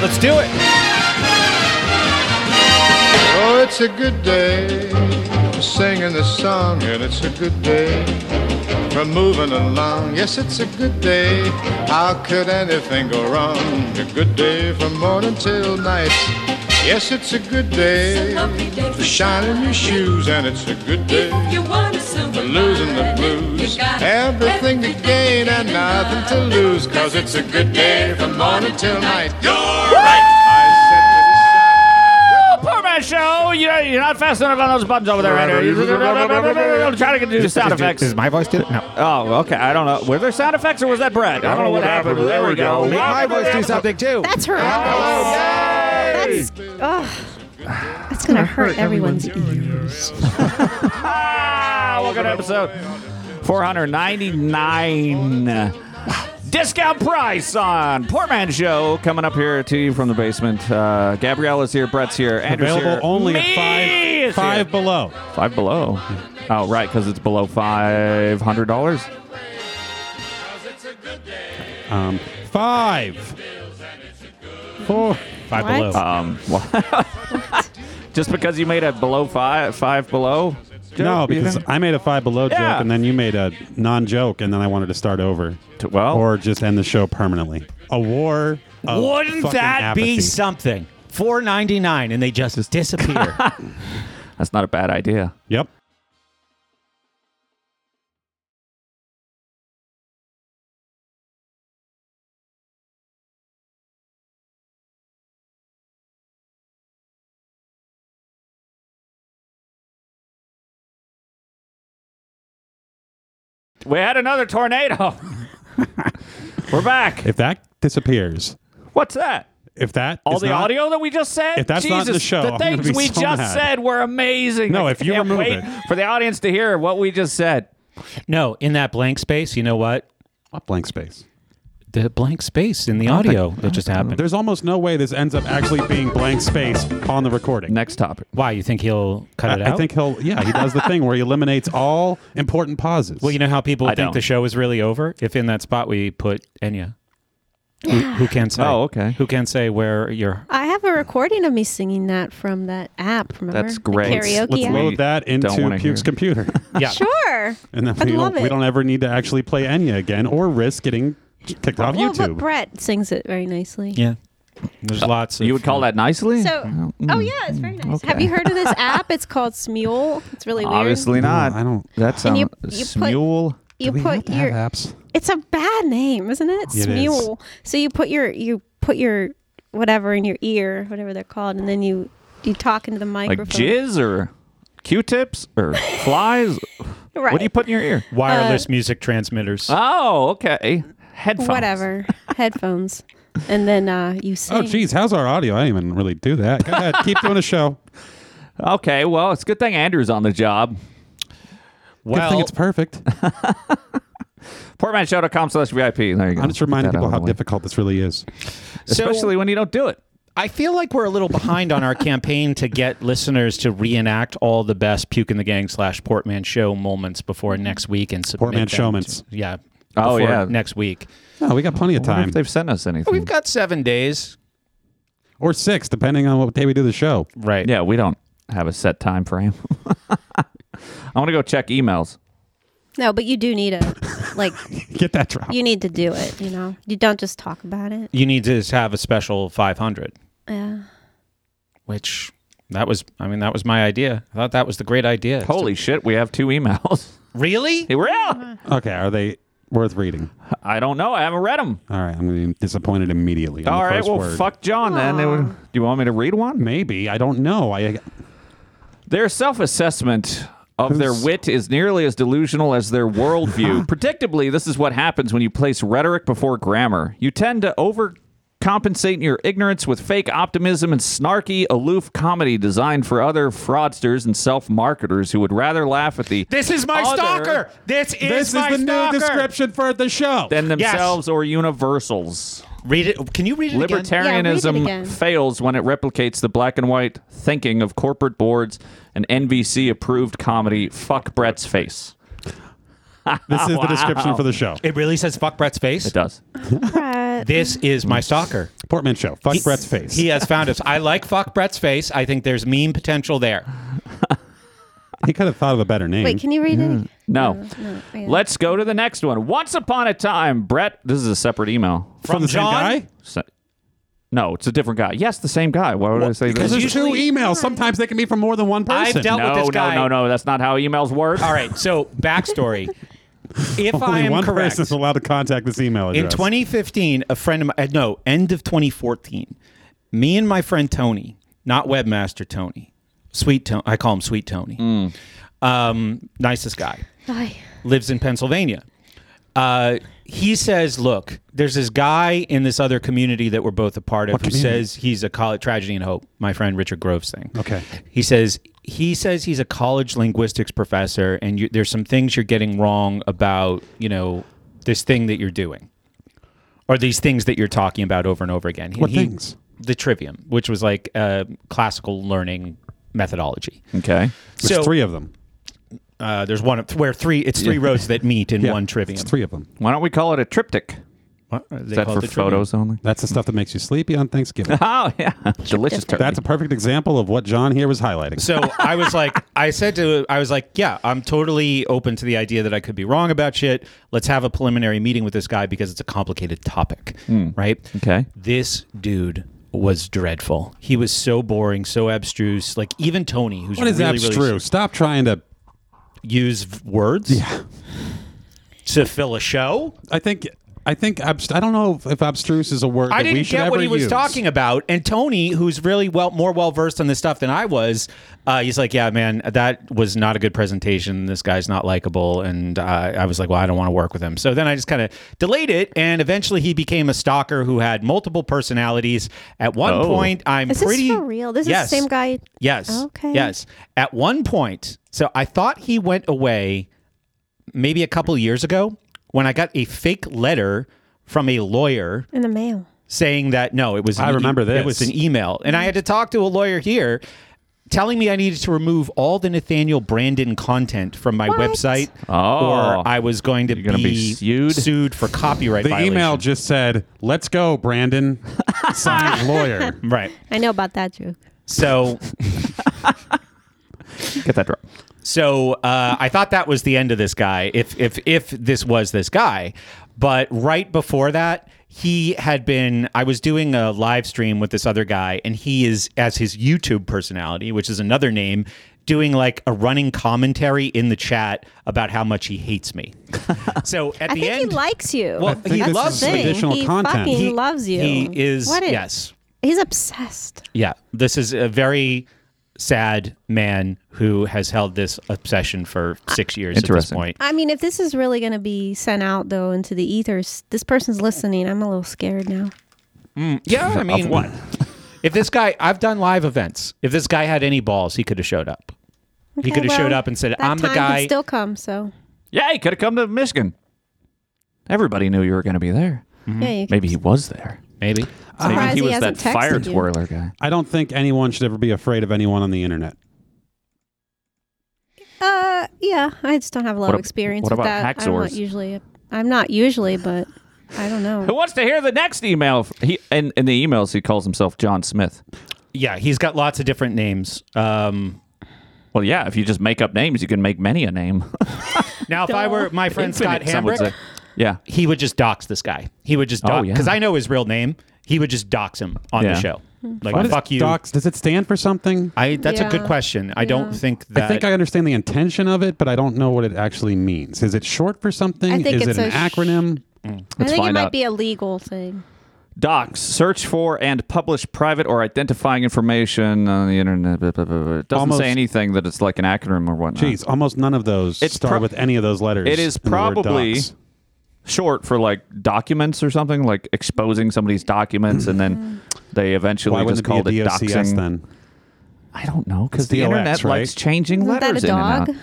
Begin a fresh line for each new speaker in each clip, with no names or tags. Let's do it.
Oh, it's a good day for singing this song, and it's a good day for moving along. Yes, it's a good day. How could anything go wrong? A good day from morning till night. Yes, it's a good day for shining your shoes, and it's a good day
You want a silver
for losing the blues. Everything to gain and nothing to lose, cause it's a good day from morning till night. You're right! I said to the sun.
Oh, poor man show. You're, you're not fast enough on those buttons over there, right? I'm trying to do sound effects.
Does my voice do it? No.
Oh, okay. I don't know. Were there sound effects or was that Brad? I don't know what happened. but There we go.
Make my voice do something too.
That's her. That's oh, that's gonna hurt everyone's ears.
Ah, welcome to episode 499. Discount price on Poor Man Show coming up here to you from the basement. Uh, Gabrielle is here, Brett's here, Andrew's
Available
here.
only
Me
at
is
five, five
here.
below.
Five below. Oh, right, because it's below five hundred dollars.
Um, five, four, five
What?
below.
Um, well, just because you made a below five, five below. joke,
no,
you
because
know?
I made a five below
Yeah.
joke, and then you made a non-joke, and then I wanted to start over,
T- well-
or just end the show permanently. A war. Of
Wouldn't
fucking
that be
apathy.
something? Four ninety nine, and they just disappear.
that's not a bad idea.
Yep.
We had another tornado. We're back.
If that disappears,
What's that?
if that
All
is
the
not-
audio that we just said?
If that's not
Jesus,
in the show, I'm gonna
things
be
we
so
just
mad.
said were amazing.
No,
I
if you
can't
remove
wait
it.
For the audience to hear what we just said.
no, in that blank space, you know what?
What blank space.
The blank space in the audio that just happened.
There's almost no way this ends up actually being blank space on the recording.
Next topic.
Why you think he'll cut it
I,
out?
I think he'll. Yeah, he does the thing where he eliminates all important pauses.
Well, you know how people
I
think
don't.
the show is really over if in that spot we put Enya. Who, who can say?
Oh, okay.
Who can say where you're?
I have a recording of me singing that from that app. Remember?
That's
The
great.
karaoke
let's
app.
load that
don't wanna
into
hear
Puke's
it.
computer,
Yeah.
Sure.
and then
I'd
we
love
don't, we
it.
don't ever need to actually play Enya again or risk getting kicked off
Well, but
YouTube.
Brett sings it very nicely.
Yeah.
Uh,
There's lots. Of,
You would call that nicely?
So, oh yeah, it's very nice.
okay.
Have you heard of this app? It's called Smule. It's really weird.
Obviously not.
No, I don't-
That's
And
um,
you- you put-
Smule.
you
Do we have
put
to
your.
have apps.
It's a bad name, isn't it?
It is.
Smule. So you put your you put your whatever in your ear, whatever they're called, and then you you talk into the
Like
microphone.
jizz or Q-tips or flies.
Right.
What do you put in your ear?
wireless music transmitters.
Oh, okay. Headphones.
Whatever. Headphones. And then uh, you sing.
Oh, geez, how's our audio? I didn't even really do that. Go ahead, keep doing a show.
Okay, well, it's a good thing Andrew's on the job.
Good thing
well,
it's perfect.
Portmanshow.com slash VIP. There you go.
I'm just
Get
reminding
that out
people
of
how
the way.
difficult this really is.
so-
Especially when you don't do it.
I feel like we're a little behind on our campaign to get listeners to reenact all the best Puke in the Gang slash Portman Show moments before next week and submit
Portman
them
showments.
to- yeah.
Oh,
before
yeah.
Next week.
No, we got plenty of
I wonder
time,
if they've sent us anything.
We've got seven days.
or six, depending on what day we do the show.
Right.
Yeah, we don't have a set time frame. I want to go check emails.
No, but you do need a like
Get that drop.
you need to do it, you know. You don't just talk about it.
You need to just have a special 500.
Yeah.
which that was I mean that was my idea. I thought that was the great idea.
Holy shit, we have two emails.
really?
They were
Uh-huh.
out.
Okay, are they worth reading?
I don't know. I haven't read them.
All right, I'm going to be disappointed immediately. on
All
the
right,
first
well,
word.
fuck John then. They were- do you want me to read one?
Maybe I don't know. I
Their self assessment of their wit is nearly as delusional as their worldview. Predictably, this is what happens when you place rhetoric before grammar. You tend to overcompensate your ignorance with fake optimism and snarky, aloof comedy designed for other fraudsters and self marketers who would rather laugh at the
This is my
other
stalker. This is
this is
my
the
stalker.
new description for the show.
Than
Yes.
themselves or universals.
Read it. Can you read it again?
Yeah, read it
Libertarianism
again.
fails when it replicates the black and white thinking of corporate boards and NBC approved comedy, Fuck Brett's Face.
this is the description for the show.
It really says fuck Brett's face.
It does.
Brett. that.
This is my stalker.
Portman show. Fuck Brett's face.
He uh, has found us. I like fuck Brett's face. I think there's meme potential there.
he could have thought of a better name.
Wait, can you read it?
Mm.
again?
No.
no, yeah.
Let's go to the next one. Once upon a time, Brett. This is a separate email.
From, the
John?
same guy?
Se- No, it's a different guy. Yes, the same guy. Why would I say
Because
this?
there's two
usually-
emails. Sometimes they can be from more than one person.
I've dealt
No,
with this
no,
guy.
no, no. That's not how emails work.
All right. So backstory. If I
Only
am
one
correct,
person is allowed to contact this email address.
in 2015, a friend of mine, no, end of 2014, me and my friend Tony, not webmaster Tony, sweet Tony, I call him sweet Tony, um, nicest guy,
Ay.
lives in Pennsylvania. Uh, he says, "Look, there's this guy in this other community that we're both a part of who
community?
says he's a college tragedy and hope." My friend Richard Groves thing.
Okay.
He says he says he's a college linguistics professor, and you, there's some things you're getting wrong about you know this thing that you're doing, or these things that you're talking about over and over again.
What
He-
things?
The trivium, which was like uh, classical learning methodology.
Okay.
There's three of them.
Uh, there's one of- where three. It's three roads that meet in
Yeah,
one trivium.
It's three of them.
Why don't we call it a triptych?
What? They
Is that
call it
for
the trivium.
photos only?
That's the stuff that makes you sleepy on Thanksgiving.
Oh yeah, delicious turkey.
That's a perfect example of what John here was highlighting.
So I was like, I said to, I was like, yeah, I'm totally open to the idea that I could be wrong about shit. Let's have a preliminary meeting with this guy because it's a complicated topic,
Hmm.
right?
Okay.
This dude was dreadful. He was so boring, so abstruse. Like even Tony, who's
what is
really,
abstruse?
really
Stop trying to.
use v- words to fill a show.
I think. I think. Abst- I don't know if, if abstruse is a word.
I
that we
didn't
should
get what
ever
he was
use.
talking about. And Tony, who's really well more well versed on this stuff than I was, uh, he's like, "Yeah, man, that was not a good presentation. This guy's not likable." And uh, I was like, "Well, I don't want to work with him." So then I just kind of delayed it, and eventually he became a stalker who had multiple personalities. At one
Oh.
point, I'm
Is this
pretty
for real? This
yes.
is the same guy.
Yes.
Okay.
Yes. At one point, so I thought he went away maybe a couple years ago when I got a fake letter from a lawyer
In the mail.
saying that no, it was.
I
an e-,
remember this.
It was an email, and I had to talk to a lawyer here, telling me I needed to remove all the Nathaniel Brandon content from my
What?
website,
Oh.
or I was going to
You're gonna be sued?
for copyright.
The
violation.
email just said, "Let's go, Brandon." Signed lawyer.
right?
I know about that joke.
So,
Get that drop.
so uh, I thought that was the end of this guy. If if if this was this guy, but right before that. He had been. I was doing a live stream with this other guy, and he is, as his YouTube personality, which is another name, doing like a running commentary in the chat about how much he hates me. So at
I
the
think
end,
he likes you.
Well, he
That's
loves
the thing.
additional
he
content.
fucking
He-
loves you.
he is-
What
yes.
He's obsessed.
yeah, this is a very sad man who has held this obsession for six years at this
Interesting.
point.
I mean, if this is really going to be sent out though into the ethers, this person's listening. I'm a little scared now.
Yeah, I mean, what? If this guy, I've done live events. If this guy had any balls, he could have showed up. he
Okay,
could have showed
well,
up and said,
that
"I'm the
time can
guy."
Still come. So
Yeah, he could have come to Michigan. Everybody knew you were going to be there.
yeah, you can.
Mm-hmm. Maybe he was there.
Maybe.
Surprised
Maybe he
he
was that
hasn't texted
fire
you.
twirler guy.
I don't think anyone should ever be afraid of anyone on the internet.
Uh, yeah. I just don't have a lot
What
of
ab-
experience
what
with
about
that. I'm
hacksaws?
not usually. I'm not usually, but I don't
Who
know.
wants to hear the next email? He and in the emails he calls himself John Smith.
Yeah, he's got lots of different names. Um,
Well, yeah, if you just make up names, you can make many a name.
now, if I were my friend Scott
Infinite, some would
Hambrick,
say. Yeah.
he would just dox this guy. He would just
Oh,
dox
yeah.
because I know his real name. He would just dox him on
Yeah.
the show. Like,
Why does
fuck you.
Docs, does it stand for something?
I. That's a good
Hmm. Yeah.
question. I don't
Yeah.
think that.
I think I understand the intention of it, but I don't know what it actually means. Is it short for something?
I think
Is
it's
it an
a sh-
acronym?
I think it
find
might
out.
be a legal thing.
Docs search for and publish private or identifying information on the internet. Blah, blah, blah, blah. It doesn't
Almost-
say anything that it's like an acronym or whatnot.
Jeez, almost none of those
It's
start
pro-
with any of those letters.
It is
in the word
probably-
docs.
Short for like documents or something, like exposing somebody's documents, and then
Mm.
they eventually
Why
just
wouldn't it
called
be
it
a DOCS
doxing.
then?
I don't know because
It's
the
DOX,
internet
right?
likes changing
Isn't that a
letters in and
dog?
out.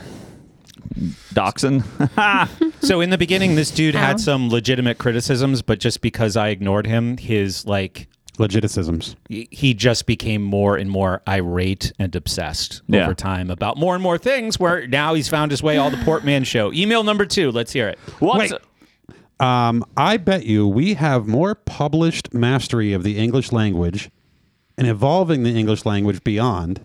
Dachshund.
So in the beginning, this dude
Ow.
had some legitimate criticisms, but just because I ignored him, his like
Legiticisms.
he- he just became more and more irate and obsessed
Yeah.
over time about more and more things. Where now he's found his way all the Portman show. Email number two. Let's hear it.
Once,
Wait. Um, I bet you we have more published mastery of the English language and evolving the English language beyond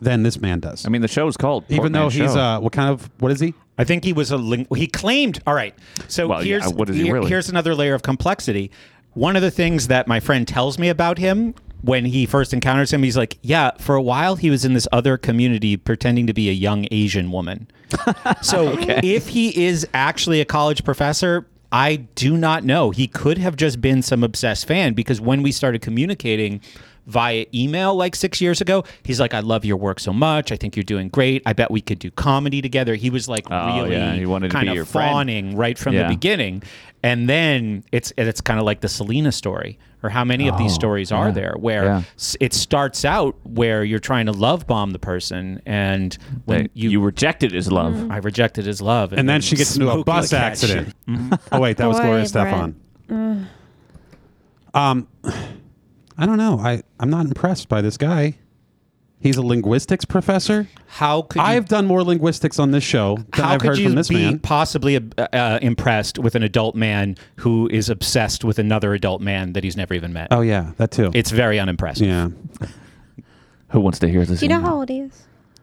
than this man does.
I mean, the show's called.
Even though
Portman
he's
Show.
uh, what kind of what is he?
I think he was a ling- he claimed. All right, so
Well, yeah,
here's
what is he
here-
really?
here's another layer of complexity. One of the things that my friend tells me about him when he first encounters him, he's like, "Yeah, for a while he was in this other community pretending to be a young Asian woman." so if he is actually a college professor. I do not know. He could have just been some obsessed fan because when we started communicating via email like six years ago, he's like, I love your work so much. I think you're doing great. I bet we could do comedy together. He was like,
Oh,
really
yeah, he wanted to
kind
be
of
your friend.
fawning right from
Yeah.
the beginning. And then it's and it's kind of like the Selena story, or how many of these stories are there where
Oh, yeah.
s- it starts out where you're trying to love bomb the person, and when
Hey,
you,
you rejected his love.
Mm.
I rejected his love,
And then she gets into a
smoking
bus
like that
accident.
shit. Mm-hmm.
oh wait, that was
Boy,
Gloria
Brett.
Stefan. Um, I don't know. I I'm not impressed by this guy. He's a linguistics professor.
How could you,
I've done more linguistics on this show than
how
I've
could
heard
you
from this
be
man.
possibly uh, uh, impressed with an adult man who is obsessed with another adult man that he's never even met?
Oh yeah, that too.
It's very unimpressive.
yeah.
Who wants to hear this?
Do you know
email?
how old he is?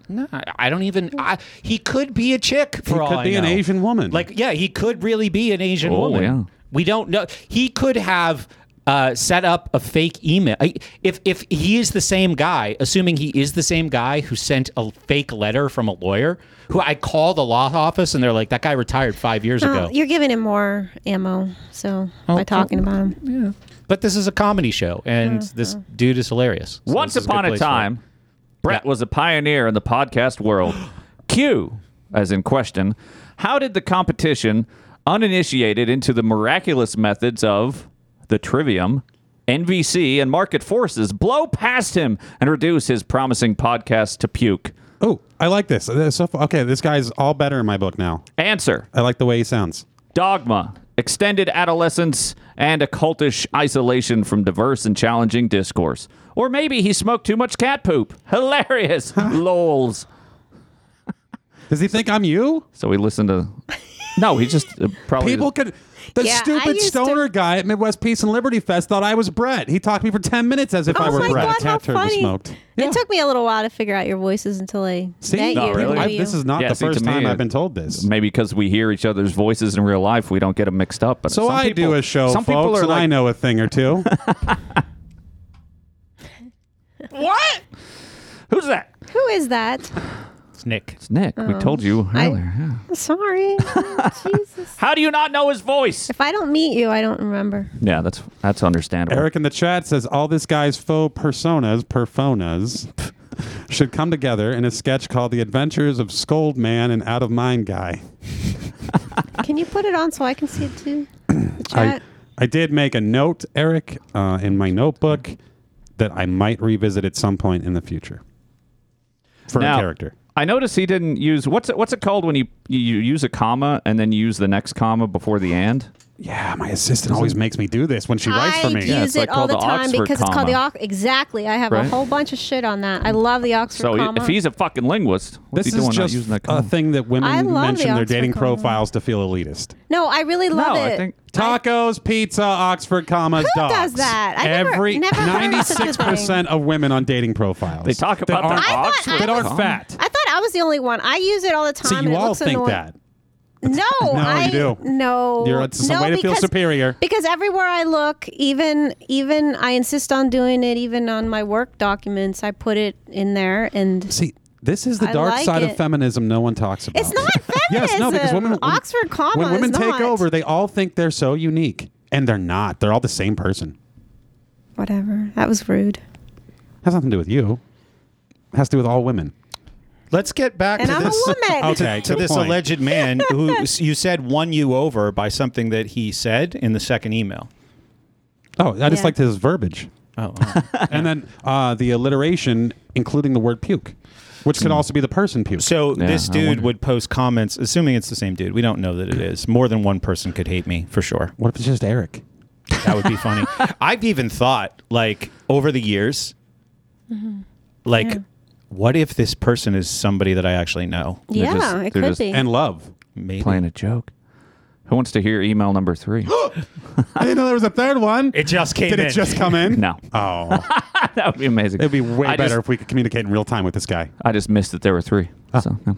No, I- I don't even. I, he could be a chick for
He
all
could
I
be an
know.
Asian woman.
Like, yeah, he could really be an Asian
Oh,
woman.
yeah.
We don't know. He could have uh, set up a fake email. I- If if he is the same guy, assuming he is the same guy who sent a fake letter from a lawyer, who I called the law office and they're like, that guy retired five years
Oh,
ago.
you're giving him more ammo, so
Oh,
by talking about him.
But this is a comedy show, and this dude is hilarious. So
Once
this is good
upon a
place for it.
time, Brett
Yeah.
was a pioneer in the podcast world. Q, as in question, how did the competition uninitiated into the miraculous methods of the Trivium, NVC, and market forces blow past him and reduce his promising podcast to puke?
oh, I like this. Uh, So far- okay, this guy's all better in my book now.
Answer
I like the way he sounds.
Dogma, extended adolescence, and occultish isolation from diverse and challenging discourse. Or maybe he smoked too much cat poop. Hilarious. Lols.
Does he think I'm you?
So we listened to. No, Oh, he just uh, probably.
People could. The
Yeah, I
stupid
used to-
stoner guy at Midwest Peace and Liberty Fest thought I was Brett. He talked to me for ten minutes as if I
oh
were
my
Brett.
god, how
Cat turd was
funny!
smoked. Yeah.
It took me a little while to figure out your voices until I
See,
met
No,
you.
really?
knew
I-
you.
this is not
Yeah,
the
see, to
first time
me,
I've been told this.
Maybe because we hear each other's voices in real life, we don't get them mixed up. But
So
some
I
people-
do a show,
Some
folks,
people are
and
like,
I know a thing or two.
What? Who's that?
Who is that?
It's Nick.
It's Nick. we told you
I-
earlier. yeah.
Sorry, Jesus.
How do you not know his voice?
If I don't meet you, I don't remember.
Yeah, that's that's understandable.
Eric in the chat says all this guy's faux personas, perfonas, should come together in a sketch called "The Adventures of Scold Man and Out of Mind Guy."
Can you put it on so I can see it too? The
I,
chat.
I did make a note, Eric, uh, in my notebook that I might revisit at some point in the future for
now,
a character.
I noticed he didn't use what's it, what's it called when you you use a comma and then you use the next comma before the and.
Yeah, my assistant always makes me do this when she writes for me.
use
Yeah, it's
it
like
all
called
the
the
time
Oxford
because it's called the
comma.
Oxford. Exactly. I have
Right?
a whole bunch of shit on that. I love the Oxford
So
comma.
if he's a fucking linguist, what's
This
he doing
is
not
just
using that
a
comma?
thing that
I
women
love
mention
the
their
Oxford
dating
comma.
profiles to feel elitist.
no, I really love
no,
it.
I think
Tacos, pizza, Oxford commas,
Who
dogs.
does that? I never-
Every
never heard of such a thing.
ninety-six percent of women on dating profiles.
they talk
that
about
aren't-
the
I thought
Oxford
I-
that aren't
comma.
fat.
I thought I was the only one. I use it all the time.
So
and
you
it
all
looks
think
annoying.
that.
No,
No, you
I
do.
No,
You're- it's a
no,
way to feel
because-
superior.
Because everywhere I look, even even I insist on doing it. Even on my work documents, I put it in there, and
See, this is the
I
dark
like
side of
it.
feminism no one talks about.
it's not feminism.
yes, no, because women. when-
Oxford comma.
When women
is
take
not.
over, they all think they're so unique, and they're not. They're all the same person.
whatever. That was rude.
Has nothing to do with you. Has to do with all women.
Let's get back
And
to
I'm
this.
a woman.
Okay,
to
good
this
point.
alleged man who s- you said won you over by something that he said in the second email.
Oh, I just
Yeah.
liked his verbiage,
Oh,
and then uh, the alliteration, including the word puke, which could also be the person puke.
Hmm. so
Yeah,
this
I
dude
wonder.
would post comments, assuming it's the same dude. We don't know that it is. More than one person could hate me for sure.
what if it's just Eric?
That would be funny. I've even thought, like, over the years,
Mm-hmm.
like, what if this person is somebody that I actually know?
They're
Yeah,
just-
it
they're
could
just-
be.
And love.
Maybe.
playing a joke. Who Who wants to hear email number three?
I didn't know there was a third one.
It just came
Did
in.
it just come in?
no,
Oh,
that would be amazing.
it'd be way
I
better Ah.
Just,
if we could communicate in real time with this guy.
I just missed that there were three. So, yeah.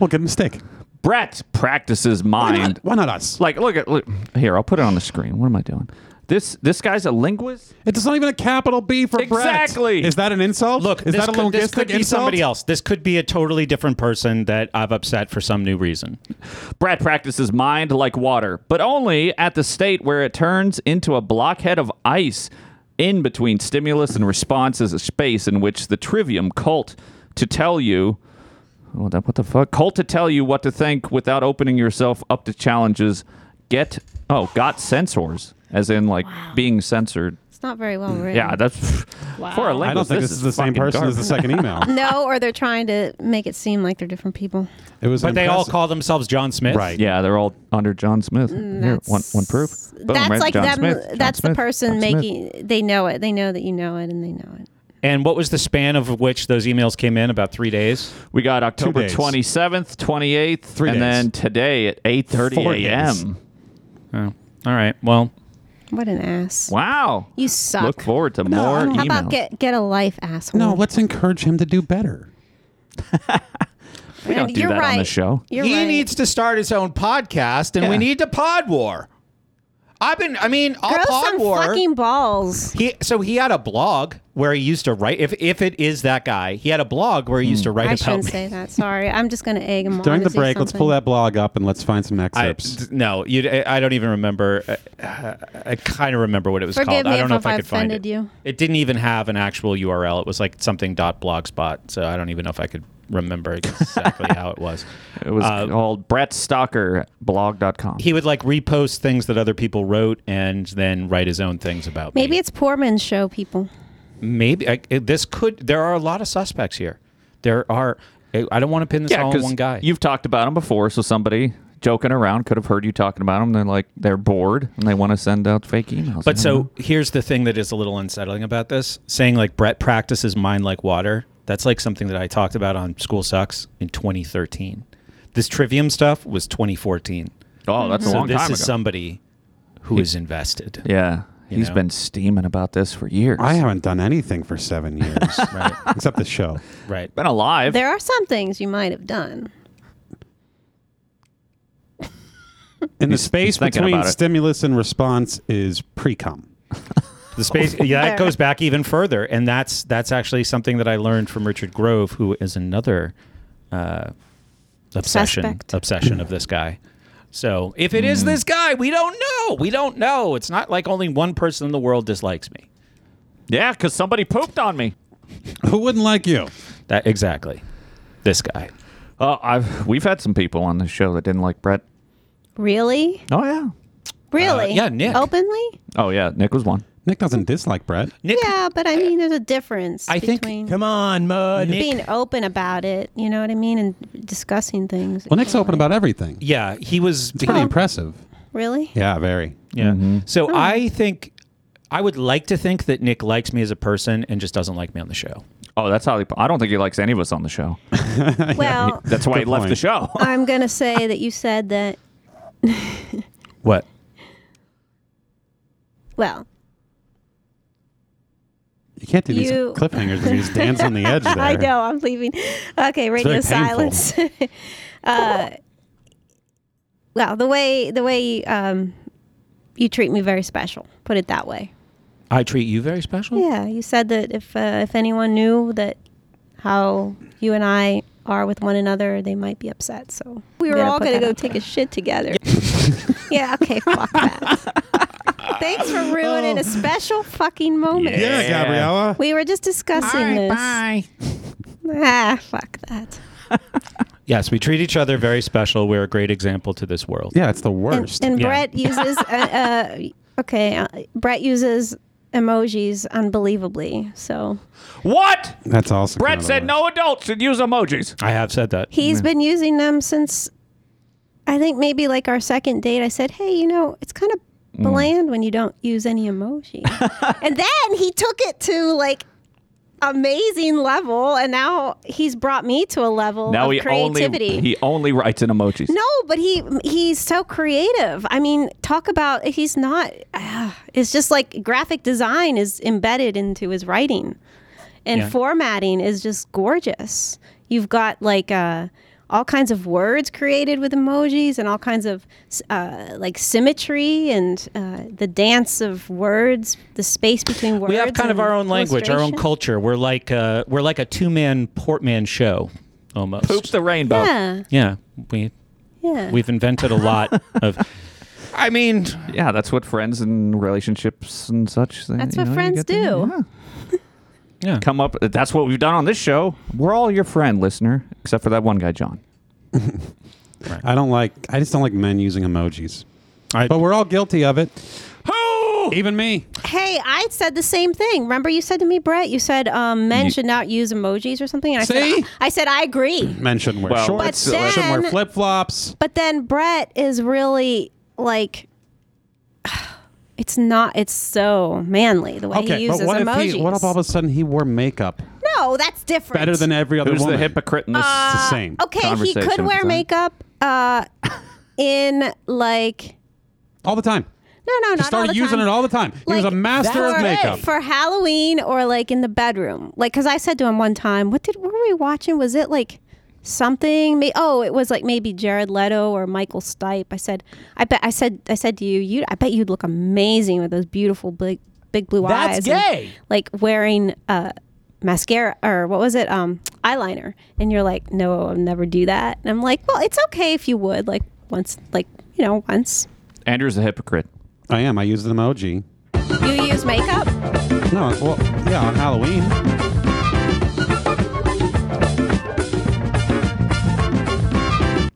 Well, good mistake.
Brett practices
Why
mind.
not, why not us?
Like, look at look here. I'll put it on the screen. What am I doing? This this guy's a linguist.
It's not even a capital B for Brett.
Exactly.
Is that an insult?
Look,
is
this
that a
could, this
linguistic
could be
insult?
somebody else. This could be a totally different person that I've upset for some new reason.
Brett practices mind like water, but only at the state where it turns into a blockhead of ice in between stimulus and response is a space in which the trivium cult to tell you what the, what the fuck cult to tell you what to think without opening yourself up to challenges get oh got censors as in like being censored
It's not very well written.
Mm, yeah that's for a
Wow.
linguist
I don't think this, is the same
fucking
person as
garbage.
the second email.
No, or they're trying to make it seem like they're different people.
It was,
But they all
impressive.
call themselves John Smith.
Right.
Yeah, they're all under John Smith. Here,
Mm, That's-
one, one proof. Boom,
that's
right?
like
John
them.
Smith, John
that's the
Smith,
person
John Smith.
making. They know it. They know that you know it, and they know it.
And what was the span of which those emails came in? About three days.
We got October
days.
27th, 28th,
Three
and
days.
then today at 8:30
Four
a.m.
Oh. All right. Well,
What an ass!
Wow.
You suck. um,
Look forward to
No,
more
I don't-
How
emails.
about get get a life, asshole?
No, let's encourage him to do better.
we don't do
You're
that on the
right.
show.
You're
he
right.
needs to start his own podcast, and
Yeah.
we need to pod war. I've been. I mean, I'll
grow
pod
some
war.
fucking balls.
He so he had a blog where he used to write. If if it is that guy, he had a blog where he used to write
Hmm. I
about
shouldn't
me.
say that. Sorry, I'm just gonna egg him on
During
to
the
say
break, let's
something.
pull that blog up and let's find some
I,
excerpts.
d- no, you. I don't even remember. I, I kind of remember what it was
Forgive
called. I
me
don't
if
know if I
I've
could find it.
offended you.
It didn't even have an actual URL. It was like something dot blogspot. So I don't even know if I could remember exactly how it was.
It was called Brett Stalker blog.com.
Uh, He would like repost things that other people wrote and then write his own things about.
Maybe
me.
it's poor man's show, people.
maybe I, it- this could. There are a lot of suspects here. There are. I I don't want to pin this all on
'cause
one guy.
You've talked about him before, so somebody joking around could have heard you talking about him. They're like they're bored and they want to send out fake emails.
But
I don't know.
so here's the thing that is a little unsettling about this saying like Brett practices mind like water. That's like something that I talked about on School Sucks in 2013. This trivium stuff was 2014.
oh, that's a
so
long
this
time
is
ago.
somebody who is invested.
yeah.
you
he's
know.
been steaming about this for years.
I haven't done anything for seven years
Right.
except the show.
Right.
been alive.
There are some things you might have done.
In the space
thinking
between
about it.
stimulus and response is pre cum.
The space yeah, that goes back even further and that's that's actually something that I learned from Richard Grove who is another uh, obsession
Suspect.
obsession of this guy. So, if it is this guy, we don't know. We don't know. It's not like only one person in the world dislikes me.
yeah, because somebody pooped on me.
Who wouldn't like you?
That exactly. This guy.
Uh, I've we've had some people on the show that didn't like Brett.
Really?
Oh yeah.
Really?
yeah, Nick.
Openly?
Oh yeah. Nick was one.
Nick doesn't dislike Brett.
Nick
Yeah, but I mean, there's a difference
I think-
between
Come on, Mud.
being open about it. You know what I mean, and discussing things.
Well, Nick's open about everything.
Yeah, he was
It's pretty impressive.
Really?
Yeah, very.
yeah. So I think I would like to think that Nick likes me as a person and just doesn't like me on the show.
Oh, that's how he. I don't think he likes any of us on the show.
Well,
That's why he left
point.
the show.
I'm gonna say that you said that.
What?
Well,
You can't do these
You-
cliffhangers if you just dance on the edge there.
I know I'm leaving. Okay, radio
very painful.
silence. uh, well, the way the way um, you treat me very special. Put it that way.
I treat you very special?
Yeah, you said that if uh, if anyone knew that how you and I are with one another, they might be upset. So we were all gonna go take a shit together. yeah. Okay. Fuck that. Thanks for ruining a special fucking moment.
Yeah, Gabriella.
We were just discussing this. Ah, fuck that.
Yes, we treat each other very special. We're a great example to this world.
Yeah, it's the
And,
worst.
and
Yeah.
Brett uses uh, uh, okay. Uh, Brett uses emojis unbelievably. So
what?
That's also kind
Brett
of the
said
worst.
no adults should use emojis.
I have said that.
he's been using them since I think maybe like our second date. I said, hey, you know, it's kind of
Mm.
bland when you don't use any emoji. and then he took it to like amazing level, and now he's brought me to a level
Now
of
he
creativity.
only he only writes in emojis.
no, but he he's so creative. I mean, talk about he's not. ah, it's just like graphic design is embedded into his writing, and
Yeah.
formatting is just gorgeous. You've got like uh, all kinds of words created with emojis, and all kinds of uh, like symmetry and uh, the dance of words, the space between words.
We have kind of
and
our own language, our own
illustration.
culture. We're like uh, we're like a two man portman show, almost.
Poops the rainbow.
Yeah,
Yeah, we
yeah.
we've invented a lot of. I mean,
Yeah, that's what friends and relationships and such. they-
That's
you
what
know, you
friends
get to-
do.
yeah.
yeah.
Come up. That's what we've done on this show. We're all your friend, listener, except for that one guy, John.
I don't like. I just don't like men using emojis.
I-
But we're all guilty of it. Even me.
Hey, I said the same thing. Remember, you said to me, Brett, you said um, men
You-
should not use emojis or something. And I
See?
said, I said I agree.
Men shouldn't wear
Well,
shorts.
But
shouldn't wear
then-
flip flops.
But then Brett is really like, it's not. It's so manly the way he
Okay, but
uses
what
emojis.
if he? What if all of a sudden he wore makeup?
no, that's different.
Better than every other
Who's
woman.
the hypocrite in this?
It's
Uh,
the same.
Okay, he could
conversation,
wear
so.
makeup uh, in like.
All the time.
No, no,
Just
not all
started
the
using
time.
it all the time. He was a
Like,
master
for,
of makeup.
for Halloween or like in the bedroom. Like, because I said to him one time, "What did what were we watching? Was it like something? May- oh, it was like maybe Jared Leto or Michael Stipe." I said, "I bet." I said, "I said to you, you. I bet you'd look amazing with those beautiful big big blue
That's
eyes." and,
gay.
like wearing uh, mascara or what was it? Um, eyeliner. And you're like, "No, I'll never do that." And I'm like, "Well, it's okay if you would. Like once, like you know, once."
Andrew's a hypocrite.
I am. I used an emoji.
You use makeup?
No, well, yeah, on Halloween.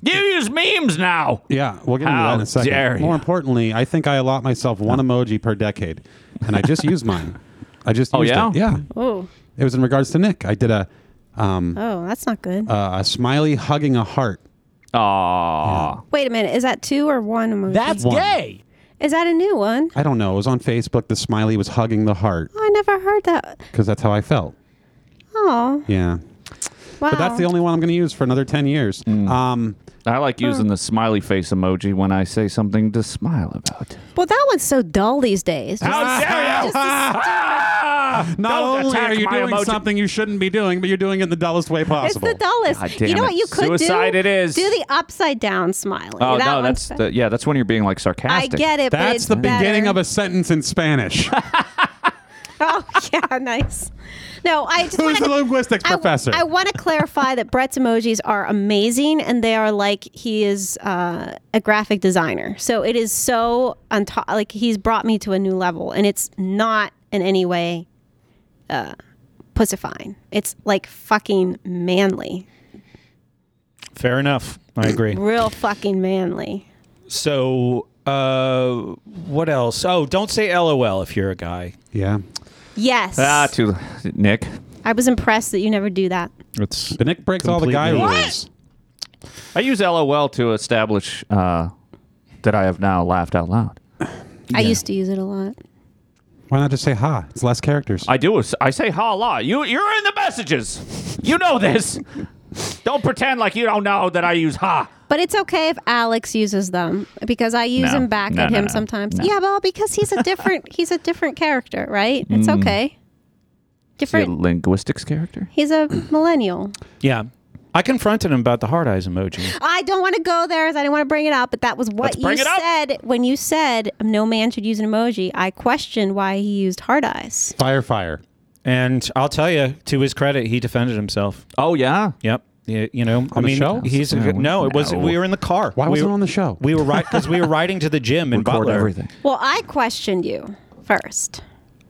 You use memes now.
Yeah, we'll get into
How
that in a second.
dare
More
you.
importantly, I think I allot myself one emoji per decade, and I just used mine. I just
Oh,
used
yeah?
it. Yeah,
Oh,
it was in regards to Nick. I did a um,
oh, that's not good.
uh, a smiley hugging a heart.
Aww.
Wait a minute. Is that two or one emoji?
One.
gay.
is that a new one?
I don't know. It was on Facebook. The smiley was hugging the heart
Oh, I never heard that.
because that's how I felt.
Oh,
Yeah,
wow.
but that's the only one I'm going to use for another ten years.
Hmm.
Um,
I like using the smiley face emoji when I say something to smile about.
Well, that one's so dull these days.
How dare you!
not
Don't
only
attack
are you
my
doing
emoji.
something you shouldn't be doing, but you're doing it in the dullest way
It's
possible.
the dullest.
God damn
you know
it.
what you could
Suicide
do?
it is.
Do the upside down smiling.
Oh
That
no,
one's
that's
be-
the, yeah, that's when you're being like
I
sarcastic.
get it, but
that's
it's
the
better.
beginning of a sentence in Spanish.
Oh yeah, nice. No, I just
Who's the
wanna-
linguistics
I-
professor?
I, want to clarify that Brett's emojis are amazing, and they are like he is uh, a graphic designer. So it is so on top. Like he's brought me to a new level, and it's not in any way uh, pussifying. It's like fucking manly,
Fair enough. I agree.
real fucking manly.
So, uh, what else? Oh, don't say LOL if you're a guy.
yeah.
Yes,
Ah, to Nick.
I was impressed that you never do that.
It's
But Nick breaks all the guy
Completely.
rules.
I use LOL to establish uh, that I have now laughed out loud.
I used to use it a lot.
Why not just say ha? It's less characters.
I do. I say ha la. You you're in the messages. You know this. don't pretend like you don't know that I use ha.
But it's okay if Alex uses them because I use
No.
them back
No,
at
no,
him
no.
sometimes.
No.
Yeah, well, because he's a different he's a different character, right? It's okay.
See a
Different.
linguistics character.
He's a millennial.
yeah. I confronted him about the hard eyes emoji.
I don't want to go there, as I didn't want to bring it up. But that was
Let's
what you
bring it up.
said when you said no man should use an emoji. I questioned why he used hard eyes.
fire, fire.
And I'll tell you, to his credit, he defended himself.
Oh yeah.
Yep. Yeah, you know,
the
I mean,
show?
he's a good, no. It was
No.
we were in the car.
Why
we
wasn't
were-
it on the show?
We were right because we were riding to the gym in
Record
Butler.
everything.
Well, I questioned you first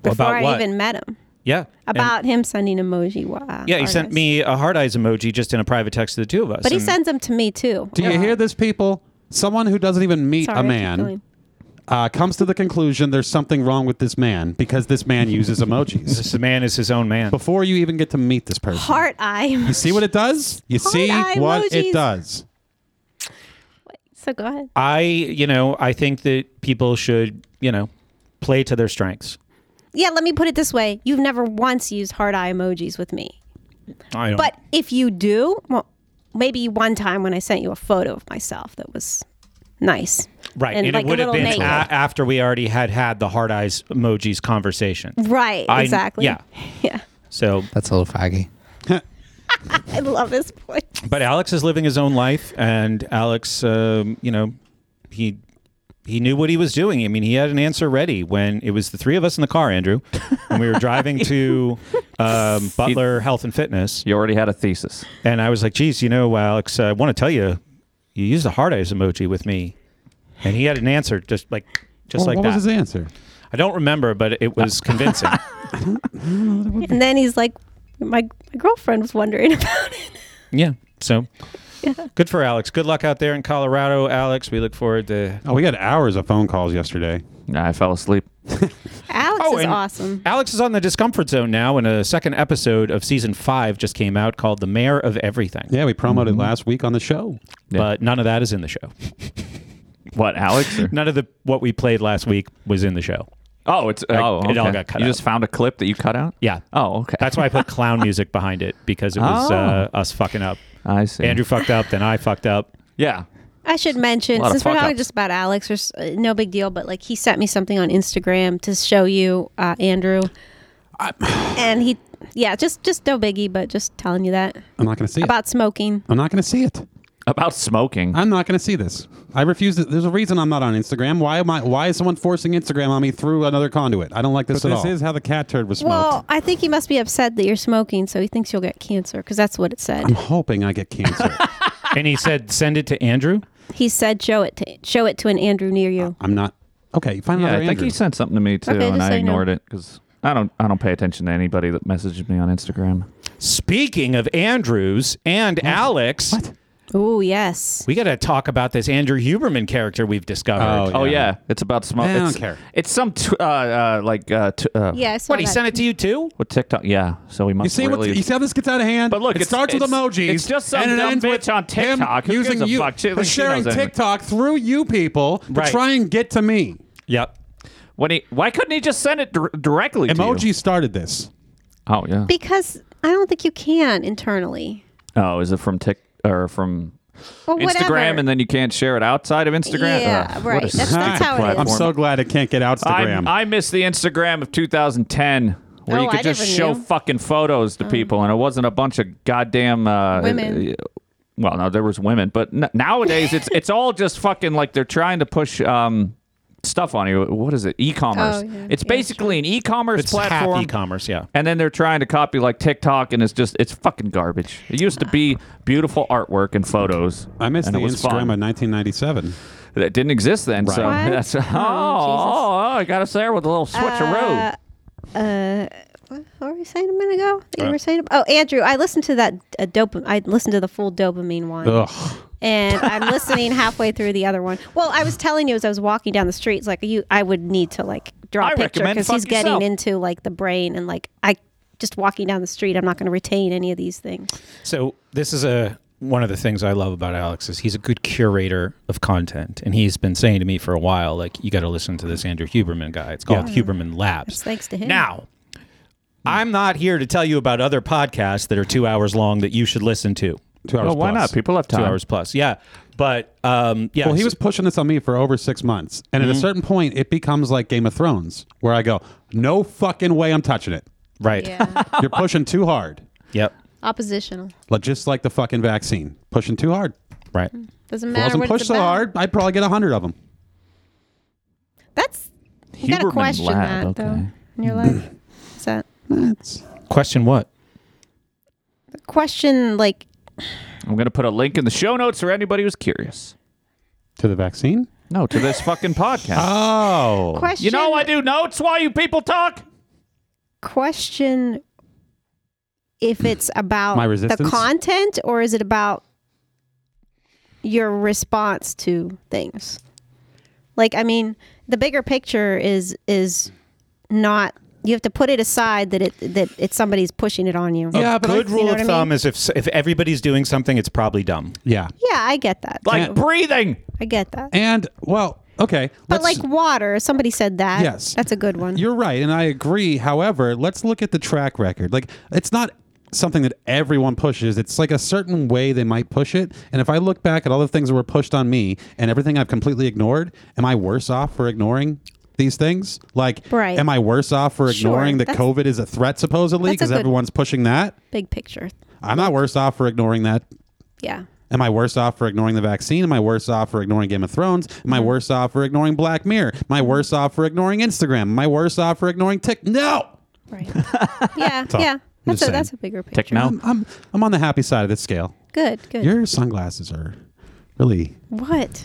before
About
I
what?
even met him
Yeah. And-
about him sending emoji. Uh,
yeah, he
hard
sent
eyes.
me a hard eyes emoji just in a private text to the two of us.
But he
and-
sends them to me too.
Do you hear this, people? Someone who doesn't even meet
Sorry, I
a
keep
man
going.
uh, comes to the conclusion there's something wrong with this man because this man uses emojis.
this man is his own man.
Before you even get to meet this person,
Heart eye.
you see what it does? You see
eye
what it
emojis.
does.
So go ahead.
I, you know, I think that people should, you know, play to their strengths.
yeah, let me put it this way. You've never once used hard eye emojis with me.
I don't.
But if you do, well, maybe one time when I sent you a photo of myself that was nice.
right, and,
like
it
a
would have
little
been a-
naked.
after we already had had the hard eyes emojis conversation.
right,
I-
exactly.
yeah.
Yeah.
So,
That's a little faggy.
I love this point.
but Alex is living his own life, and Alex, um, you know, he he knew what he was doing. I mean, he had an answer ready when it was the three of us in the car, Andrew, and we were driving to um, Butler Health and Fitness.
You already had a thesis.
And I was like, geez, you know, Alex, I want to tell you, you used the hard eyes emoji with me. And he had an answer just like just
Well,
like
what
that.
was his answer?
I don't remember, but it was convincing.
And then he's like, my, my girlfriend was wondering about it.
yeah. So good for Alex. Good luck out there in Colorado, Alex. We look forward to
Oh, we had hours of phone calls yesterday.
I fell asleep.
Alex
Oh,
is
and
awesome.
Alex is on the discomfort zone now, and a second episode of season five just came out called The Mayor of Everything.
Yeah, we promoted last week on the show.
Yeah.
But none of that is in the show.
What, Alex? or-
None of the what we played last week was in the show.
Oh, it's oh,
it all
okay.
got cut
You
out.
just found a clip that you cut out.
Yeah.
Oh, okay.
That's why I put clown music behind it because it was
Oh.
uh, us fucking up.
I see.
Andrew fucked up, then I fucked up.
Yeah.
I should mention,
lot of
since we're
fuck
talking
ups.
just about Alex, or s- uh, no big deal, but like he sent me something on Instagram to show you, uh, Andrew. and he, yeah, just just no biggie, but just telling you that
I'm not going to see it.
about smoking.
I'm not going to see it.
About smoking.
I'm not going to see this. I refuse. It. There's a reason I'm not on Instagram. Why am I? Why is someone forcing Instagram on me through another conduit? I don't like this
But
at
this
all.
is
how the cat turd was
Well, I think he must be upset that you're smoking, so he thinks you'll get cancer because that's what it
I'm
said.
hoping I get cancer.
And he said, send it to Andrew.
He said, "Show it to show it to an Andrew near you."
I'm not. Okay, find
yeah, I
another
think
Andrew.
he sent something to me too,
Okay,
and
just
I
so you know.
ignored it 'cause it because I don't. I don't pay attention to anybody that messages me on Instagram.
Speaking of Andrews and Alex,
Oh yes,
we got to talk about this Andrew Huberman character we've discovered.
Oh yeah, it's about smoking.
I don't
it's,
care.
It's some t- uh, uh, like uh, t- uh,
yeah. I saw
What, he
that.
sent it to you too?
what TikTok. Yeah, so we must
You see
really.
what? You see how this gets out of hand?
But look,
it
it's-
starts with
it's-
emojis.
it's just some
and it
dumb
ends with
bitch on
him
TikTok. Who
using
gives a
you,
fuck? She- she knows
sharing
anything.
TikTok through you people to
Right.
try and get to me.
Yep.
when he, why couldn't he just send it dir- directly? To you?
Emoji started this.
Oh yeah.
because I don't think you can internally
oh, is it from Tik or from
or whatever.
Instagram, and then you can't share it outside of Instagram?
Yeah,
Ugh, what
right.
a
That's- that's
stupid
how it is.
platform.
I'm so glad it can't get out Instagram.
I'm- I miss the Instagram of 2010 where
Oh,
you could
I
just
never
show
knew.
fucking photos to people and it wasn't a bunch of goddamn uh,
Women.
uh, well, no, there was women, but n- nowadays it's it's all just fucking like they're trying to push um, stuff on you. What is it? E-commerce.
Oh, yeah.
It's
Yeah,
basically an e-commerce
It's half
platform.
e-commerce, yeah.
and then they're trying to copy like TikTok, and it's just it's fucking garbage. It used to be beautiful artwork and photos.
I missed
and
the
it was
Instagram
fun.
of 1997.
That didn't exist then. So
What?
that's oh, oh,
Oh, Jesus.
I got us there with a little switcheroo.
Uh, what what were we saying a minute ago? That you were saying. Oh, Andrew, I listened to that uh, dopa I listened to the full dopamine one,
Ugh.
and I'm listening halfway through the other one. Well, I was telling you as I was walking down the streets, like you, I would need to like draw
I
a picture
recommend
because he's
fuck
getting
yourself.
into like the brain and like I just walking down the street, I'm not going to retain any of these things.
So this is a one of the things I love about Alex is he's a good curator of content, and he's been saying to me for a while, like you got to listen to this Andrew Huberman guy. It's called Huberman Labs.
It's thanks to him.
Now, I'm not here to tell you about other podcasts that are two hours long that you should listen to.
Two hours.
Well, why
plus.
not? People have time.
Two hours plus, yeah. But um, yeah,
Well, he
so-
was pushing this on me for over six months, and at a certain point, it becomes like Game of Thrones, where I go, "No fucking way, I'm touching it.
right.
yeah,
You're pushing too hard,
Yep.
oppositional
Like, just like the fucking vaccine, pushing too hard.
Right.
doesn't
If I
matter.
wasn't
What
pushed
it's
so
about.
hard, I'd probably get a hundred of them.
That's you got to
Huberman
question
Lab,
that
okay.
though in your life. Is that
That's
Question what?
question like
I'm going to put a link in the show notes for anybody who's curious.
to the vaccine.
No, to this fucking podcast.
Oh,
question?
you know I do notes while you people talk.
question if it's about
My
the
resistance?
content or is it about your response to things like i mean the bigger picture is is not you have to put it aside that it that it's somebody's pushing it on you
Yeah, but I-
good
you
rule
know
of
what I mean?
thumb is if s- if everybody's doing something, it's probably dumb.
yeah.
yeah i get that
Like breathing.
i get that
And well, Okay.
But
let's-
like water, somebody said that.
Yes.
That's a good one.
You're right, and I agree. However, let's look at the track record. Like, it's not something that everyone pushes. It's like a certain way they might push it. And if I look back at all the things that were pushed on me and everything I've completely ignored, am I worse off for ignoring these things? Like,
Right.
am I worse off for
Sure,
ignoring that
that's-
COVID is a threat supposedly
that's a
because
good-
everyone's pushing that?
Big picture.
I'm not worse off for ignoring that.
Yeah.
Am I worse off for ignoring the vaccine? Am I worse off for ignoring Game of Thrones? Am I worse off for ignoring Black Mirror? Am I worse off for ignoring Instagram? Am I worse off for ignoring Tik? No.
Right. yeah. yeah.
just
That's a,
saying.
that's a bigger picture.
Techno.
I'm, I'm I'm on the happy side of this scale.
Good. Good.
Your sunglasses are really
what?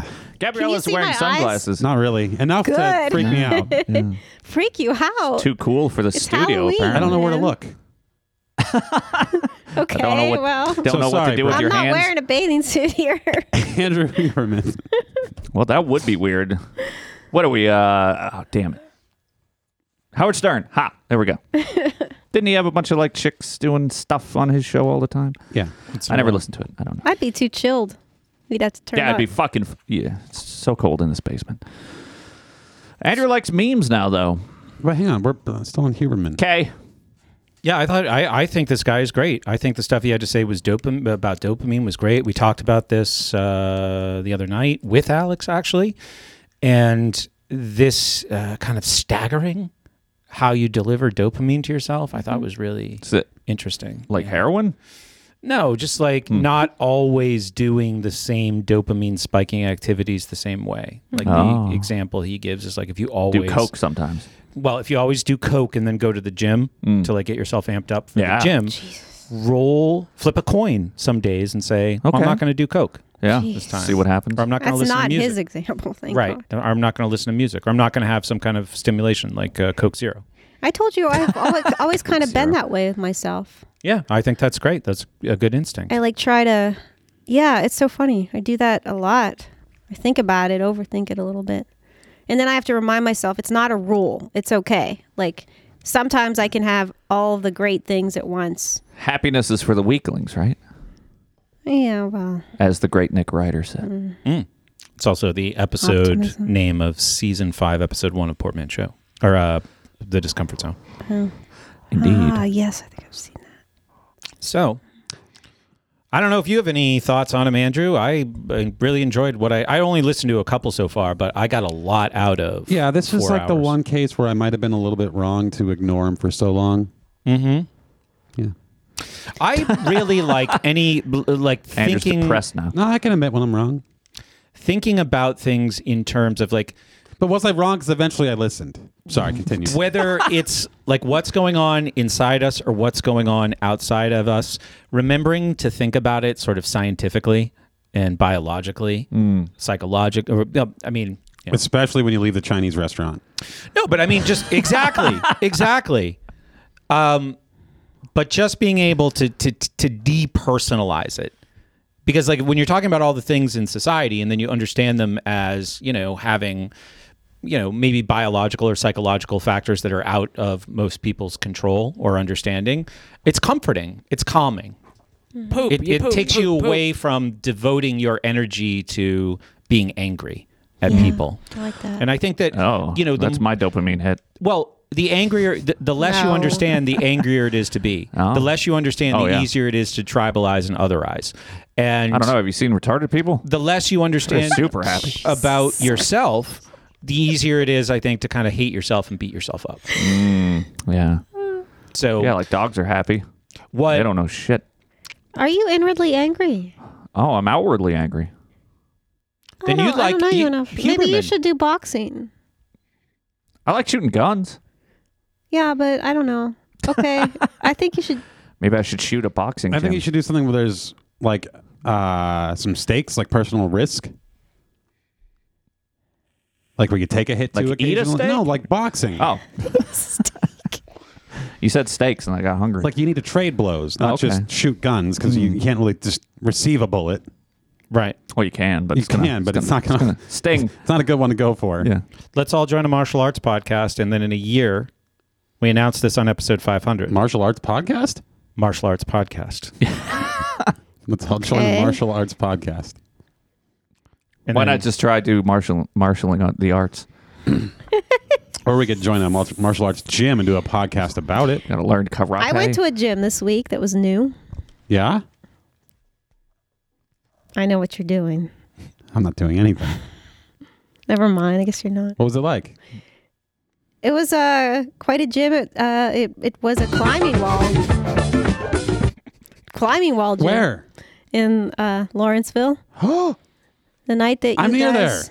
Gabriella's
see my
wearing
eyes?
sunglasses.
not really enough to
Good.
freak me out.
Freak you out.
Too cool for the
It's
studio.
I
Halloween.
Apparently.
don't know where to
Man.
look.
okay.
don't know what-
well,
Don't
So
know what
sorry,
to do with
Brad.
I'm
your
not
hands.
wearing a bathing suit here.
Andrew Huberman.
Well, that would be weird. What are we? Uh, oh, damn it. Howard Stern. Ha. There we go. Didn't he have a bunch of like chicks doing stuff on his show all the time?
Yeah.
I never listened to it. I don't know.
I'd be too chilled. We'd have to turn
Yeah,
up.
it'd be fucking. f- Yeah, it's so cold in this basement. Andrew likes memes now, though.
But hang on, we're uh, still on Huberman.
Okay.
Yeah, I thought I, I think this guy is great. I think the stuff he had to say was dopam- about dopamine was great. We talked about this uh, the other night with Alex actually, and this uh, kind of staggering how you deliver dopamine to yourself. I thought was really
Is it
interesting.
Hmm. like Hmm. heroin?
No, just like not always doing the same dopamine spiking activities the same way. Like
Oh.
the example he gives is like if you
Do
always
coke sometimes.
well, if you always do coke and then go to the gym to like get yourself amped up for
Mm. Yeah.
the gym, roll flip a coin some days and say, "Oh,
Okay.
I'm not going to do coke,
Yeah.
Jeez.
See what happens.
or I'm not going to
That's
listen
not
to music,
his example. Thank
right?
God.
Or I'm not going to listen to music, or I'm not going to have some kind of stimulation like uh, Coke Zero.
I told you I've always, always kind of been that way with myself.
Yeah, I think that's great. That's a good instinct.
I like try to, yeah, it's so funny. I do that a lot. I think about it, overthink it a little bit. And then I have to remind myself it's not a rule. It's okay. Like sometimes I can have all the great things at once.
Happiness is for the weaklings, right?
Yeah, well,
As the great Nick Ryder said.
It's also the episode
Optimism.
name of season five, episode one of Portman Show, or uh, the Discomfort Zone.
Indeed.
ah, yes, I think I've seen that.
So, I don't know if you have any thoughts on him, Andrew. I, I really enjoyed what I. I only listened to a couple so far, but I got a lot out of.
Yeah, this is
four
like the
hours.
one case where I might have been a little bit wrong to ignore him for so long. Mm-hmm. Yeah.
I really like any uh, like
Andrew's
thinking
depressed now.
No, I can admit when I'm wrong.
thinking about things in terms of like
But was I wrong? Because eventually I listened. Sorry,
Mm-hmm.
continue.
whether it's like what's going on inside us or what's going on outside of us, remembering to think about it sort of scientifically and biologically,
Mm.
psychologic or uh, I mean, you know.
Especially when you leave the Chinese restaurant.
no, but I mean, just exactly, exactly. Um, but just being able to to to depersonalize it, because like when you're talking about all the things in society, and then you understand them as you know having you know maybe biological or psychological factors that are out of most people's control or understanding it's comforting it's calming
Mm-hmm. Poop.
it,
you
it
poop,
takes
poop,
you
poop.
away from devoting your energy to being angry at people
I like that.
and i think that
Oh,
you know the,
that's my dopamine hit.
well, the angrier, the, the less you
No.
understand, the angrier it is to be.
Oh.
The less you understand,
Oh,
the
yeah.
easier it is to tribalize and otherize. And
I don't know. Have you seen retarded people?
the less you
They're
understand
super happy.
about yourself, the easier it is, I think, to kind of hate yourself and beat yourself up.
Yeah.
So
Yeah, like dogs are happy.
what?
They don't know shit.
Are you inwardly angry?
Oh, I'm outwardly angry.
I
Then
don't-
you'd
I
like
don't know you
Hu-
enough. Maybe you
Huberman.
should do boxing.
I like shooting guns.
Yeah, but I don't know. Okay, I think you should.
Maybe I should shoot a boxing.
I think
gym.
you should do something where there's like uh, some stakes, like personal risk. Like where you take a hit
Like
to
eat a
occasionally.
steak?
No, like boxing.
Oh. you said steaks, and I got hungry.
Like you need to trade blows, not
Okay. Mm.
just shoot guns, because you can't really just receive a bullet.
right.
well, you can, but
You
it's gonna,
can, but it's not
gonna,
gonna-
sting.
It's not a good one to go for.
yeah.
Let's all join a martial arts podcast, and then in a year, we announce this on episode 500.
Martial arts podcast?
martial arts podcast.
Let's all join a
Okay.
martial arts podcast.
And
Why
then-
not just try to martial marshaling on the arts?
Or we could join a mul- martial arts gym and do a podcast about it.
Got to learn karate.
I went to a gym this week that was new.
Yeah?
I know what you're doing.
I'm not doing anything.
Never mind. I guess you're not.
What was it like?
It was uh, quite a gym. It, uh, it, it was a climbing wall. climbing wall gym.
Where?
In uh, Lawrenceville.
Oh,
The night that you
I'm near
guys-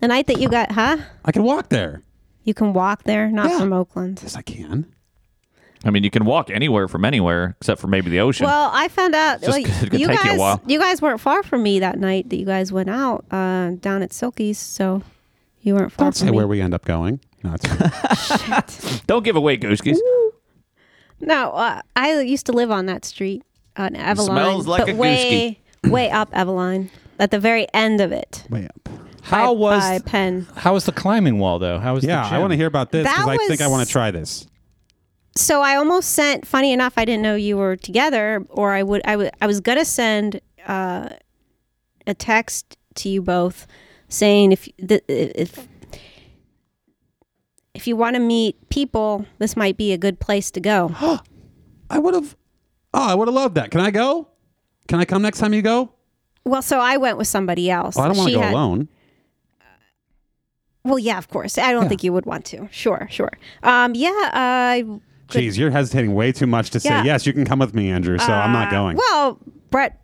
The night that you got, huh?
I can walk there.
You can walk there, not
Yeah.
from Oakland.
Yes, I can.
I mean, you can walk anywhere from anywhere except for maybe the ocean.
Well, I found out
Just
well,
gonna
you
take
guys
you a while.
you guys weren't far from me that night that you guys went out uh, down at Silky's, so you weren't far
Don't
from
say
me.
where we end up going. No, it's fine.
Don't give away Gooskies.
no, uh, I used to live on that street on Eveline,
Smells like
but
a
way way up Eveline, at the very end of it.
way up.
How
by,
was
by Penn?
how was the climbing wall though? How was
Yeah,
the
I want to
gym?
hear about this because
That
I think I
was-
want to try this.
so I almost sent. Funny enough, I didn't know you were together, or I would. I would. I was gonna send uh, a text to you both saying if th- if if you want to meet people, this might be a good place to go.
I would have. Oh, I would have loved that. Can I go? Can I come next time you go?
well, so I went with somebody else.
Oh, I don't want
She
to go
had-
alone.
Well, yeah, of course. I don't think you would want to. Sure, sure. Um, yeah. Uh, could-
Jeez, you're hesitating way too much to
Yeah. Uh,
say yes. You can come with me, Andrew. So I'm not going.
well, Brett.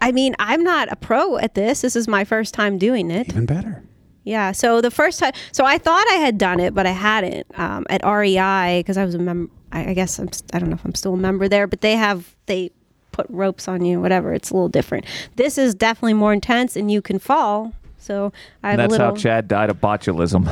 I mean, I'm not a pro at this. This is my first time doing it.
Even better.
Yeah. So the first time, so I thought I had done it, but I hadn't um, at REI because I was a member. I, I guess I'm. s- I don't know if I'm still a member there, but they have they put ropes on you. Whatever. It's a little different. This is definitely more intense, and you can fall. So I have
That's
a little.
how Chad died of botulism.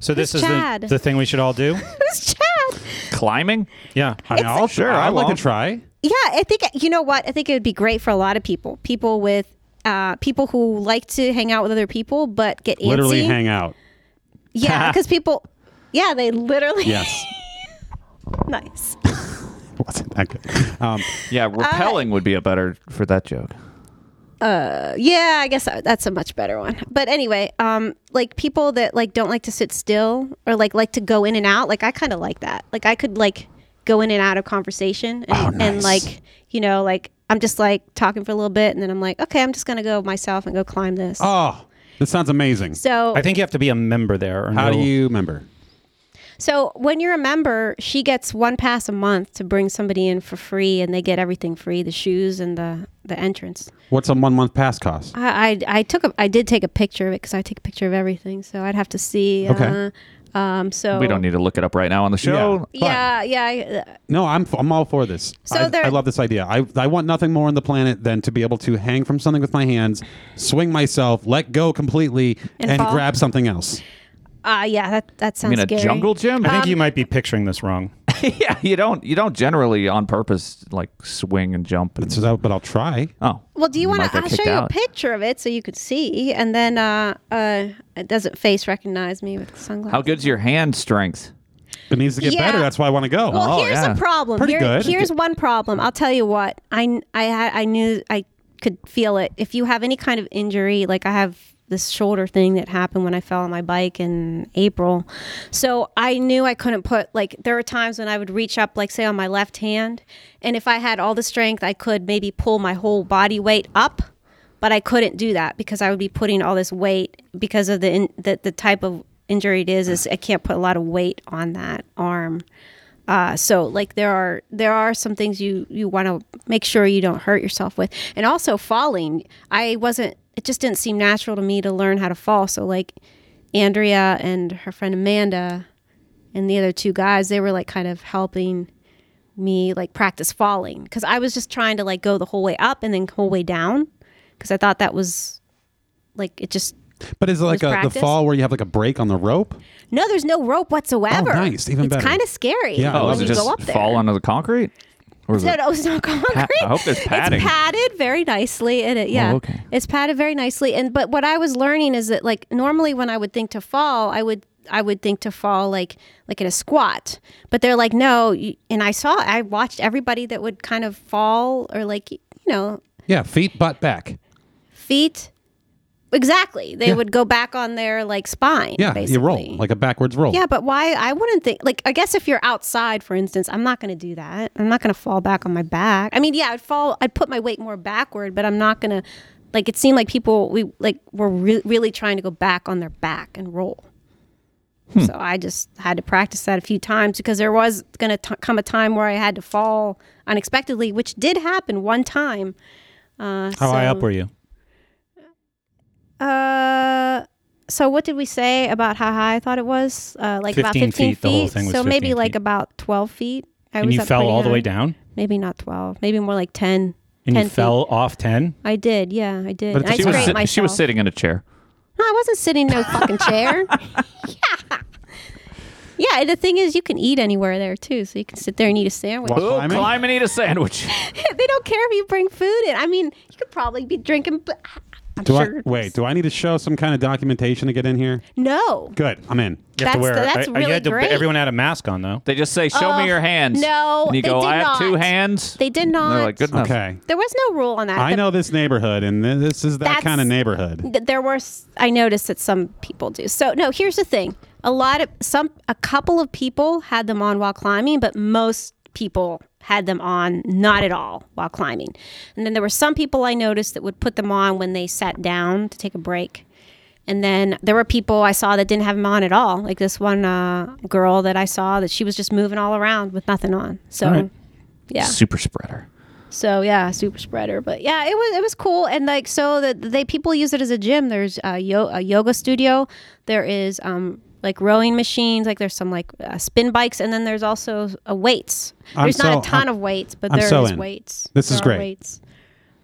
So this
Who's
is the,
Chad?
the thing we should all do.
It's Chad.
Climbing?
Yeah.
I mean, I'll
sure,
sure. I'd
I
like
won't.
to try.
Yeah, I think you know what? I think it would be great for a lot of people. People with. Uh, people who like to hang out with other people but get antsy.
Literally hang out.
yeah, because people, yeah, they literally
Yes.
nice.
Wasn't that good? Um,
Uh,
Yeah, repelling would be a better for that joke.
yeah i guess uh, that's a much better one but anyway um like people that like don't like to sit still or like like to go in and out like i kind of like that like i could like go in and out of conversation and, and like you know like i'm just like talking for a little bit and then i'm like okay i'm just gonna go myself and go climb this
oh, this sounds amazing.
so
I think you have to be a member there. Or
How do
no-
you remember?
so when you're a member she gets one pass a month to bring somebody in for free and they get everything free the shoes and the the entrance
What's a one month pass cost?
I, I I took a I did take a picture of it because I take a picture of everything, so I'd have to see.
Okay.
Uh, um. So
We don't need to look it up right now on the show.
Yeah.
Yeah, yeah. I, uh,
No, I'm I'm all for this.
So
I,
there-
I love this idea. I, I want nothing more on the planet than to be able to hang from something with my hands, swing myself, let go completely,
And
and,
fall.
grab something else.
uh, yeah. That that
I
sounds.
mean, a
scary. Uh,
jungle gym.
I
Um,
think you might be picturing this wrong.
yeah, you don't you don't generally on purpose like swing and jump. And,
So, but I'll try.
oh,
Well, do you want
might
to?
get
I'll show
kicked
you a
out.
picture of it so you could see, and then uh, uh, it doesn't face recognize me with sunglasses.
How good's your hand strength?
It needs to get
Yeah.
better. That's why I want to go.
Well,
Oh,
here's
yeah.
a problem.
Pretty
Here-
good.
Here's one problem. I'll tell you what. I kn- I had I knew I could feel it. If you have any kind of injury, like I have this shoulder thing that happened when I fell on my bike in April. So I knew I couldn't put like there were times when I would reach up like say on my left hand and if I had all the strength I could maybe pull my whole body weight up, but I couldn't do that because I would be putting all this weight because of the in, the, the type of injury it is is I can't put a lot of weight on that arm. Uh, so like there are there are some things you you want to make sure you don't hurt yourself with, and also falling. I wasn't. It just didn't seem natural to me to learn how to fall. So like Andrea and her friend Amanda and the other two guys, they were like kind of helping me like practice falling because I was just trying to like go the whole way up and then whole way down because I thought that was like it just
but is it like
Just
a, the
practice?
fall where you have like a break on the rope?
no, there's no rope whatsoever.
Oh, nice. Even
it's
better.
kind of scary.
Yeah, I
Oh,
love
when
is
you
it
it.
just
go up there.
fall onto the concrete? Or is
No,
it-
no, it's not concrete.
I hope there's padding. Oh,
It's padded very nicely, and it yeah,
okay.
it's padded very nicely. And but what I was learning is that like normally when I would think to fall, I would I would think to fall like like in a squat, but they're like no. you- And I saw I watched everybody that would kind of fall or like you know
Yeah, feet, butt, back.
feet, Exactly. They would go back on their like spine.
Yeah,
basically.
you roll like a backwards roll.
Yeah, but why? I wouldn't think like I guess if you're outside, for instance, I'm not going to do that. I'm not going to fall back on my back. I mean, yeah, I'd fall. I'd put my weight more backward, but I'm not going to. Like it seemed like people we like were re- really trying to go back on their back and roll.
Hmm.
So I just had to practice that a few times because there was going to come a time where I had to fall unexpectedly, which did happen one time. Uh,
How high
so-
up were you?
uh, so what did we say about how high I thought it was? Uh, like about 15
15 feet,
feet.
the whole thing was
so
15
maybe like
feet.
about 12 feet. I
And
was
you
up
fell
pretty
all the
high.
way down,
Maybe not 12. Maybe more like 10. 10
and you
feet.
fell off ten.
I did. Yeah, I did.
But
And I
she was,
scraped
sit-
myself.
she was sitting in a chair.
No, I wasn't sitting in no fucking chair. yeah. Yeah, and the thing is, you can eat anywhere there too. So you can sit there and eat a sandwich.
While
Oh,
climbing?
climb and eat a sandwich.
they don't care if you bring food in. I mean, you could probably be drinking. But I'm
Do
sure.
I wait? Do I need to show some kind of documentation to get in here?
No.
Good, I'm in.
You
That's-
have to wear.
that's
I- I- you
really
had to-
great.
Everyone had a mask on though.
They just say, "Show me
Oh,
your hands."
no,
and you
they
go,
did
"I have two
not.
hands."
They did
And
not.
they're like, "Good enough."
Okay,
There was no rule on that.
I
The-
know this neighborhood, and thi- this is that
That's-
kind of neighborhood.
th- there were s- i noticed that some people do so no here's the thing a lot of some a couple of people had them on while climbing but most people had them on not at all while climbing and then there were some people i noticed that would put them on when they sat down to take a break and then there were people I saw that didn't have them on at all. Like this one uh, girl that I saw that she was just moving all around with nothing on. So, yeah.
Super
Oh,
spreader.
So yeah, super spreader. But yeah, it was it was cool. And like so that they people use it as a gym. There's a, yo- a yoga studio. There is um like rowing machines. Like there's some like uh, spin bikes, and then there's also uh, weights.
I'm
There's not a
so-
ton
I'm-
of weights, but
I'm
there is
so in.
weights.
This is
There are
great.
Weights.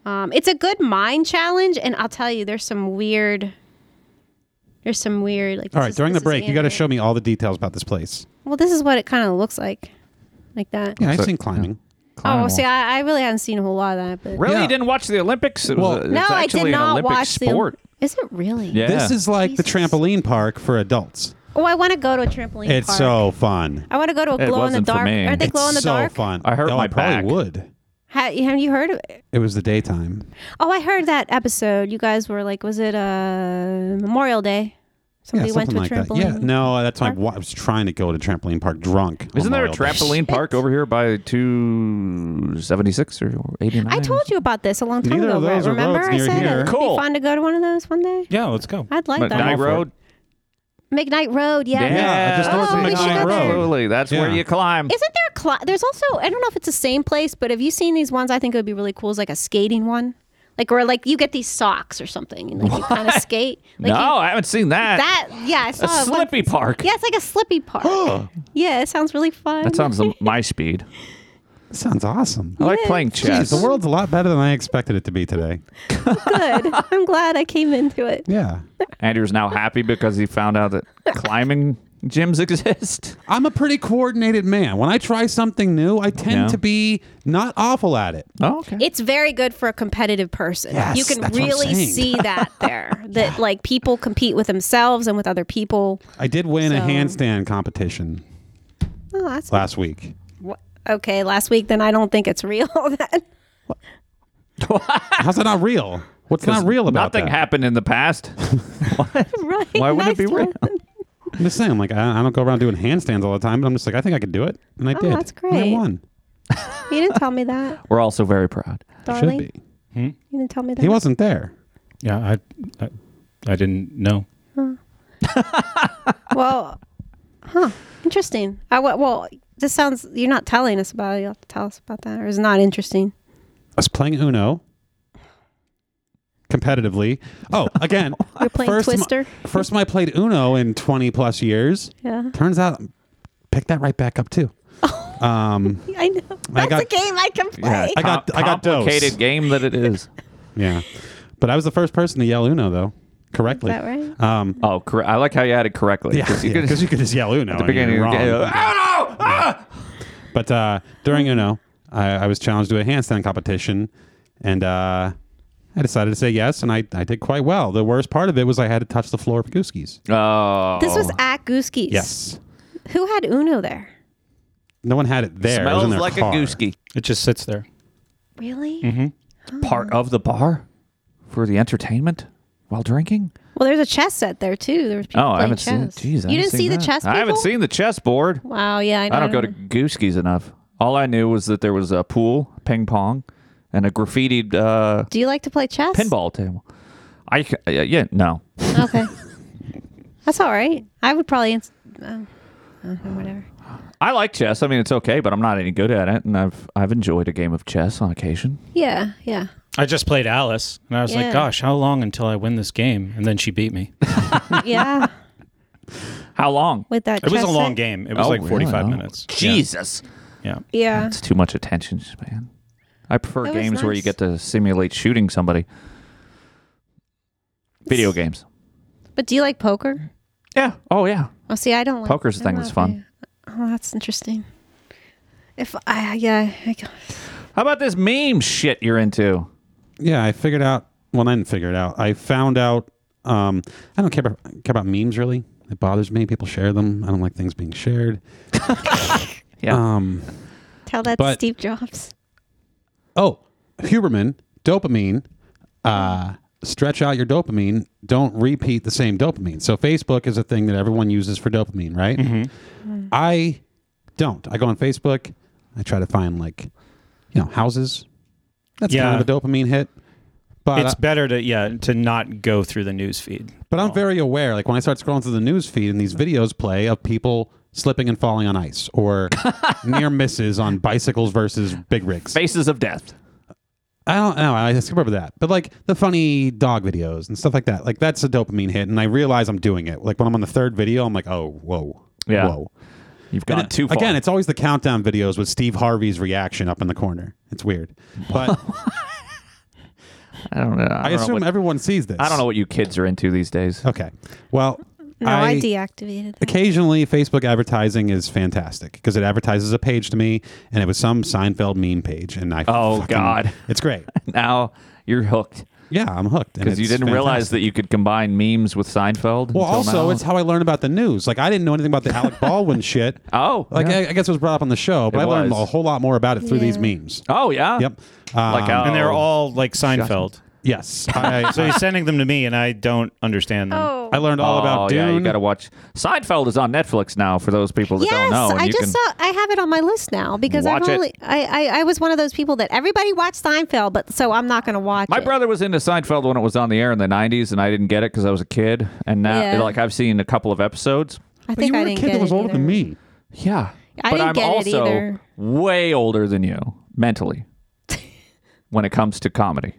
Um, it's a good mind challenge, and I'll tell you, there's some weird. There's some weird like.
All right, during the break, you got to show me all the details about this place.
Well, this is what it kind of looks like, like that.
Yeah, I've
So-
seen climbing.
Climb
oh,
wall.
see, I, I really haven't seen a whole lot of that, but
Really?
Yeah.
You didn't watch the Olympics? It was
Well-
a- it's
No, I
actually
did
an
not
Olympic
watch
sport.
the. Is it really?
yeah.
This is like the
Jesus.
trampoline park for adults.
Oh, I want to go to a trampoline
It's
park.
so fun.
I want to go to a
It
glow in the
wasn't for
dark.
me.
Aren't they
It's
glow in the
it's so
dark?
fun.
I hurt
oh,
my
I probably
back.
would.
Ha- have you heard of it?
It was the daytime.
Oh, I heard that episode. You guys were like, was it uh, Memorial Day?
Yeah,
Somebody went
something
to
like that.
a trampoline.
Yeah, no, that's why I wa- I was trying to go to trampoline park drunk. on
Isn't there a
Memorial Day.
trampoline park over here by 276 or 89?
I told you about this a long time
Neither
ago.
of those
right?
are
Remember,
roads
I
near
said
here.
it'd
Cool.
be fun to go to one of those one day.
Yeah, let's go.
I'd like
McKnight
that.
Road?
McKnight Road, yeah.
Yeah, just north
oh,
of
we should
McKnight
go there.
Road.
Absolutely. That's where
Yeah.
you climb.
Isn't there a cli- there's also I don't know if it's the same place, but have you seen these ones? I think it would be really cool. Is like a skating one, like where like you get these socks or something and like you kind of skate. Like
no,
you-
I haven't seen that.
that yeah, I saw
a
one-
slippy park.
Uh, Yeah, it's like a slippy park. yeah, it sounds really fun.
That sounds like my speed.
That sounds awesome.
I like playing
Jeez,
chess.
the world's a lot better than I expected it to be today.
good. I'm glad I came into it.
Yeah.
Andrew's now happy because he found out that climbing gyms exist.
I'm a pretty coordinated man. When I try something new, I tend
Yeah.
to be not awful at it.
Oh, okay.
It's very good for a competitive person.
Yes,
you can
that's what I'm
really
saying.
see that there. That like people compete with themselves and with other people.
I did win a
So-
handstand competition
Oh, that's
last week.
what- okay. Last week, then I don't think it's real. Then.
How's that not real? What's not real about
Nothing
that?
happened in the past.
right.
Why wouldn't it be real?
one.
I'm just saying, like, I, I don't go around doing handstands all the time, but I'm just like, I think I could do it. And I did.
Oh, that's
And I
great.
won.
You didn't tell me that,
We're also very proud.
I
darling.
Should be.
You didn't tell me that.
He wasn't there.
Yeah, I, I, I didn't know.
Well, huh? Interesting. I wa- well, this sounds. You're not telling us about it. You'll have to tell us about that, or is it not interesting?
I was playing Uno competitively. Oh, again.
You're playing
first
Twister.
Time, first time I played Uno in 20 plus years.
Yeah,
Turns out, pick that right back up, too. Um,
I know.
I
That's
got-
a game I can play.
I got- I got dose.
complicated game that it is.
yeah. But I was the first person to yell Uno, though, correctly.
Is that right?
Um,
Oh, cor- I like how you added correctly.
yeah, because
you
you, Oh,
could-
could just yell Uno at
the beginning uh, of the game. "Oh,
But uh, during Uno, I, I was challenged to a handstand competition, and uh, I decided to say yes, and I, I did quite well. The worst part of it was I had to touch the floor of Gooskies.
Oh,
This was at Gooski's.
Yes.
Who had Uno there?
No one had it there. It was
smells
in their
like
car.
a gooski.
It just sits there.
Really?
Mm-hmm. Part of the bar for the entertainment. while drinking?
Well, there's a chess set there too. There was people
oh, I haven't
playing chess.
seen. Jeez, I
you
haven't
didn't
seen
see
that.
the chess. People?
I haven't seen the chessboard.
Wow. Yeah, I,
I don't go to
know.
Gooskies enough. All I knew was that there was a pool, ping pong, and a graffitied uh,
Do you like to play chess?
pinball table. I ca- yeah, yeah no.
Okay. That's all right. I would probably. Ins- um, uh, whatever.
I like chess. I mean, it's okay, but I'm not any good at it, and I've I've enjoyed a game of chess on occasion.
Yeah. Yeah.
I just played Alice, and I was
Yeah.
like, "Gosh, how long until I win this game?" And then she beat me.
Yeah.
How long?
With that.
It was
chess
a long
set.
game. It was
Oh,
like
really?
forty-five
Oh.
minutes. Yeah.
Jesus,
Yeah.
Yeah.
it's too much attention span. I prefer
That was
games where you
nice.
get to simulate shooting somebody. Video games.
But do you like poker?
Yeah. Oh yeah.
Oh, see, I don't like
Poker's the
I'm
thing that's
not a
fun.
fan. Oh, that's interesting. If I yeah, I,
How about this meme shit you're into?
Yeah, I figured out. Well, I didn't figure it out. I found out. Um, I don't care about, care about memes really. It bothers me. People share them. I don't like things being shared.
Yeah.
Um,
tell that to
But-
Steve Jobs.
oh, Huberman, dopamine. Uh, stretch out your dopamine. Don't repeat the same dopamine. So Facebook is a thing that everyone uses for dopamine, right?
Mm-hmm.
I don't. I go on Facebook. I try to find like, you know, houses. That's kind
Yeah.
of a dopamine hit. But
It's
I-
better to yeah to not go through the news feed.
But I'm very aware. Like when I start scrolling through the news feed and these videos play of people slipping and falling on ice or near misses on bicycles versus big rigs.
Faces of death.
I don't know. I skip over that. But like the funny dog videos and stuff like that. Like that's a dopamine hit. And I realize I'm doing it. Like when I'm on the third video, I'm like, oh, whoa.
Yeah.
Whoa.
You've
And
gone
it-
too far.
Again, it's always the countdown videos with Steve Harvey's reaction up in the corner. It's weird. But
I don't know. I,
I,
don't
assume
know what,
everyone sees this.
I don't know what you kids are into these days.
Okay. Well,
No, I, deactivated. That.
occasionally Facebook advertising is fantastic because it advertises a page to me and it was some Seinfeld meme page and I
Oh, God.
it's great
Now you're hooked
yeah I'm hooked and
because you
it's
didn't realize
fantastic.
that you could combine memes with Seinfeld. until
well also
now.
it's how I learned about the news like I didn't know anything about the Alec Baldwin shit
Oh,
like
yeah.
I, I guess it was brought up on the show but
It
I learned
was.
a whole lot more about it through
Yeah.
these memes
oh yeah.
yep um,
Like how-
And they're
Oh.
all like Seinfeld.
yes I,
So he's sending them to me, and I don't understand them.
Oh,
I learned all about
oh,
Dune
yeah, you got to watch. Seinfeld is on Netflix now for those people that
yes,
don't know. and
I
you can-
just saw. I have it on my list now because I've
Watch it.
only. I, I I was one of those people that everybody watched Seinfeld, but so I'm not going to watch.
My
it.
brother was into Seinfeld when it was on the air in the '90s, and I didn't get it because I was a kid. And now,
Yeah.
like, I've seen a couple of episodes.
I
but
think
you were
I
a
didn't
kid
get
that was
it
older than
either.
me
Yeah,
I
but
didn't
I'm
get it
also
either.
way older than you mentally when it comes to comedy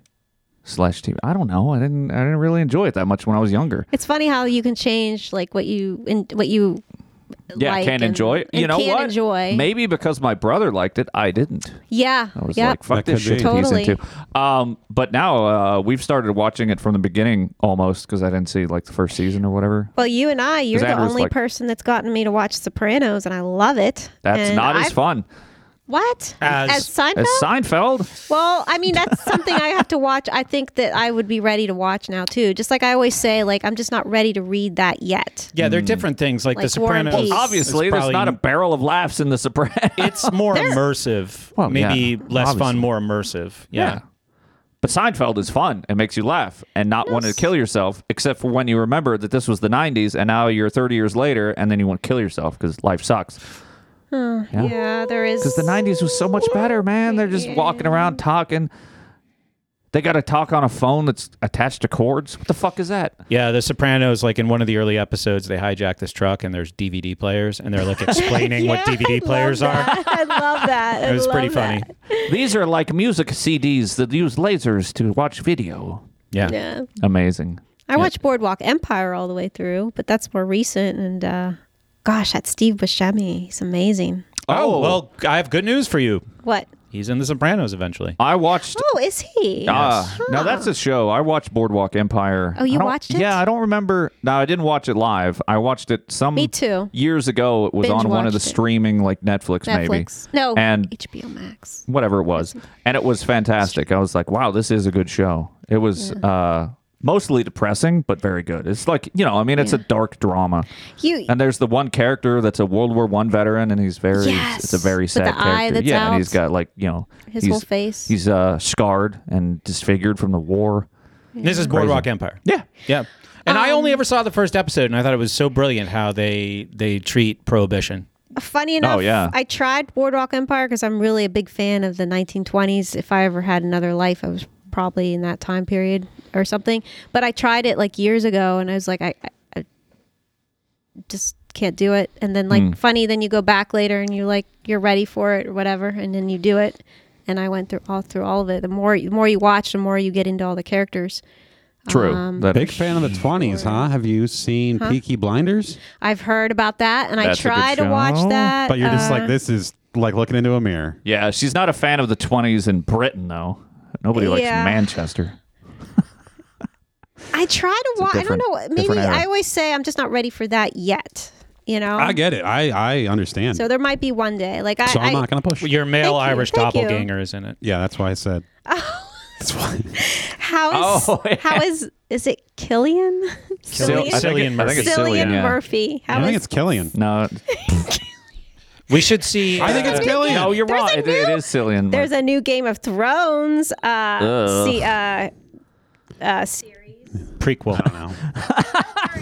slash TV. I don't know. I didn't. I didn't really enjoy it that much when I was younger.
It's funny how you can change like what you in, what you.
Yeah,
like
can't
and-
enjoy.
and
you know
can't
what?
Enjoy.
Maybe because my brother liked it, I didn't.
Yeah.
I was
yep.
like, "Fuck
That
this
could
shit." He's
be.
Totally.
into. Um, but now uh, we've started watching it from the beginning almost because I didn't see like the first season or whatever.
Well, you and I, you're the
Andrew's
only
like-
person that's gotten me to watch Sopranos, and I love it.
That's
And
not as
I've-
fun
What?
As-
Seinfeld?
as Seinfeld.
well, I mean, that's something I have to watch. I think that I would be ready to watch now, too. Just like I always say, like, I'm just not ready to read that yet.
Yeah, they're different things. Like, The
Like War and
Sopranos.
Peace.
is
Obviously, there's
probably-
not a barrel of laughs in The Sopranos.
It's more immersive.
Well, yeah,
Maybe less fun,
obviously.
more immersive. Yeah.
But Seinfeld is fun. It makes you laugh and not want to kill yourself, except for when you remember that this was the 90s and now you're 30 years later and then you want to kill yourself because life sucks.
Yeah, there is.
Because the 90s was so much better, man. They're just walking around talking. They got to talk on a phone that's attached to cords. What the fuck is that?
Yeah, The Sopranos, like in one of the early episodes, they hijack this truck and there's DVD players and they're like explaining what
Yeah, I
DVD
love
players are.
that. I love that.
It was pretty funny.
These are like music CDs that use lasers to watch video.
Yeah.
Yeah.
Amazing.
I watched Boardwalk Empire all the way through, but that's more recent. And uh, gosh, that Steve Buscemi, he's amazing.
Oh, well, I have good news for you.
What?
He's in The Sopranos eventually.
I watched
Oh, is he?
Ah, now that's a show. I watched Boardwalk Empire.
Oh, you
I don't-
watched it?
Yeah, I don't remember. No, I didn't watch it live. I watched it some
Me too.
years ago. It was
Binge
on one of the
watched it.
streaming like Netflix, maybe.
Netflix. No,
And
HBO Max.
whatever it was. And it was fantastic. I was like, wow, this is a good show. It was uh mostly depressing but very good. It's like, you know, I mean it's a dark drama.
You,
And there's the one character that's a World War One veteran, and he's very
Yes,
it's a very
with
sad
the
character.
eye that's
yeah, and
out.
he's got like you know
His
he's-
whole face.
He's uh, scarred and disfigured from the war.
This is Boardwalk Empire.
Yeah.
Yeah. And I
Um,
only ever saw the first episode, and I thought it was so brilliant how they they treat prohibition.
Funny enough,
Oh, yeah.
I tried Boardwalk Empire because I'm really a big fan of the 1920s. If I ever had another life, I was probably in that time period or something. But I tried it like years ago, and I was like, I, I, I just can't do it. And then
Hmm.
like funny, then you go back later and you're like, you're ready for it or whatever, and then you do it. And I went through all through all of it. The more the more you watch, the more you get into all the characters.
True.
Um,
That-
Big fan of the 20s, huh? Have you seen Peaky Blinders?
I've heard about that, and
That's a
I
good
try to
show.
watch that.
But you're just
uh,
like, this is like looking into a mirror.
yeah, she's not a fan of the 20s in Britain, though. Nobody likes
Yeah.
Manchester.
I try to watch. I don't
different-
know. Maybe
different era.
I always say I'm just not ready for that yet. You know.
I get it. I, I understand.
um, so
So,
there might be one day. Like I, I
I'm not going to push.
Your
Thank
male
you,
Irish
thank you.
doppelganger is in it.
Yeah, that's why I said. That's why.
how is
Oh, yeah.
how is is it Killian?
Sil- I
Cillian,
think it- I think it's
Cillian
Cillian, yeah.
Murphy. How
I think
is-
it's Killian.
No,
We should see. uh,
I think it's Killian.
no, you're
There's
wrong.
a
It, it
new-
is Cillian.
there's
Murphy.
a new Game of Thrones uh,
Ugh.
see, uh, uh, series.
prequel.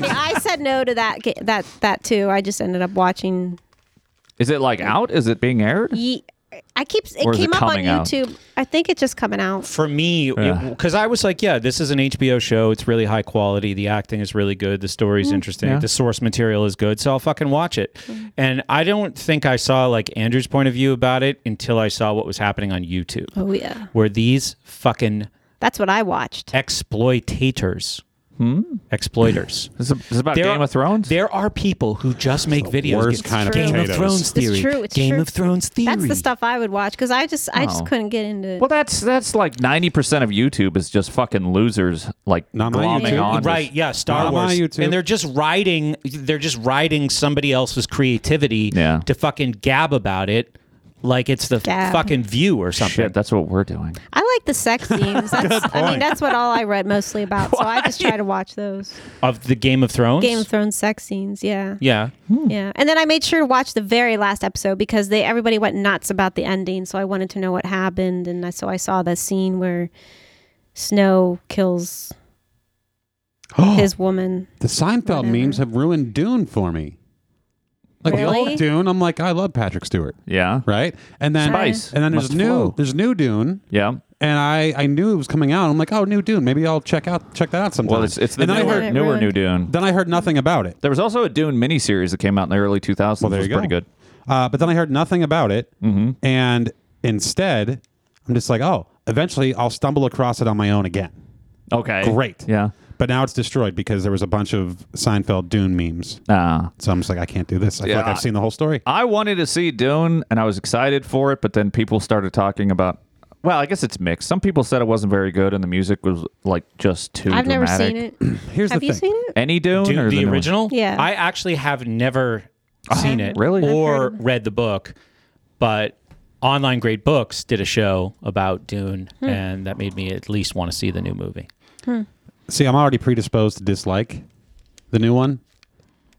I said no to that ga- that that too. I just ended up watching.
Is it like out? Is it being aired?
Ye- I keep it
Or is it
came up on
coming out?
YouTube. I think it's just coming out.
For me, because I was like, yeah, this is an HBO show. It's really high quality. The acting is really good. The
Mm-hmm.
story's interesting.
yeah.
The source material is good. So I'll fucking watch it. And I don't think I saw like Andrew's point of view about it until I saw what was happening on YouTube,
Oh yeah,
where these fucking
that's what I watched.
exploitators,
Hmm?
exploiters.
Is it, is it about
There
Game
are-
of Thrones?
There are people who just make videos.
worst
It's
kind of
Game
potatoes.
of Thrones
It's
theory.
true, it's
Game
true.
of Thrones theory.
That's the stuff I would watch because I just I
Oh.
just couldn't get into.
Well, that's that's like ninety percent of YouTube is just fucking losers like
Not my
glomming
YouTube.
on. to-
Right, yeah, Star
Not my
Wars,
YouTube.
and they're just riding. They're just riding somebody else's creativity
Yeah.
to fucking gab about it, like it's the
Gab.
fucking View or something.
Shit, that's what we're doing.
I like the sex scenes. That's, I mean,
point.
that's what all I read mostly about. So I just try to watch those
Of the Game of Thrones.
Game of Thrones sex scenes. Yeah,
yeah,
yeah. And then I made sure to watch the very last episode because they everybody went nuts about the ending. So I wanted to know what happened, and I, so I saw the scene where Snow kills his woman.
The Seinfeld memes have ruined Dune for me. Like the
Really?
old Dune, I'm like, I love Patrick Stewart,
Yeah.
right? And then
Spice
and then there's
must
new,
flow.
there's new Dune,
Yeah.
and I I knew it was coming out. I'm like, oh, new Dune, maybe I'll check out check that out sometime.
Well, it's it's the
and then I
newer
heard
newer
ruined.
New Dune.
then I heard nothing about it.
There was also a Dune miniseries that came out in the early 2000s.
Well, there
was
you go.
pretty good. Mm-hmm.
Uh, but then I heard nothing about it, and instead, I'm just like, oh, eventually I'll stumble across it on my own again.
Okay.
Great.
Yeah.
But now it's destroyed because there was a bunch of Seinfeld Dune memes.
Uh,
So I'm just like, I can't do this. I feel like
Yeah.
I've seen the whole story.
I wanted to see Dune and I was excited for it, but then people started talking about. Well, I guess it's mixed. Some people said it wasn't very good and the music was like just too.
I've never
dramatic.
seen it.
Here's
Have
the
you
thing.
seen it?
Any Dune,
Dune,
or the,
the,
new one?
original.
Yeah.
I actually have never seen it,
Really? I've
or read the book, but online grade books did a show about Dune,
Hmm.
and that made me at least want to see the new movie.
See, I'm already predisposed to dislike the new one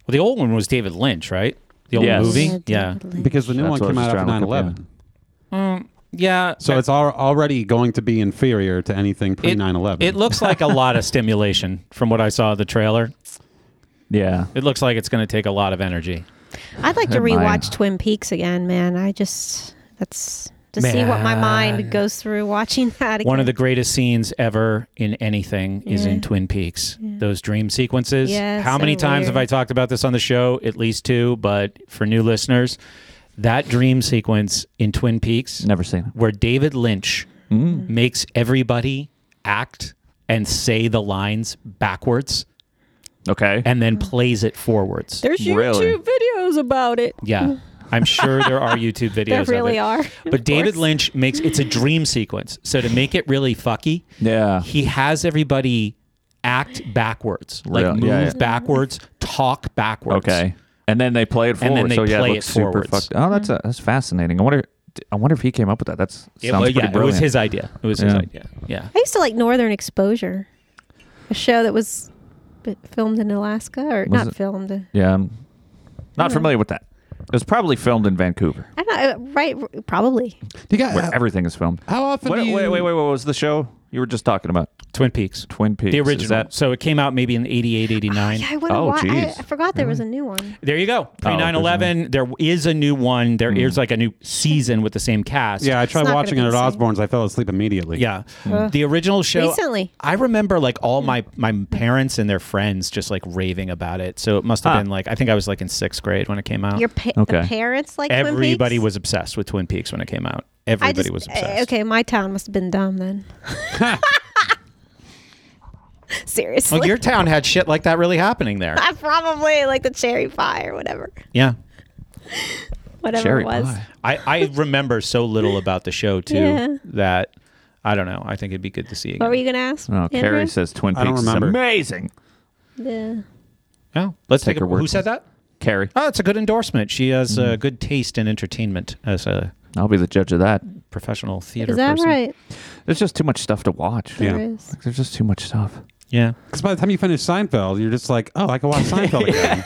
Well, the old one was David Lynch, right? The old
Yes.
movie.
Yeah,
Yeah.
because the new
That's
one
what I
came
was
out
just trying
after 9
to look up,
11.
Yeah.
So it's al- already going to be inferior to anything pre 9 11.
It looks like a lot of stimulation from what I saw of the trailer.
Yeah.
It looks like it's going to take a lot of energy.
I'd like to
Mine.
rewatch Twin Peaks again, man. I just that's to see what my mind goes through watching that again.
One of the greatest scenes ever in anything is in
Yeah.
Twin Peaks. Those dream sequences.
Yeah,
How
so
many times have
weird.
I talked about this on the show? At least two, but for new listeners, that dream sequence in Twin Peaks
Never seen it.
where David Lynch makes everybody act and say the lines backwards
Okay.
and
Mm.
then plays it forwards.
there's YouTube
Really?
videos about it.
Yeah. I'm sure there are YouTube videos.
There
of
really
it.
are.
But David Lynch makes it's a dream sequence. So to make it really fucky,
Yeah.
he has everybody act backwards, like
Real-
move
yeah, yeah.
backwards, talk backwards.
Okay. And then they play it
And
forward.
then they
so yeah,
play
it
it
looks super
forwards.
fucked. Oh, that's uh that's fascinating. I wonder. I wonder if he came up with that. That's
It,
sounds
was,
pretty
yeah, it
brilliant.
was his idea. It was his
Yeah.
idea. Yeah.
I used to like Northern Exposure, a show that was b- filmed in Alaska or not
it-
filmed. I
Yeah, I'm not familiar with that. It was probably filmed in Vancouver,
don't know, right? Probably.
Do you got-
where everything is filmed.
how often
What,
do you,
wait, wait, wait, what was the show? you were just talking about?
Twin Peaks.
Twin Peaks.
The
Is
original.
that-
so it came out maybe in 88, 89.
Yeah, I wouldn't
Oh,
watch. I,
geez.
I forgot there was a new one.
There you
Oh,
go. Pre 9 11. There is a new one. There is
Hmm.
like a new season with the same cast.
Yeah, I tried
not gonna
watching
be
it at
the same.
Osborne's. I fell asleep immediately.
Yeah. The original show.
Recently. Hmm.
I remember like all my my parents and their friends just like raving about it. So it must have
Huh.
been like I think I was like in sixth grade when it came out.
Your pa-
Okay.
the parents like Twin
Oh, Everybody
Peaks?
was obsessed with Twin Peaks when it came out.
I
Everybody
just,
was
uh,
obsessed.
Okay, my town must have been dumb then. Seriously,
Well, Oh, your town had shit like that really happening there.
I probably like the cherry pie or whatever,
Yeah.
whatever
Cherry
it was.
pie.
I, I remember so little about the show too
Yeah.
that I don't know. I think it'd be good to see again.
What were you gonna ask?
Oh,
Andrew?
Carrie says Twin
I don't
Peaks is
remember.
amazing.
Yeah.
Yeah. Oh, Let's take,
Take her
a
word
Who
for
said
it. Hmm.
that?
Carrie,
Oh, it's a good endorsement. She has uh, good taste in entertainment as a
I'll be the judge of that.
professional theater
Is that
person.
right?
There's just too much stuff to watch.
Yeah.
There is.
Like, there's just too much stuff.
Yeah.
Because by the time you finish Seinfeld, you're just like, oh, I can watch Seinfeld again.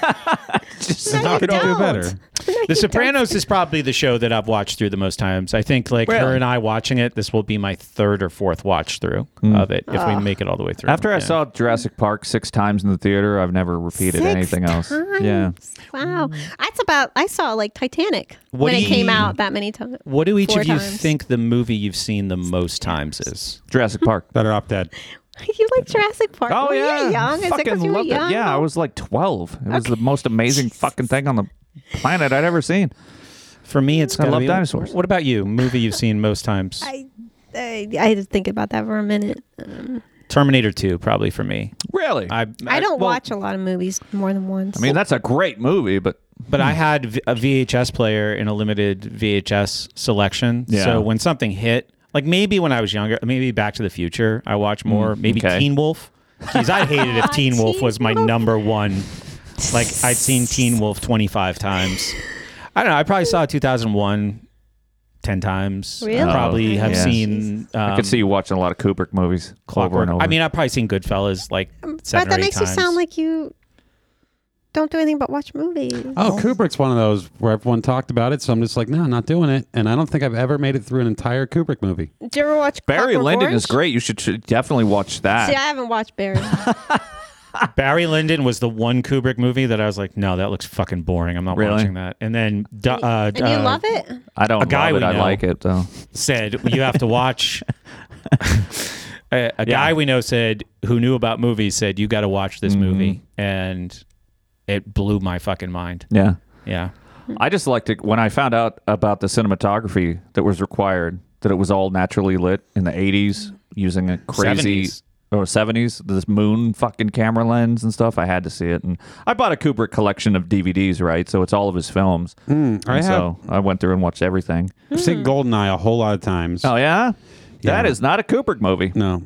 Just-
No,
I
you
could
don't.
do better.
The Sopranos is probably the show that I've watched through the most times. I think like her
Really?
and I watching it, this will be my third or fourth watch through of it if
Ah.
we make it all the way through.
Mm. After I
Yeah.
saw Jurassic Park six times in the theater, I've never repeated
Six
anything else. Yeah.
times. Wow. That's about, I saw like Titanic
What
when
do
it
you-
came out that many times.
What do each
Four
of you
times.
think the movie you've seen the most times is?
Jurassic Park.
Better off dead.
you like Jurassic Park?
Oh
Were you
yeah,
young? Is it 'cause
fucking
you were
loved
young?
it. Yeah, I was like twelve. It was the most amazing fucking thing on the planet I'd ever seen.
For me, it's
I
gotta
love
be-
dinosaurs.
What about you? Movie you've seen most times?
I, I, I had to think about that for a minute. Um,
Terminator Two, probably for me.
Really?
I
I,
I don't
well-
watch a lot of movies more than once.
mean, that's a great movie, but
but
Hmm.
I had v- a VHS player in a limited VHS selection.
Yeah.
So when something hit, like maybe when I was younger, maybe Back to the Future, I watched more. maybe
Hmm, okay.
Teen Wolf. Jeez, I hated if Teen Wolf was my
Teen Wolf.
number one. Like I'd seen Teen Wolf twenty five times. I don't know. I probably saw two thousand one. 10 times.
Really?
I probably
Oh,
have
yeah.
seen. Um,
I could see you watching a lot of Kubrick movies
Clockwork-
over and over.
I mean, I've probably seen Goodfellas like seven
but
or
that
eight
makes you
times.
sound like you don't do anything but watch movies.
Oh, Kubrick's one of those where everyone talked about it, so I'm just like, no, not doing it. And I don't think I've ever made it through an entire Kubrick movie.
Did you ever watch
Barry
Clockwork
Lyndon
Orange?
is great. You should, should definitely watch that.
See, I haven't watched Barry.
Barry Lyndon was the one Kubrick movie that I was like, no, that looks fucking boring. I'm not
Really?
watching that. And then du- uh,
and you
uh,
love it?
I don't
A guy
love it.
we
I
know.
like it though.
said you have to watch. a a guy we know said who knew about movies said you got to watch this movie, and it blew my fucking mind.
Yeah.
Yeah,
I just liked it when I found out about the cinematography that was required, that it was all naturally lit in the 80s using a crazy
70s.
or 70s, this moon fucking camera lens and stuff. I had to see it. And I bought a Kubrick collection of DVDs, right? So it's all of his films.
I
And
have
so Hmm, I went through and watched everything.
Hmm.
seen Goldeneye a whole lot of times.
Oh, yeah? That
Yeah.
is not a Kubrick movie.
No.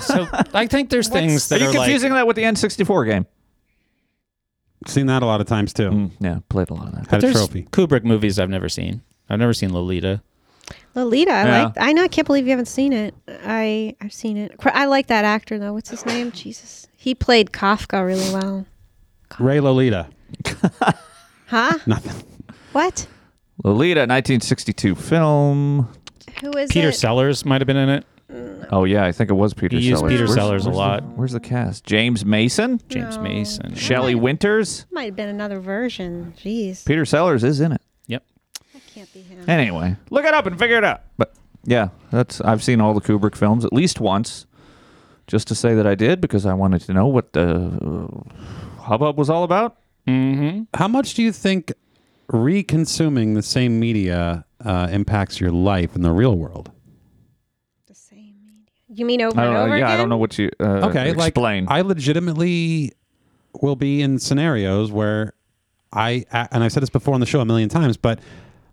so I think there's things
Are
that
you
are like
confusing that with the N64 game?
Seen that a lot of times too.
Mm, yeah, played a lot of that.
Had a
there's
trophy.
Kubrick movies I've never seen. I've never seen Lolita.
Lolita, I
Yeah.
like. I know. I can't believe you haven't seen it. I I've seen it. Cr- I like that actor though. What's his name? Jesus, he played Kafka really well.
Ray Lolita.
Huh?
Nothing.
What?
Lolita, 1962 film.
Who is
Peter
it?
Sellers might have been in it.
Oh, yeah, I think it was Peter
He used
Sellers.
Peter
Where's-
Sellers a
where's the-
lot.
Where's the cast? James Mason?
James
No.
Mason.
Shelley Winters.
Might have been another version. Jeez,
Peter Sellers is in it.
Yep.
can't be him.
Anyway, look it up and figure it out. But yeah, that's I've seen all the Kubrick films at least once, just to say that I did because I wanted to know what the uh, hubbub was all about.
Mm-hmm.
How much do you think re-consuming the same media uh, impacts your life in the real world?
The same media. You mean over
I don't
and
know.
over
Oh, Yeah,
again?
I don't know what you uh,
okay,
explain.
like I legitimately will be in scenarios where I a- and I've said this before on the show a million times, but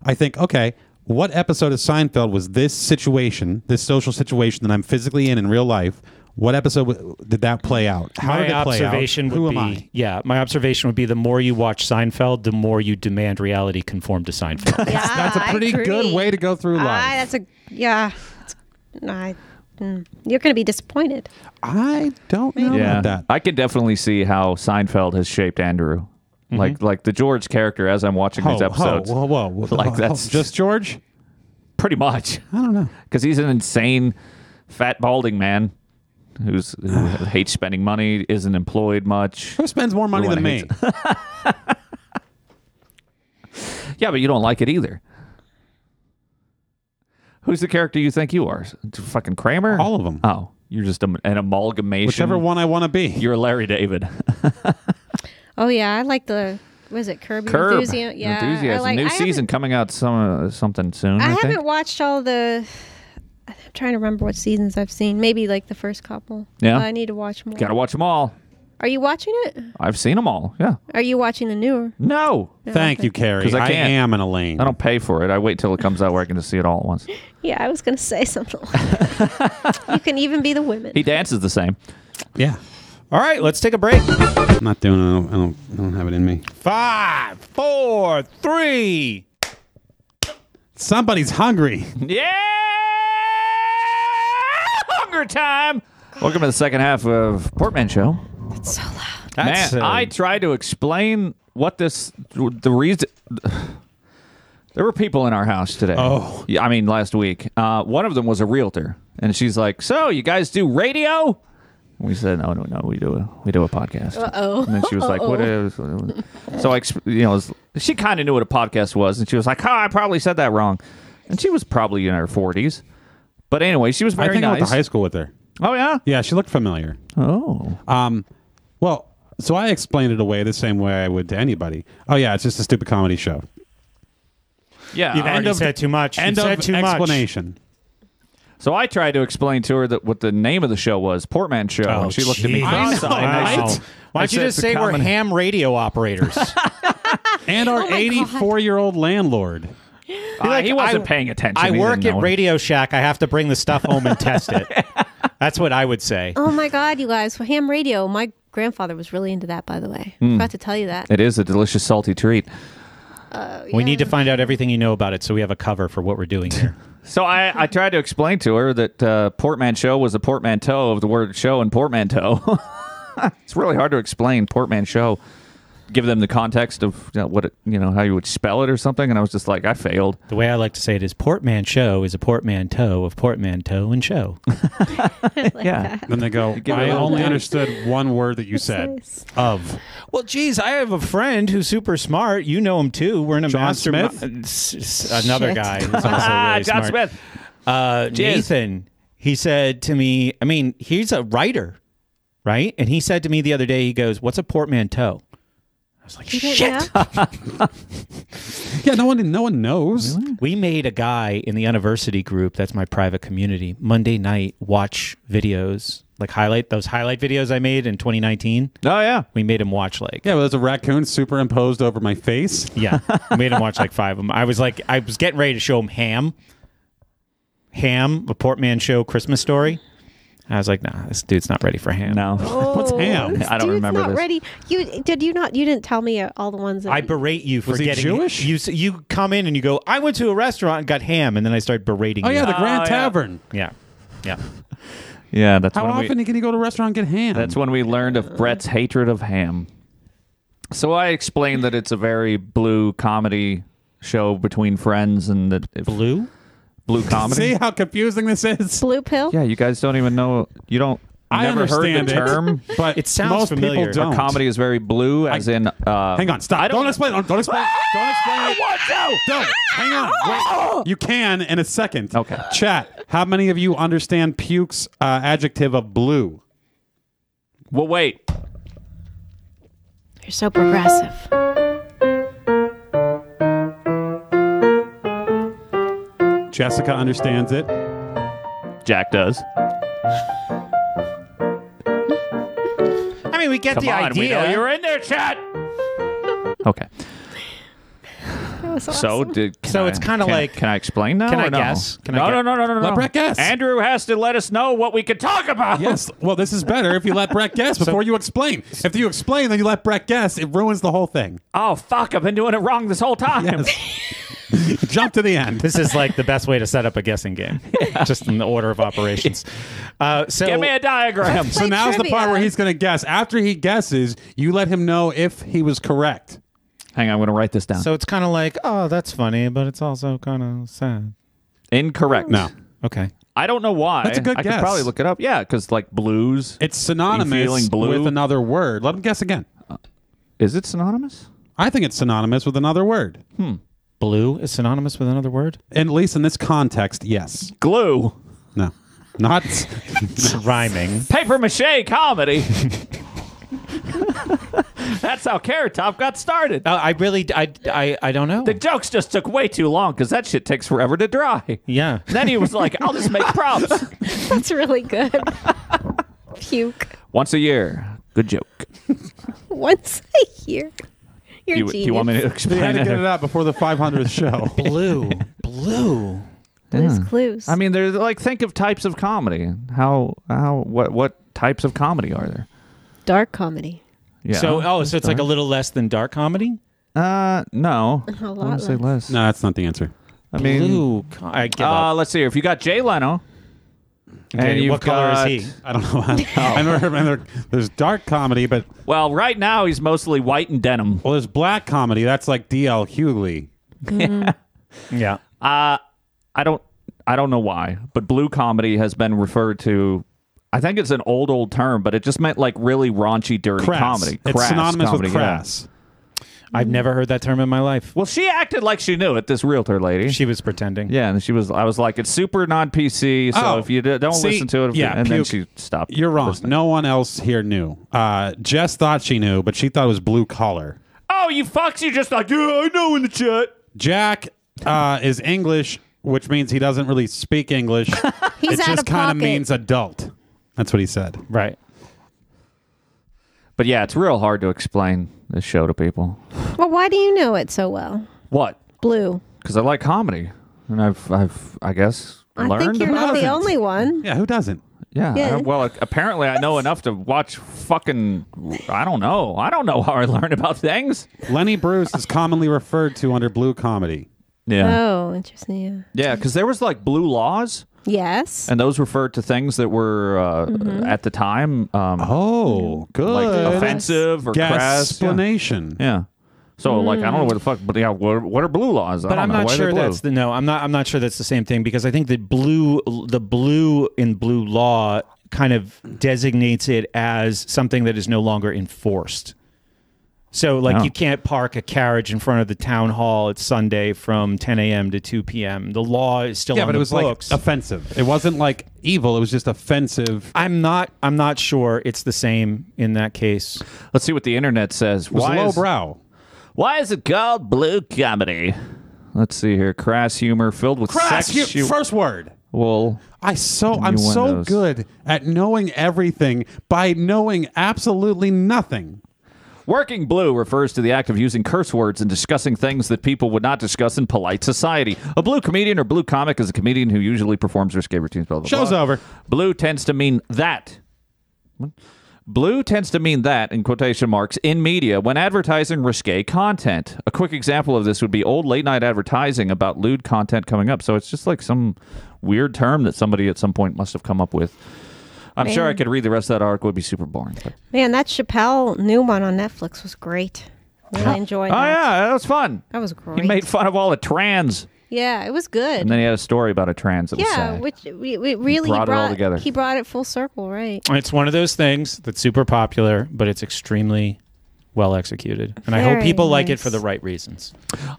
I think okay, what episode of Seinfeld was this situation, this social situation that I'm physically in in real life? What episode w- did that play out? How
my
did it play
observation
out? Who
would
am
be
I?
yeah my observation would be the more you watch seinfeld the more you demand reality conform to seinfeld
Yeah,
That's a
I
pretty
agree.
good way to go through life.
Ah, that's a yeah. That's, no, I, mm. you're going to be disappointed.
I don't know
yeah,
about that.
I can definitely see how Seinfeld has shaped Andrew. Like like the George character as I'm watching these
Ho, ho,
episodes,
whoa, whoa, whoa,
Like
ho, ho,
that's-
just George.
pretty much
I don't know.
because he's an insane fat balding man who's who hates spending money, isn't employed much.
Who spends more money
Everyone
than me?
hates Yeah, but you don't like it either. Who's the character you think you are? Fucking Kramer?
All of 'em.
Oh, you're just a, an amalgamation.
Whichever one I want to be.
You're Larry David.
Oh yeah, I like the was it Curb, Your
Curb.
Enthusiasm? Yeah, I
Enthusiasm.
like- I
New
haven't-
season coming out some uh, something soon. I,
I haven't
think.
watched all the. I'm trying to remember what seasons I've seen. Maybe like the first couple.
Yeah.
I need to watch more.
Gotta watch them all.
Are you watching it?
I've seen them all. Yeah.
Are you watching the newer?
No.
Thank you, Carrie.
'Cause I
I,
can't.
am in a lane.
I don't pay for it. I wait till it comes out where I can just see it all at once.
Yeah, I was gonna say something. like that. you can even be the women.
He dances the same.
Yeah.
All right, let's take a break.
I'm not doing it. I don't, I don't, I don't have it in me.
Five, four, three.
Somebody's hungry.
Yeah! Hunger time! Welcome to the second half of Portman Show.
That's
Man,
uh,
I tried to explain what this, the reason. There were people in our house today.
Oh.
yeah, I mean last week. Uh, one of them was a realtor, and she's like, "So you guys do radio?" And we said, "No, no, no, we do a we do a podcast." Uh
Uh-oh.
And then she was like, "What is?" So I, exp- you know, was- she kind of knew what a podcast was, and she was like, "Oh, I probably said that wrong," and she was probably in her forties. But anyway, she was
I
very
think I went
nice.
to high school with her.
oh yeah.
Yeah, she looked familiar.
Oh.
Um, well, so I explained it away the same way I would to anybody. Oh yeah, it's just a stupid comedy show.
Yeah.
You've
I
already
of-
said too much.
End
You've
of
said too much.
explanation.
So I tried to explain to her that what the name of the show was, Portman Show,
Oh,
and she looked at me
jeez.
cross-eyed. and I
Oh, Wow.
said-
Why
I
don't you
said it's
just
a
say we're
comedy.
ham radio operators?
And our
my God.
84 year old landlord.
Uh,
like,
he wasn't
I-
paying attention.
I
He
work
didn't
at
know it.
Radio Shack. I have to bring the stuff home and test it. That's what I would say.
Oh my God, you guys! Well, ham radio. My grandfather was really into that, by the way.
Hmm.
Forgot to tell you that.
It is a delicious salty treat.
We need to find out everything you know about it so we have a cover for what we're doing here.
So I, I tried to explain to her that uh, Portman Show was a portmanteau of the word show and portmanteau. it's really hard to explain Portman Show. Give them the context of you know, what it, you know how you would spell it or something, and I was just like, I failed.
the way I like to say it is portmanteau is a portmanteau of portmanteau and show.
yeah.
Then they go,
her a
I
little
only
bit.
understood one word that you said.
nice.
Of.
Well, geez, I have a friend who's super smart. You know him too. We're in a
John
master
Smith?
another
Shit.
guy who's also
John
really smart.
Smith.
Uh, Nathan, he said to me, I mean, he's a writer, right? And he said to me the other day, he goes, What's a portmanteau? I was like,
You didn't
Shit.
know?
Yeah, no one no one knows.
We made a guy in the university group, that's my private community, Monday night watch videos, like highlight those highlight videos I made in 2019.
Oh yeah.
We made him watch like
Yeah, well, there's a raccoon superimposed over my face.
Yeah, made him watch like five of them. I was like, I was getting ready to show him Ham, Ham, a Portman show Christmas story. I was like, Nah, this dude's not ready for Ham.
No.
What's
Oh,
ham?
this
I don't
dude's
remember
not
this.
Ready? You did you not? You didn't tell me uh, all the ones that
I berate you for
Was he
getting
Jewish?
You s- you come in and you go, I went to a restaurant and got ham, and then I start berating.
Oh
you.
yeah, the Grand
yeah.
Tavern.
yeah, yeah.
Yeah. That's
How
when we-
often can you go to a restaurant and get ham?
That's when we learned of Brett's hatred of ham. So I explained that it's a very blue comedy show between friends and that if-
Blue.
blue comedy.
See how confusing this is.
blue pill.
Yeah, you guys don't even know. You don't.
I
never heard
understand
the
it.
term.
But
It sounds
most
familiar.
people don't.
comedy is very blue, as in. Uh,
Hang on, stop.
I
don't,
don't,
explain. Don't, don't explain. Don't explain. it. Don't. Hang on. Wait. You can in a second.
Oh! Okay.
Chat. How many of you understand Puke's uh, adjective of blue?
Well, wait.
You're so progressive.
Jessica understands it.
Jack does.
I mean, we get
Come
the
on,
idea.
we know you're in there, chat. Okay.
That was
So
awesome.
did can
So
I-
it's kinda
can-
like-
Can I explain now?
Can I
or no?
guess? Can I
no,
gue-
no, no, no, no, no.
Let Brett guess.
Andrew has to let us know what we can talk about.
Yes. Well, this is better if you let Brett guess before you explain. If you explain, then you let Brett guess. It ruins the whole thing.
Uh,
Oh fuck! I've been doing it wrong this whole time.
Jump to the end.
This is like the best way to set up a guessing game, just in the order of operations. Uh, so
Give me a diagram.
So
Play
now's the part
trivia.
where he's going to guess. After he guesses, you let him know if he was correct.
Hang on, I'm gonna write this down.
so it's kind of like, oh, that's funny, but it's also kind of sad.
incorrect.
No.
Okay.
I don't know why.
That's a good
I
guess.
could probably look it up. Yeah, because like blues.
It's synonymous
feeling blue?
with another word. Let him guess again.
Is it synonymous?
I think it's synonymous with another word.
Blue is synonymous with another word.
And at least in this context, yes.
Glue.
No. Not
Rhyming.
Paper mache comedy. That's how Carrot Top got started.
Oh,
Uh, I really, I, I, I don't know.
The jokes just took way too long because that shit takes forever to dry.
yeah.
Then he was like, I'll just make props.
That's really good. Puke.
Once a year. Good joke.
Once a year. You're
Do you, do
genius.
you want me to
they had
explain
to get it
it?
out before the 500th show.
Blue. Blue.
Blue's clues.
Hmm. I mean, there's like think of types of comedy. How how what what types of comedy are there?
dark comedy.
Yeah.
So, oh, so it's like a little less than dark comedy.
uh no.
A
I
lot
wouldn't say
less.
less.
no, that's not the answer.
I mean
Blue. co- I give
Uh,
up.
let's see here. If you got Jay Leno, and
Okay,
you've
what color
got-
is he?
I don't know. I never remember. There's dark comedy, but
Well, right now he's mostly white and denim.
well, there's black comedy. That's like D.L. Hughley.
Yeah.
I don't I don't know why, but blue comedy has been referred to. I think it's an old old term, but it just meant like really raunchy, dirty
Crass.
comedy.
It's
Crass
synonymous
comedy,
with
yeah.
crass.
I've never heard that term in my life.
Well, she acted like she knew it. This realtor lady.
She was pretending.
yeah, and she was. I was like, it's super non PC. So
Oh,
if you d- don't
see,
listen to it, if
yeah,
and then
puke.
she stopped.
You're wrong.
listening.
No one else here knew. Uh, Jess thought she knew, but she thought it was blue collar.
Oh, you fucks! You just like, yeah, I know in the chat.
Jack uh, is English, which means he doesn't really speak English.
He's
it
out
just
of
kinda
pocket.
means adult. That's what he said.
Right.
But yeah, it's real hard to explain this show to people.
Well, why do you know it so well?
What?
Blue.
Because I like comedy, and I've, I've, I guess,
I
learned.
think you're
about
not
it.
the only one.
Yeah, who doesn't?
Yeah. I-
Yeah.
well, apparently I know enough to watch fucking. I don't know. I don't know how I learn about things.
Lenny Bruce is commonly referred to under blue comedy.
Yeah.
Oh, interesting. Yeah.
yeah, because there was like blue laws,
Yes.
and those referred to things that were uh, at the time um,
Oh, good.
like offensive or crass. Yeah.
explanation.
Yeah. So like I don't know what the fuck, but yeah, what, what are blue laws? I
But
don't
I'm
know.
not
Why are they
sure
blue?
that's the no. I'm not. I'm not sure that's the same thing because I think the blue, the blue in blue law, kind of designates it as something that is no longer enforced. So like
Oh.
you can't park a carriage in front of the town hall at Sunday from 10 a.m. to 2 p.m. The law is still
Yeah,
on
but it
the
was
books.
like offensive. It wasn't like evil. It was just offensive.
I'm not. I'm not sure it's the same in that case.
Let's see what the internet says.
It was
Why is,
lowbrow.
why is it called blue comedy? Let's see here. Crass humor filled with
Crass. you-
sexual.
First word. I so I'm so
Innuendos.
good at knowing everything by knowing absolutely nothing.
Working blue refers to the act of using curse words and discussing things that people would not discuss in polite society. A blue comedian or blue comic is a comedian who usually performs risque routines. Blah, blah,
Show's
blah.
over.
Blue tends to mean that. Blue tends to mean that, in quotation marks, in media when advertising risque content. A quick example of this would be old late night advertising about lewd content coming up. So it's just like some weird term that somebody at some point must have come up with. I'm sure I
Man.
could read the rest of that article. It would be super boring. But.
Man, that Chappelle new one on Netflix was great. Really enjoyed
Oh,
that.
yeah, that was fun.
That was great.
He made fun of all the trans,
yeah, it was good.
and then he had a story about a trans. That was
yeah,
sad.
which we, we really
brought it all together.
He brought it full circle, right?
It's one of those things that's super popular, but it's extremely well executed. And I hope
Very
people like it
nice.
for the right reasons.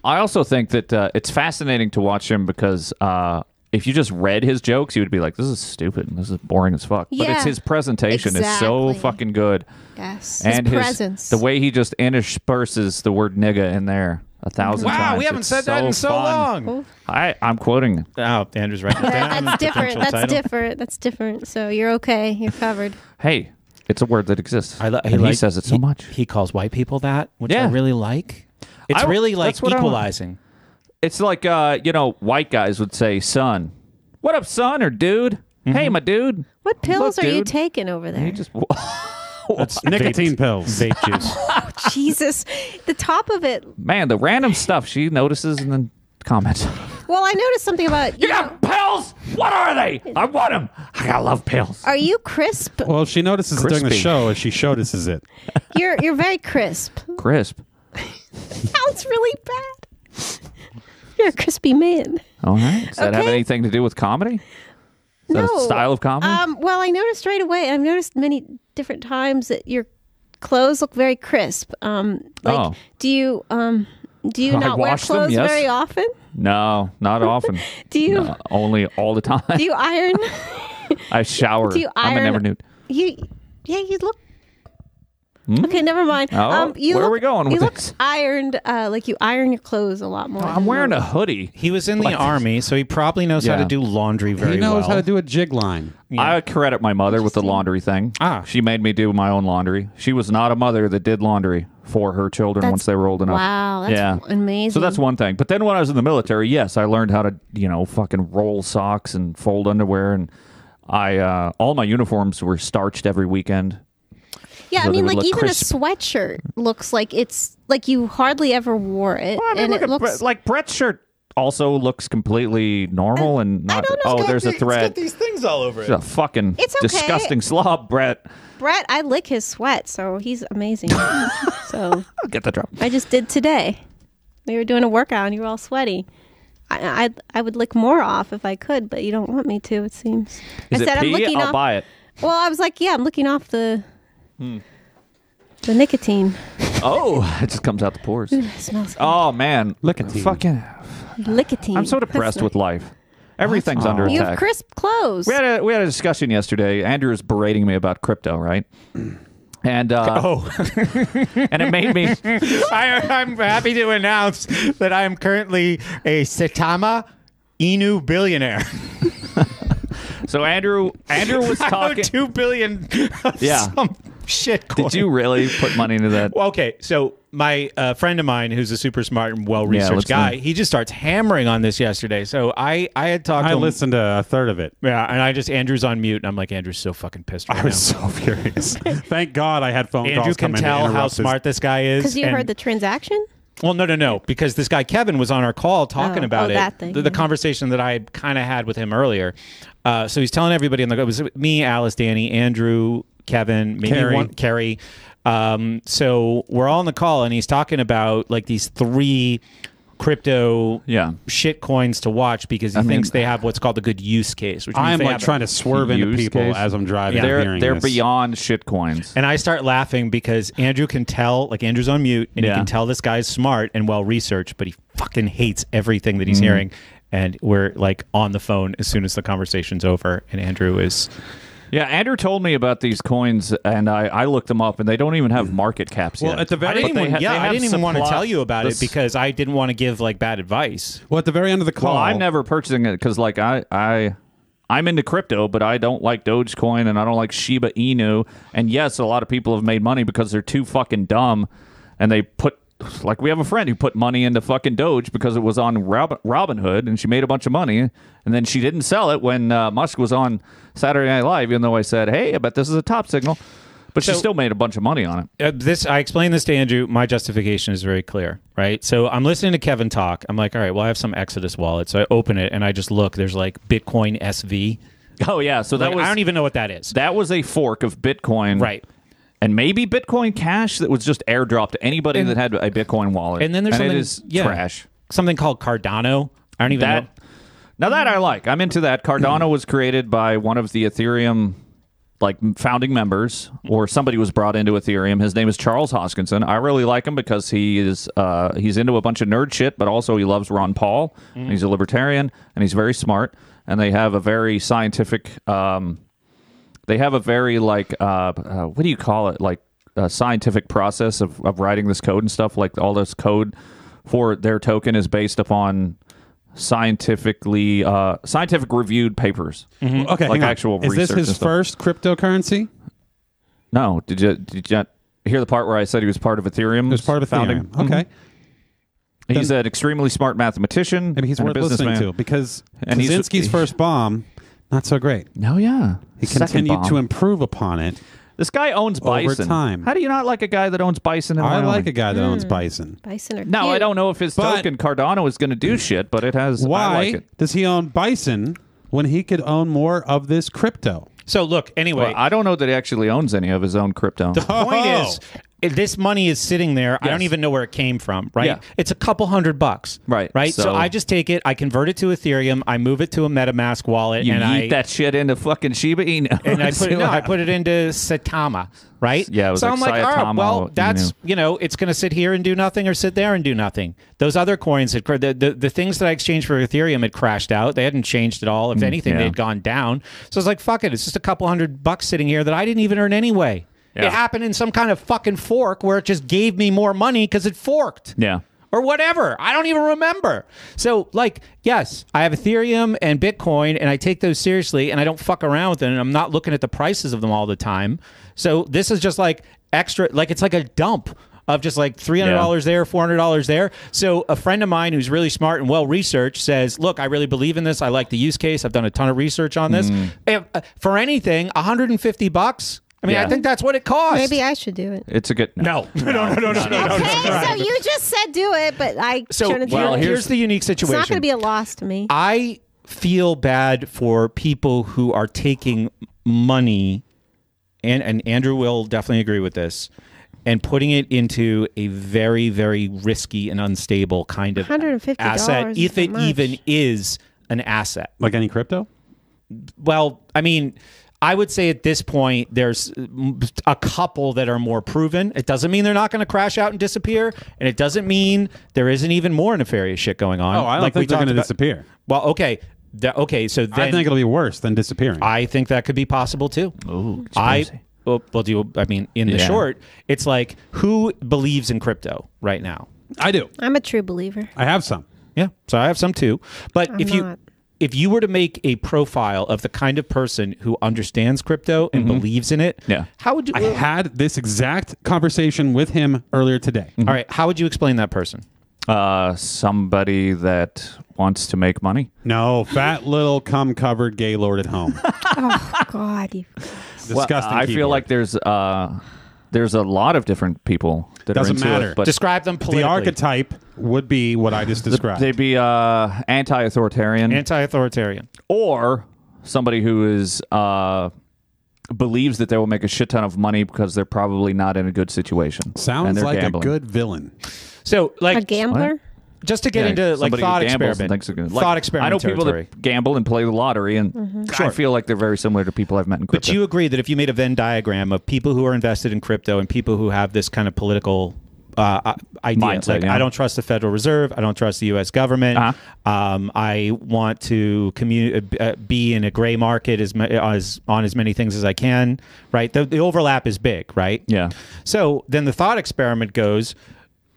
I also think that uh, it's fascinating to watch him because uh, if you just read his jokes, you would be like, "This is stupid. and This is boring as fuck." but
Yeah,
it's his presentation is so
exactly.
fucking good,
Yes.
and
his presence.
the way he just intersperses the word "nigga" in there a thousand times. It's so fun.
long.
I, I'm quoting.
Oh, Andrew's right.
That- that's different. That's different. That's different. So you're okay. You're covered.
Hey, it's a word that exists.
I lo-
and he
like-
says it so
he-
much.
He calls white people that, which
Yeah.
I really like. It's
I-
really like
that's what I want.
equalizing.
It's like uh, you know, white guys would say, "Son, what up, son?" or "Dude."
Mm-hmm.
Hey, my dude.
What pills
Look,
are you
dude.
taking over there?
He just
That's
Nicotine pills.
Vape juice.
Jesus, the top of it.
man, the random stuff she notices and then comments.
Well, I noticed something about
You got pills? What are they? I want them. I love pills.
Are you crisp?
Well, if she notices it during the
Crispy.
show, if she notices it.
You're you're very crisp.
Crisp.
Sounds really bad. You're a crispy man.
All right. Does that have
Okay.
anything to do with comedy? that a
no.
style of comedy?
Um, well, I noticed right away. I've noticed many different times that your clothes look very crisp. Um, like,
Oh.
do you um, do you
I
not wear
wash them,
clothes
yes.
very often?
no, not often.
Do you
No, only all the time.
do you iron?
I shower.
do you
I'm a
iron-
never nude.
you yeah, you look. Okay, never mind.
Oh,
Um, you
where are
look-
we going
You
with
look
this?
ironed, uh, like you iron your clothes a lot more.
I'm wearing a hoodie.
He was in the army, so he probably knows
Yeah.
how to do laundry very
he knows
well.
how to do a jig line.
I credit my mother with the laundry thing.
Ah.
She made me do my own laundry. She was not a mother that did laundry for her children
That's-
once they were old enough.
Wow, that's amazing.
So that's one thing. But then when I was in the military, yes, I learned how to, you know, fucking roll socks and fold underwear and I uh, all my uniforms were starched every weekend.
Yeah,
So
I
they
mean,
would
like
look
even
crisp.
a sweatshirt looks like it's like you hardly ever wore it, and it looks
like Brett's shirt also looks completely normal and not
don't know,
Oh,
it's got
there's a
the- it's
thread.
These things all over it.
It's a fucking
It's okay.
disgusting slob, Brett.
Brett. I lick his sweat, so he's amazing. so
Get the drop.
I just did today. We were doing a workout, and you were all sweaty. I, I I would lick more off if I could, but you don't want me to. It seems.
Is
I
it
said I'm
pee?
looking
I'll
off.
buy it.
Well, I was like, yeah, I'm looking off the the nicotine.
Oh, it just comes out the pores.
It smells
Oh man,
Look at you.
fucking.
nicotine.
I'm so depressed with life. Everything's under
You
attack.
have crisp clothes.
we had a we had a discussion yesterday. Andrew was berating me about crypto, right? And uh,
Oh,
and it made me.
I, I'm happy to announce that I am currently a Satama Inu billionaire.
So Andrew Andrew was
Oh,
talking.
two billion. Of
Yeah.
Some shit. Coin.
Did you really put money into that?
Well, okay, so my uh, friend of mine, who's a super smart and
Yeah,
well-researched
let's
guy,
listen.
he just starts hammering on this yesterday. So I, I had talked.
I
to him,
listened to a third of it.
Yeah, and I just Andrew's on mute, and I'm like, Andrew's so fucking pissed right
I
now.
was so furious. Thank God I had phone
Andrew
calls
can
come in to
tell how
interrupt this.
smart this guy is.
Because you
and-
heard the transaction?
Well, no, no, no, because this guy Kevin was on our call talking
Oh, oh,
about it.
that thing,
the, the
yeah.
conversation that I kind of had with him earlier. Uh, so he's telling everybody in the it was me, Alice, Danny, Andrew, Kevin, maybe
Carrie.
one Carrie. Um, so we're all on the call, and he's talking about like these three crypto
Yeah.
shit coins to watch because he
mean-
thinks they have what's called a good use case. Which means
I'm
they
like
have-
trying to swerve into
Use
people
case.
as I'm driving. and
They're
hearing
they're
this.
beyond shit coins.
And I start laughing because Andrew can tell, like Andrew's on mute, and
Yeah.
he can tell this guy's smart and well researched, but he fucking hates everything that he's hearing. And we're like on the phone as soon as the conversation's over, and Andrew is
Yeah, Andrew told me about these coins, and I, I looked them up, and they don't even have market caps
Well,
yet.
at the very-
I didn't
But they
even,
ha-
yeah,
they
I
have
didn't even want to
supply-
tell you about
this-
it because I didn't want to give like bad advice.
Well, at the very end of the call,
Well, I'm never purchasing it because, like, I, I, I'm into crypto, but I don't like Dogecoin and I don't like Shiba Inu. And yes, a lot of people have made money because they're too fucking dumb, and they put, like, we have a friend who put money into fucking Doge because it was on Robin, Robinhood, and she made a bunch of money, and then she didn't sell it when uh, Musk was on Saturday Night Live, even though I said, hey, I bet this is a top signal, but she
So-
still made a bunch of money on it.
uh, this I explained this to Andrew. My justification is very clear, right? So I'm listening to Kevin talk. I'm like, all right, well, I have some Exodus wallet, so I open it and I just look. There's like Bitcoin SV.
Oh yeah, so that
Like,
was
I don't even know what that is.
that was a fork of Bitcoin,
Right.
And maybe Bitcoin Cash that was just airdropped to anybody that had a Bitcoin wallet.
And then there's
it
something
is
yeah,
trash.
Something called Cardano. I don't even know.
That now that I like, I'm into that. Cardano was created by one of the Ethereum like m- founding members, or somebody was brought into Ethereum. His name is Charles Hoskinson. I really like him because he is uh, he's into a bunch of nerd shit, but also he loves Ron Paul. and He's a libertarian and he's very smart. And they have a very scientific. Um, they have a very like uh, uh, what do you call it like uh, scientific process of, of writing this code and stuff like all this code for their token is based upon scientifically uh, scientific reviewed papers
okay.
like
hang on.
actual
Is this
research and
his
stuff.
first cryptocurrency?
no did you did you not hear the part where i said he was part of ethereum
It was part of
founding Mm-hmm.
Ethereum. Okay,
he's an extremely smart mathematician
I mean he's
and a
worth listening
businessman
to because
And he's-
Kaczynski's first bomb, not so great.
no yeah
He
Second
continued
bomb.
to improve upon it.
this guy owns
over
bison
time.
how do you not like a guy that owns bison in
I
Wyoming?
like a guy that owns bison.
Bison or
now I
cute.
don't know if his
But- Mm.
token Cardano is going to do shit, but it has. I
Why
like it.
does he own bison when he could own more of this crypto?
So look, anyway,
Well, I don't know that he actually owns any of his own crypto.
the point
Oh.
is i- this money is sitting there. I
Yes.
don't even know where it came from, right?
Yeah.
It's a couple hundred bucks.
Right.
Right. So,
So-
I just take it, I convert it to Ethereum, I move it to a MetaMask wallet,
You
and
yeet
I
that shit into fucking Shiba Inu.
and I
and
put
see
it, no,
what
I put it into Satama, right?
Yeah, it was
so
like
I'm like, all right,
Sayatama,
well,
you
that's
knew.
you know, it's going to sit here and do nothing, or sit there and do nothing. Those other coins had cra- the, the the things that I exchanged for Ethereum had crashed out. They hadn't changed at all. If anything,
Mm, yeah.
they had gone down. So I was like, fuck it, it's just a couple hundred bucks sitting here that I didn't even earn anyway.
Yeah.
It happened in some kind of fucking fork where it just gave me more money because it forked
Yeah.
or whatever. I don't even remember. So, like, yes, I have Ethereum and Bitcoin, and I take those seriously, and I don't fuck around with them, and I'm not looking at the prices of them all the time. So, this is just like extra, like, it's like a dump of just like $300 there, $400 there. So, a friend of mine who's really smart and well researched says, Look, I really believe in this. I like the use case. I've done a ton of research on this.
Mm.
If- uh, for anything, 150 bucks. I mean,
Yeah.
I think that's what it costs.
Maybe I should do it.
It's a good.
No, no, no, no, no, no.
Okay, so you just said do it, but I
So,
trying to figure
well,
out-
here's,
here's-
the unique
it's
situation.
not going to be a loss to me.
I feel bad for people who are taking money, and, and Andrew will definitely agree with this, and putting it into a very, very risky and unstable kind of
$150
asset,
is
if it
not much.
even is an asset.
Like any crypto?
Well, I mean, I would say at this point, there's mm, a couple that are more proven. It doesn't mean they're not going to crash out and disappear, and it doesn't mean there isn't even more nefarious shit going on.
Oh, I don't
Like we
think they're going
talked
to
about-
disappear.
Well, okay. That- okay, so then
I think it'll be worse than disappearing.
I think that could be possible too.
Ooh,
I
spicy.
well, well, do you, I mean in the
Yeah.
short, it's like who believes in crypto right now?
I do.
I'm a true believer.
I have some.
Yeah, so I have some too. But
I'm
if you
not.
if you were to make a profile of the kind of person who understands crypto and believes in it,
Mm-hmm. Yeah.
how would you?
I had this exact conversation with him earlier today.
Mm.
all right, how would you explain that person?
Uh, somebody that wants to make money.
No, fat little cum covered gay lord at home.
oh God, you
Disgusting.
I feel
keyboard.
like there's uh, there's a lot of different people that are
Doesn't
into
matter.
it, but
Describe them politically.
the archetype would be what I just described.
they'd be uh, anti-authoritarian
anti-authoritarian.
or somebody who is uh, believes that they will make a shit ton of money because they're probably not in a good situation. and
Sounds
they're
like
gambling.
a good villain.
So like
a gambler?
just to get
Yeah,
into like
somebody who
thought
gambles and
experiment,
thinks they're good. Like,
thought experiment.
I know people
territory.
that gamble and play the lottery, and I feel like they're very similar to people I've met in crypto.
But you agree that if you made a Venn diagram of people who are invested in crypto and people who have this kind of political uh, uh, idea,
Mindset,
like
yeah.
I don't trust the Federal Reserve, I don't trust the U.S. government,
Uh-huh.
um, I want to commu- uh, be in a gray market as, ma- as on as many things as I can, right? The, the overlap is big, right?
Yeah.
So then the thought experiment goes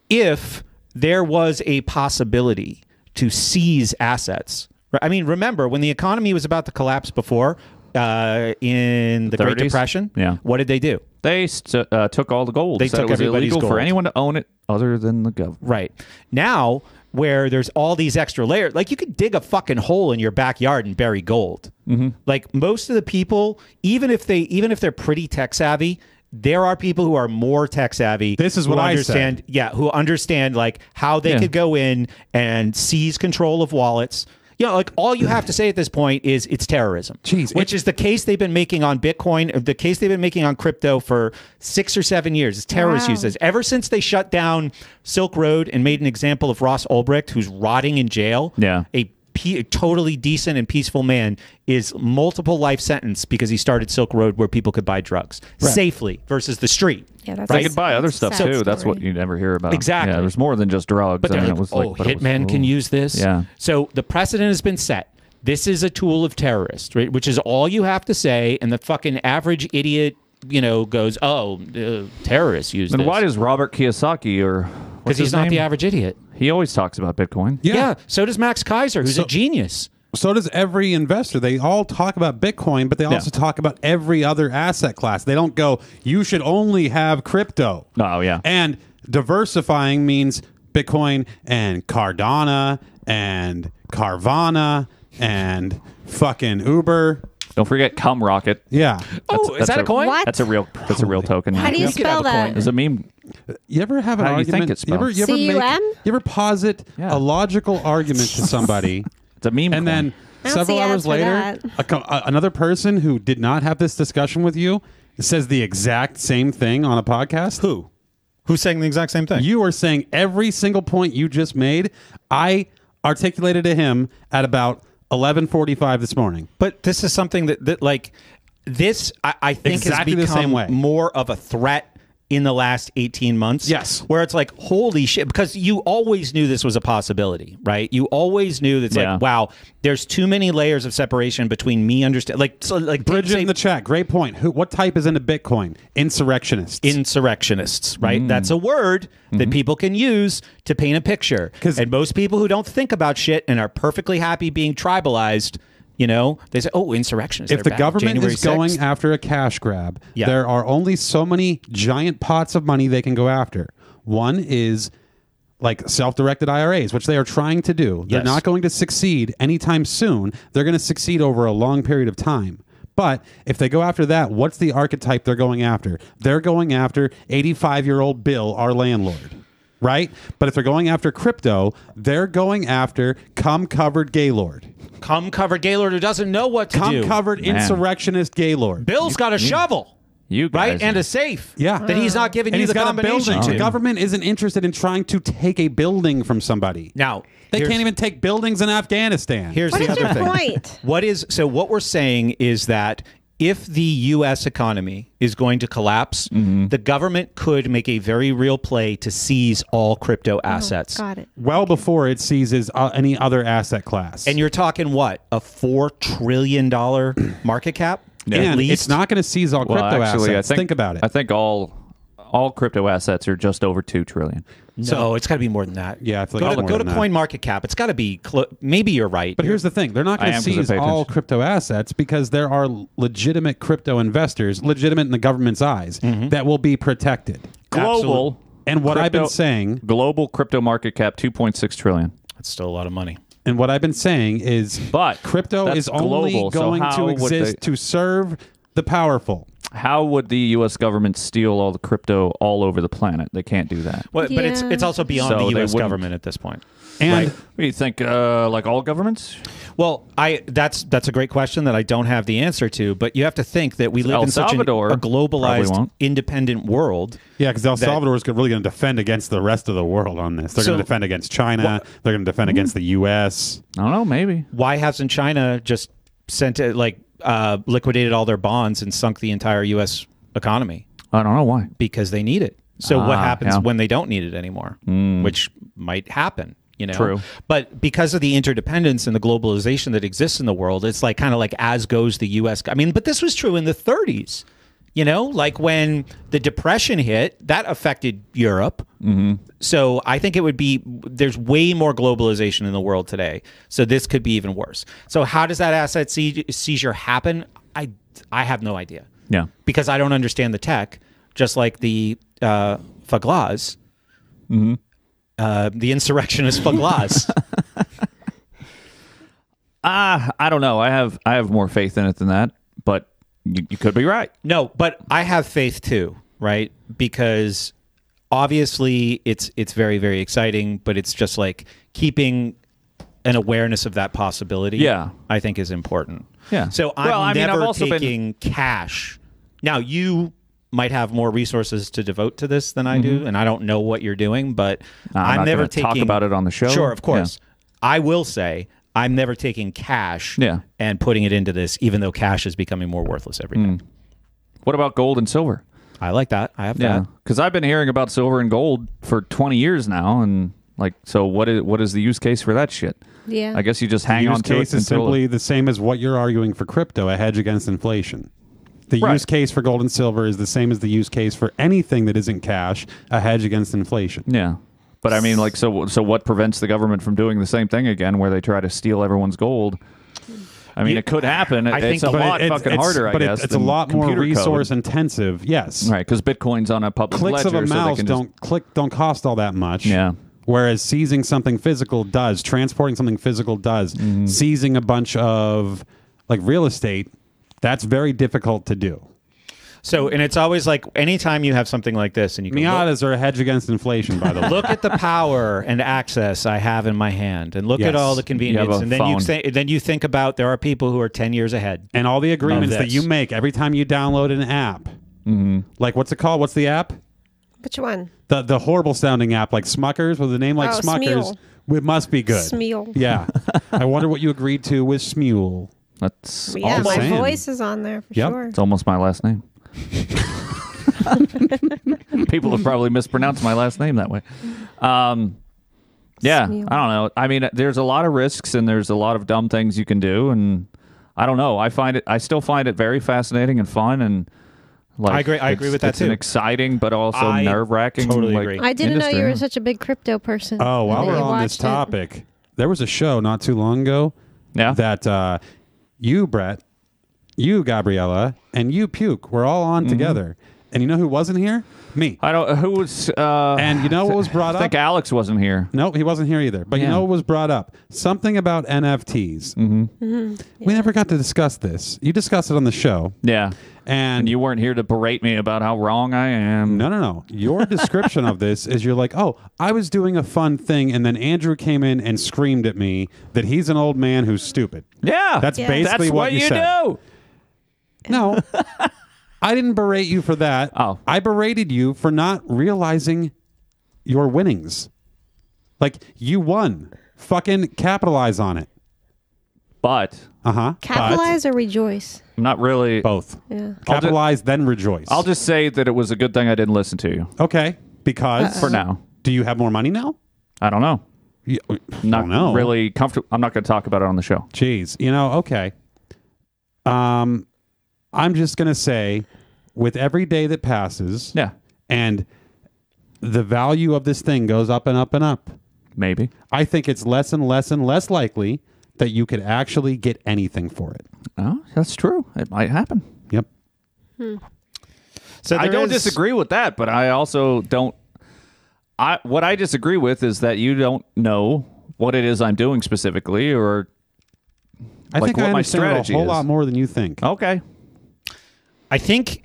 if there was a possibility to seize assets. right? I mean, remember when the economy was about to collapse before uh, in the Great
30s?
Depression?
Yeah.
What did they do?
They st- uh, took all the gold.
They
Said
took
it was
everybody's
illegal for
gold.
anyone to own it other than the government.
Right. Now, where there's all these extra layers, like you could dig a fucking hole in your backyard and bury gold.
Mm-hmm.
Like most of the people, even if they even if they're pretty tech savvy, there are people who are more tech savvy.
This is what
who
I
understand. Yeah, who understand like how they
Yeah.
could go in and seize control of wallets. You know, like all you have to say at this point is it's terrorism.
Jeez,
which
it-
is the case they've been making on Bitcoin, the case they've been making on crypto for six or seven years. It's terrorist
Wow.
use as ever since they shut down Silk Road and made an example of Ross Ulbricht, who's rotting in jail.
Yeah.
A, pe- a totally decent and peaceful man is multiple life sentence because he started Silk Road where people could buy drugs safely versus the street.
Yeah, that's
They could buy other stuff
sad
too. That's what
story.
you never hear about.
Exactly.
Yeah, there's more than just drugs.
But
I
they're
mean,
like,
it was
oh,
like, but it was-
hitman can
ooh.
use this.
Yeah.
So the precedent has been set. This is a tool of terrorists, right? Which is all you have to say, and the fucking average idiot, you know, goes, "Oh, uh, terrorists use
Then
this."
why does Robert Kiyosaki or
Because
what's
he's
his
not the
name?
average idiot.
He always talks about Bitcoin.
Yeah. So does Max Kaiser, who's a genius.
So does every investor. They all talk about Bitcoin, but they also talk about every other asset class. They don't go, you should only have crypto.
Oh, yeah.
And diversifying means Bitcoin and Cardano and Carvana and fucking Uber.
Don't forget cum rocket.
Yeah.
Oh, is
that's
that a,
a-
coin?
What?
That's a real that's a real token.
How do you
Yeah.
spell that?
It's a meme.
You ever have an
How do you think
argument?
it's
you ever, you ever make-
C-U-M?
you ever posit
Yeah.
a logical argument to somebody
It's a meme.
and then
I don't
several
see ads
hours
for
later,
that.
a, co- a- another person who did not have this discussion with you says the exact same thing on a podcast. Who?
Who's saying the exact same thing?
You are saying every single point you just made, I articulated to him at about 11:45 this morning.
But this is something that, that like this I, I think
Exactly the
has become
same way.
more of a threat in the last 18 months.
Yes.
Where it's like, holy shit, because you always knew this was a possibility, right? You always knew that's
Yeah.
like, wow, there's too many layers of separation between me understand like so like
Bridget
say-
in the chat, great point. Who, what type is into Bitcoin? Insurrectionists.
insurrectionists,
Mm.
right? That's a word that people can use to paint a picture.
Mm-hmm. 'Cause-
And most people who don't think about shit and are perfectly happy being tribalized, you know, they say, "Oh, insurrectionists."
if
they're
the
back.
government
January
is going
6th.
after a cash grab,
Yeah.
there are only so many giant pots of money they can go after. One is like self-directed IRAs, which they are trying to do. They're
Yes.
not going to succeed anytime soon. They're going to succeed over a long period of time. But if they go after that, what's the archetype they're going after? They're going after 85-year-old Bill, our landlord. Right? But if they're going after crypto, they're going after cum covered Gaylord.
come covered Gaylord who doesn't know what to
Cum
do.
covered
Man.
insurrectionist Gaylord.
Bill's got a shovel,
You guys
right, and
are-
a safe.
Yeah.
that he's not giving
And
you
he's
the
got a
combination.
building.
to.
The government isn't interested in trying to take a building from somebody.
Now
they
here's-
can't even take buildings in Afghanistan.
Here's
What
the
is
other
your
thing.
point?
What is so? What we're saying is that if the U.S. economy is going to collapse,
Mm-hmm.
the government could make a very real play to seize all crypto assets.
Got it.
well before it seizes uh, any other asset class.
And you're talking what a four trillion dollar market cap? At
And
least
it's not going to seize all
well,
crypto
actually,
assets.
I think,
about it.
I think all all crypto assets are just over two trillion.
No, it's got to be more than that.
Yeah, I feel like
go
it's
to,
more
go
than
to
that.
Coin Market Cap. It's got to be. Clo- maybe you're right.
But here's the thing: they're not
I
going to
am 'cause I
seize
pay
all
attention.
crypto assets because there are legitimate crypto investors, legitimate in the government's eyes,
Mm-hmm.
that will be protected.
Global
And what I've been
crypto-
saying
global crypto market cap two point six trillion.
that's still a lot of money.
And what I've been saying is,
But
crypto
that's
is only
global, so
going
how
to
would
exist
they-
to serve the powerful.
How would the U.S. government steal all the crypto all over the planet? They can't do that.
Well, But it's
Yeah.
it's also beyond
So
the
they
U.S.
wouldn't-
government at this point.
And
What do you think? Uh, like all governments?
Well, I that's that's a great question that I don't have the answer to, but you have to think that we live
El
in such an-
Salvador
a
probably
globalized,
won't.
independent world.
yeah, because El
That-
Salvador is really going to defend against the rest of the world on this. They're
So-
going to defend against China. They're going to defend against the U.S.
I don't know. Maybe.
Why hasn't China just sent it like uh, liquidated all their bonds and sunk the entire U.S. economy
I don't know why.
because they need it? So what
Ah,
happens
yeah. Mm.
when they don't need it anymore? Which might happen. You know,
True.
But because of the interdependence and the globalization that exists in the world, it's like kind of like as goes the U.S. I mean, but this was true in the 30s. You know, like when the depression hit, that affected Europe.
Mm-hmm.
So I think it would be there's way more globalization in the world today. So this could be even worse. So how does that asset se- seizure happen? I I have no idea.
Yeah.
Because I don't understand the tech, just like the uh, Faglas, uh, the insurrectionist Faglas.
Ah, I don't know. I have I have more faith in it than that, but you, you could be right.
No, but I have faith too, right? Because obviously it's it's very very exciting, but it's just like keeping an awareness of that possibility.
Yeah.
I think is important.
Yeah.
So I'm
Well, I mean, I've
never
also been-
taking cash. Now you might have more resources to devote to this than I do, and I don't know what you're doing, but
Mm-hmm. I'm
I'm,
not
never
gonna
taking
talk about it on the show.
Sure, of
Yeah.
course. I will say I'm never taking cash
Yeah.
and putting it into this, even though cash is becoming more worthless every day.
What about gold and silver?
I like that. I have
Yeah,
that.
because I've been hearing about silver and gold for 20 years now, and like, so what is what is the use case for that shit?
Yeah.
I guess you just hang
The use
on to
case
it
is
until
simply the same as what you're arguing for crypto, a hedge against inflation. The
Right.
use case for gold and silver is the same as the use case for anything that isn't cash, a hedge against inflation.
yeah. But I mean, like, so so what prevents the government from doing the same thing again, where they try to steal everyone's gold? I mean,
You-
it could happen. It-
I think-
it's a
but
lot
it's,
fucking
it's-
harder, I
but it-
guess.
it's a
than
lot more
computer code.
resource intensive. Yes.
right? Because Bitcoin's on a public
clicks
ledger,
of a
so they
mouse
can just-
don't click don't cost all that much.
Yeah.
Whereas seizing something physical does, transporting something physical does,
Mm-hmm.
seizing a bunch of like real estate, that's very difficult to do.
So, and it's always like anytime you have something like this and you go, look,
Miatas are a hedge against inflation, by the way.
look at the power and access I have in my hand and look
Yes.
at all the
You
convenience.
have a
And then you,
phone.
think then you think about there are people who are 10 years ahead.
And all the agreements
Of
that
this.
you
Mm-hmm.
make every time you download an app. Like what's it called? What's the app?
Which one?
the the horrible sounding app like Smuckers with a name like
Oh,
Smuckers.
Smule.
It must be good.
Smule.
Yeah. I wonder what you agreed to with Smule.
That's
Yeah,
the
my
same.
voice is on there for
Yep.
sure.
It's almost my last name. People have probably mispronounced my last name that way. Um, yeah, I don't
Smeal.
know. I mean, there's a lot of risks and there's a lot of dumb things you can do, and I don't know. I find it. I still find it very fascinating and fun, and like
I agree- I agree
it's-
with that
it's an
too.
exciting, but also
I
nerve wracking.
totally agree.
I didn't know you were
Such-
such a big crypto person.
Oh, while
And
we're
you
on this
watched it.
topic, there was a show not too long ago
Yeah.
that uh, you, Brett, you, Gabriella, and you, Puke, were all
Mm-hmm.
on together. And you know who wasn't here? Me.
I don't. Who was? Uh,
And you know what was brought
I think
up?
Alex wasn't here.
No, he wasn't here either. But
Yeah.
you know what was brought up? Something about NFTs. Mm-hmm. We never got to discuss this. You discussed it on the show.
Yeah,
And,
and you weren't here to berate me about how wrong I am.
No, no, no. Your description of this is you're like, oh, I was doing a fun thing, and then Andrew came in and screamed at me that he's an old man who's stupid.
Yeah,
That's Yeah. basically
That's
what you
you
said.
do.
No. I didn't berate you for that.
Oh.
I berated you for not realizing your winnings. Like, you won. Fucking capitalize on it.
But
Uh huh.
Capitalize or rejoice.
I'm not really.
Both.
Yeah.
I'll ju-
Capitalize, then rejoice.
I'll just say that it was a good thing I didn't listen to you
Okay. Because.
for now.
Do you have more money now?
I don't know.
You,
Not
know.
really comfortable. I'm not going to talk about it on the show.
Jeez, you know, okay. Um, I'm just gonna say, with every day that passes,
Yeah,
and the value of this thing goes up and up and up.
maybe.
I think it's less and less and less likely that you could actually get anything for it.
Oh, that's true. It might happen.
Yep.
So
I
there
don't
is-
disagree with that, but I also don't. I what I disagree with is that you don't know what it is I'm doing specifically, or
I
Like
think
what
I
my
understand it
strategy
a whole
is.
lot more than you think.
okay,
I think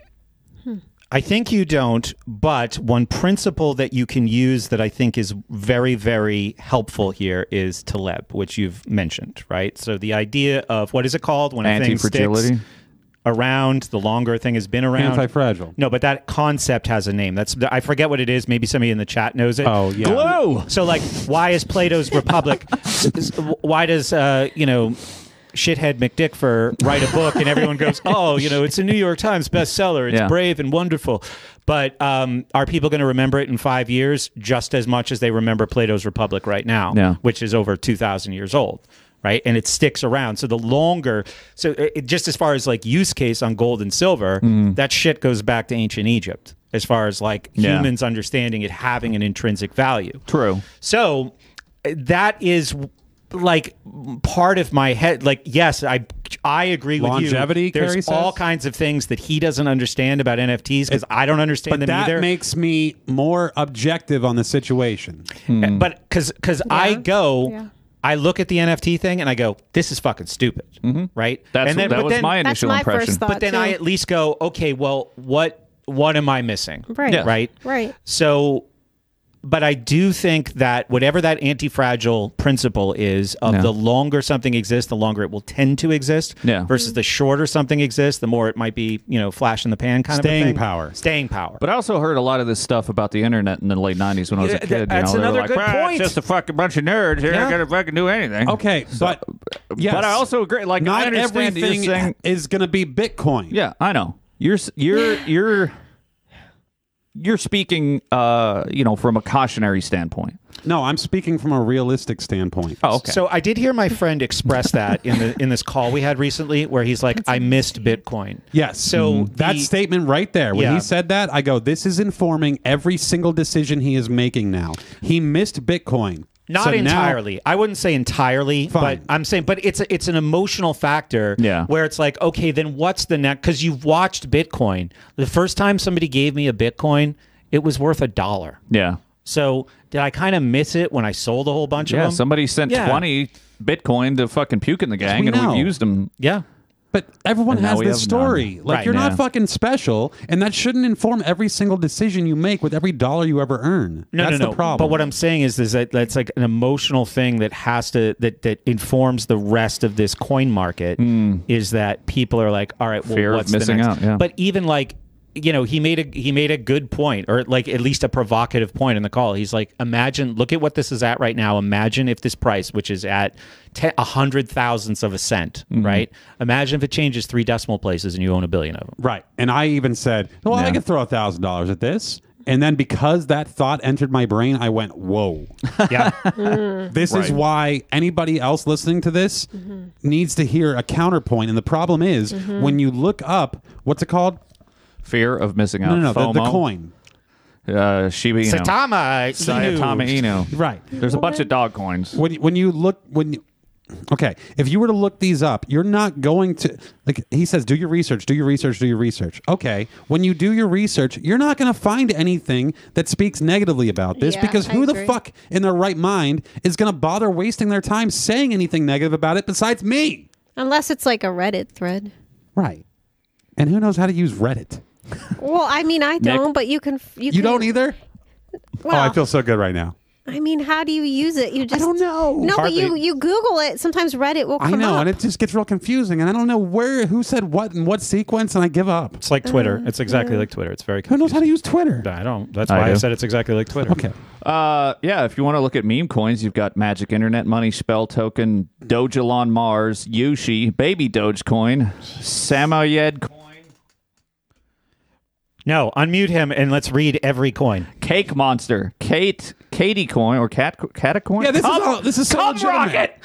I think you don't, but one principle that you can use that I think is very, very helpful here is Taleb, which you've mentioned, right? So the idea of what is it called when a thing sticks
anti-fragility.
around, the longer a thing has been around.
Anti-fragile.
No, but that concept has a name. That's I forget what it is. Maybe somebody in the chat knows it.
Oh yeah.
Glue.
So like, why is Plato's Republic? s- s- why does uh, you know? Shithead McDickfer write a book and everyone goes, oh, you know, it's a New York Times bestseller. It's
Yeah.
brave and wonderful. But um, are people going to remember it in five years just as much as they remember Plato's Republic right now,
Yeah.
which is over 2,000 years old, right? And it sticks around. So the longer, so it, it- just as far as like use case on gold and silver,
Mm-hmm.
that shit goes back to ancient Egypt as far as like
Yeah.
humans understanding it having an intrinsic value.
True.
So uh, that is w- like part of my head. Like, yes, I I agree with
Longevity,
you. There's
Carrie says?
all kinds of things that he doesn't understand about NFTs because I don't understand
But
them
that
either.
makes me more objective on the situation.
Eh, But because because I go.
Yeah.
I look at the NFT thing and I go, "This is fucking stupid,"
Mm-hmm.
right?
That's
and then,
that
but
was
then,
my
That's
initial
my
impression.
first thought.
But then I
too.
at least go, "Okay, well, what what am I missing?"
Right. Yeah.
right,
Right.
So, but I do think that whatever that anti-fragile principle is of
Yeah.
the longer something exists, the longer it will tend to exist.
Yeah.
Versus the shorter something exists, the more it might be, you know, flash in the pan kind
Staying
of a thing.
power.
Staying power.
But I also heard a lot of this stuff about the internet in the late '90s when I was a
Yeah,
kid.
th-
you
that's
know, they were
another
like,
good
"Well,
point.
It's just a fucking bunch of nerds. You're
Yeah.
not gonna fucking do anything.
Okay,
So-
but yes,
but I also agree. Like, I
not
understand that you're
everything
saying-
is going to be Bitcoin.
yeah, I know. You're s- you're you're you're speaking, uh, you know, from a cautionary standpoint.
No, I'm speaking from a realistic standpoint.
Oh, okay.
So I did hear my friend express that in the in this call we had recently, where he's like, "I missed Bitcoin."
Yes.
Mm-hmm.
Mm-hmm.
So
that
the-
statement right there, when
Yeah.
he said that, I go, this is informing every single decision he is making now. He missed Bitcoin.
Not
So now-
entirely. I wouldn't say entirely,
Fine.
but I'm saying, but it's a, it's an emotional factor.
Yeah.
Where it's like, okay, then what's the next? Because you've watched Bitcoin. The first time somebody gave me a Bitcoin, it was worth a dollar.
yeah,
So did I kind of miss it when I sold a whole bunch
yeah.
of them?
Somebody sent
Yeah.
twenty Bitcoin to fucking puke in the gang,
we
and
know.
we've used them.
Yeah.
but everyone
And now
has
we
this
have
story.
none.
Like,
Right.
you're
Yeah.
not fucking special, and that shouldn't inform every single decision you make with every dollar you ever earn.
No,
That's
no, no.
the problem.
But what I'm saying is, is that that's like an emotional thing that has to that that informs the rest of this
Hmm.
coin market. Is that people are like, all right, well,
Fear of
what's
missing
the next?
out, yeah.
But even like you know he made a he made a good point or like at least a provocative point in the call he's like imagine look at what this is at right now imagine if this price which is at te- a hundred thousandths of a cent
Mm-hmm.
right imagine if it changes three decimal places and you own a billion of them
Right. And I even said, well, I
Yeah.
could throw a thousand dollars at this. And then because that thought entered my brain, I went, whoa.
yeah
This is why anybody else listening to this needs to hear a counterpoint. And the problem is when you look up, what's it called?
Fear of missing
No,
out.
no, no, the, the
FOMO.
coin.
Uh, Shiba Inu.
satama
Sayatama Inu.
Right.
There's a bunch of dog coins.
When, when you look, when you, okay, if you were to look these up, you're not going to, like he says, do your research, do your research, do your research. Okay. When you do your research, you're not going to find anything that speaks negatively about this
Yeah,
because
I
who the
agree.
fuck in their right mind is going to bother wasting their time saying anything negative about it besides me?
Unless it's like a Reddit thread.
Right. And who knows how to use Reddit?
Well, I mean, I don't, but you can. You,
You
can,
don't either?
Well,
oh,
I,
I feel so good right now.
mean, how do you use it? You just
don't know.
No,
Hardly-
but you you Google it. Sometimes Reddit will
I
come
know,
up.
and it just gets real confusing, and I don't know where, who said what, and what sequence, and I give up.
it's like twitter it's exactly like twitter it's very
Who knows how to use Twitter?
i don't that's
I
why i,
do.
said it's exactly like twitter
Okay.
Uh, yeah, if you want to look at meme coins, you've got Magic Internet Money, Spell Token, Dogelon Mars, Yushi, Baby Dogecoin, Samoyed Coin,
no unmute him and let's read every coin
Cake Monster, Kate, Katie Coin, or Cat Catacoin.
Yeah, this
Cum-
is all. This is so
Cum
legitimate.
Rocket,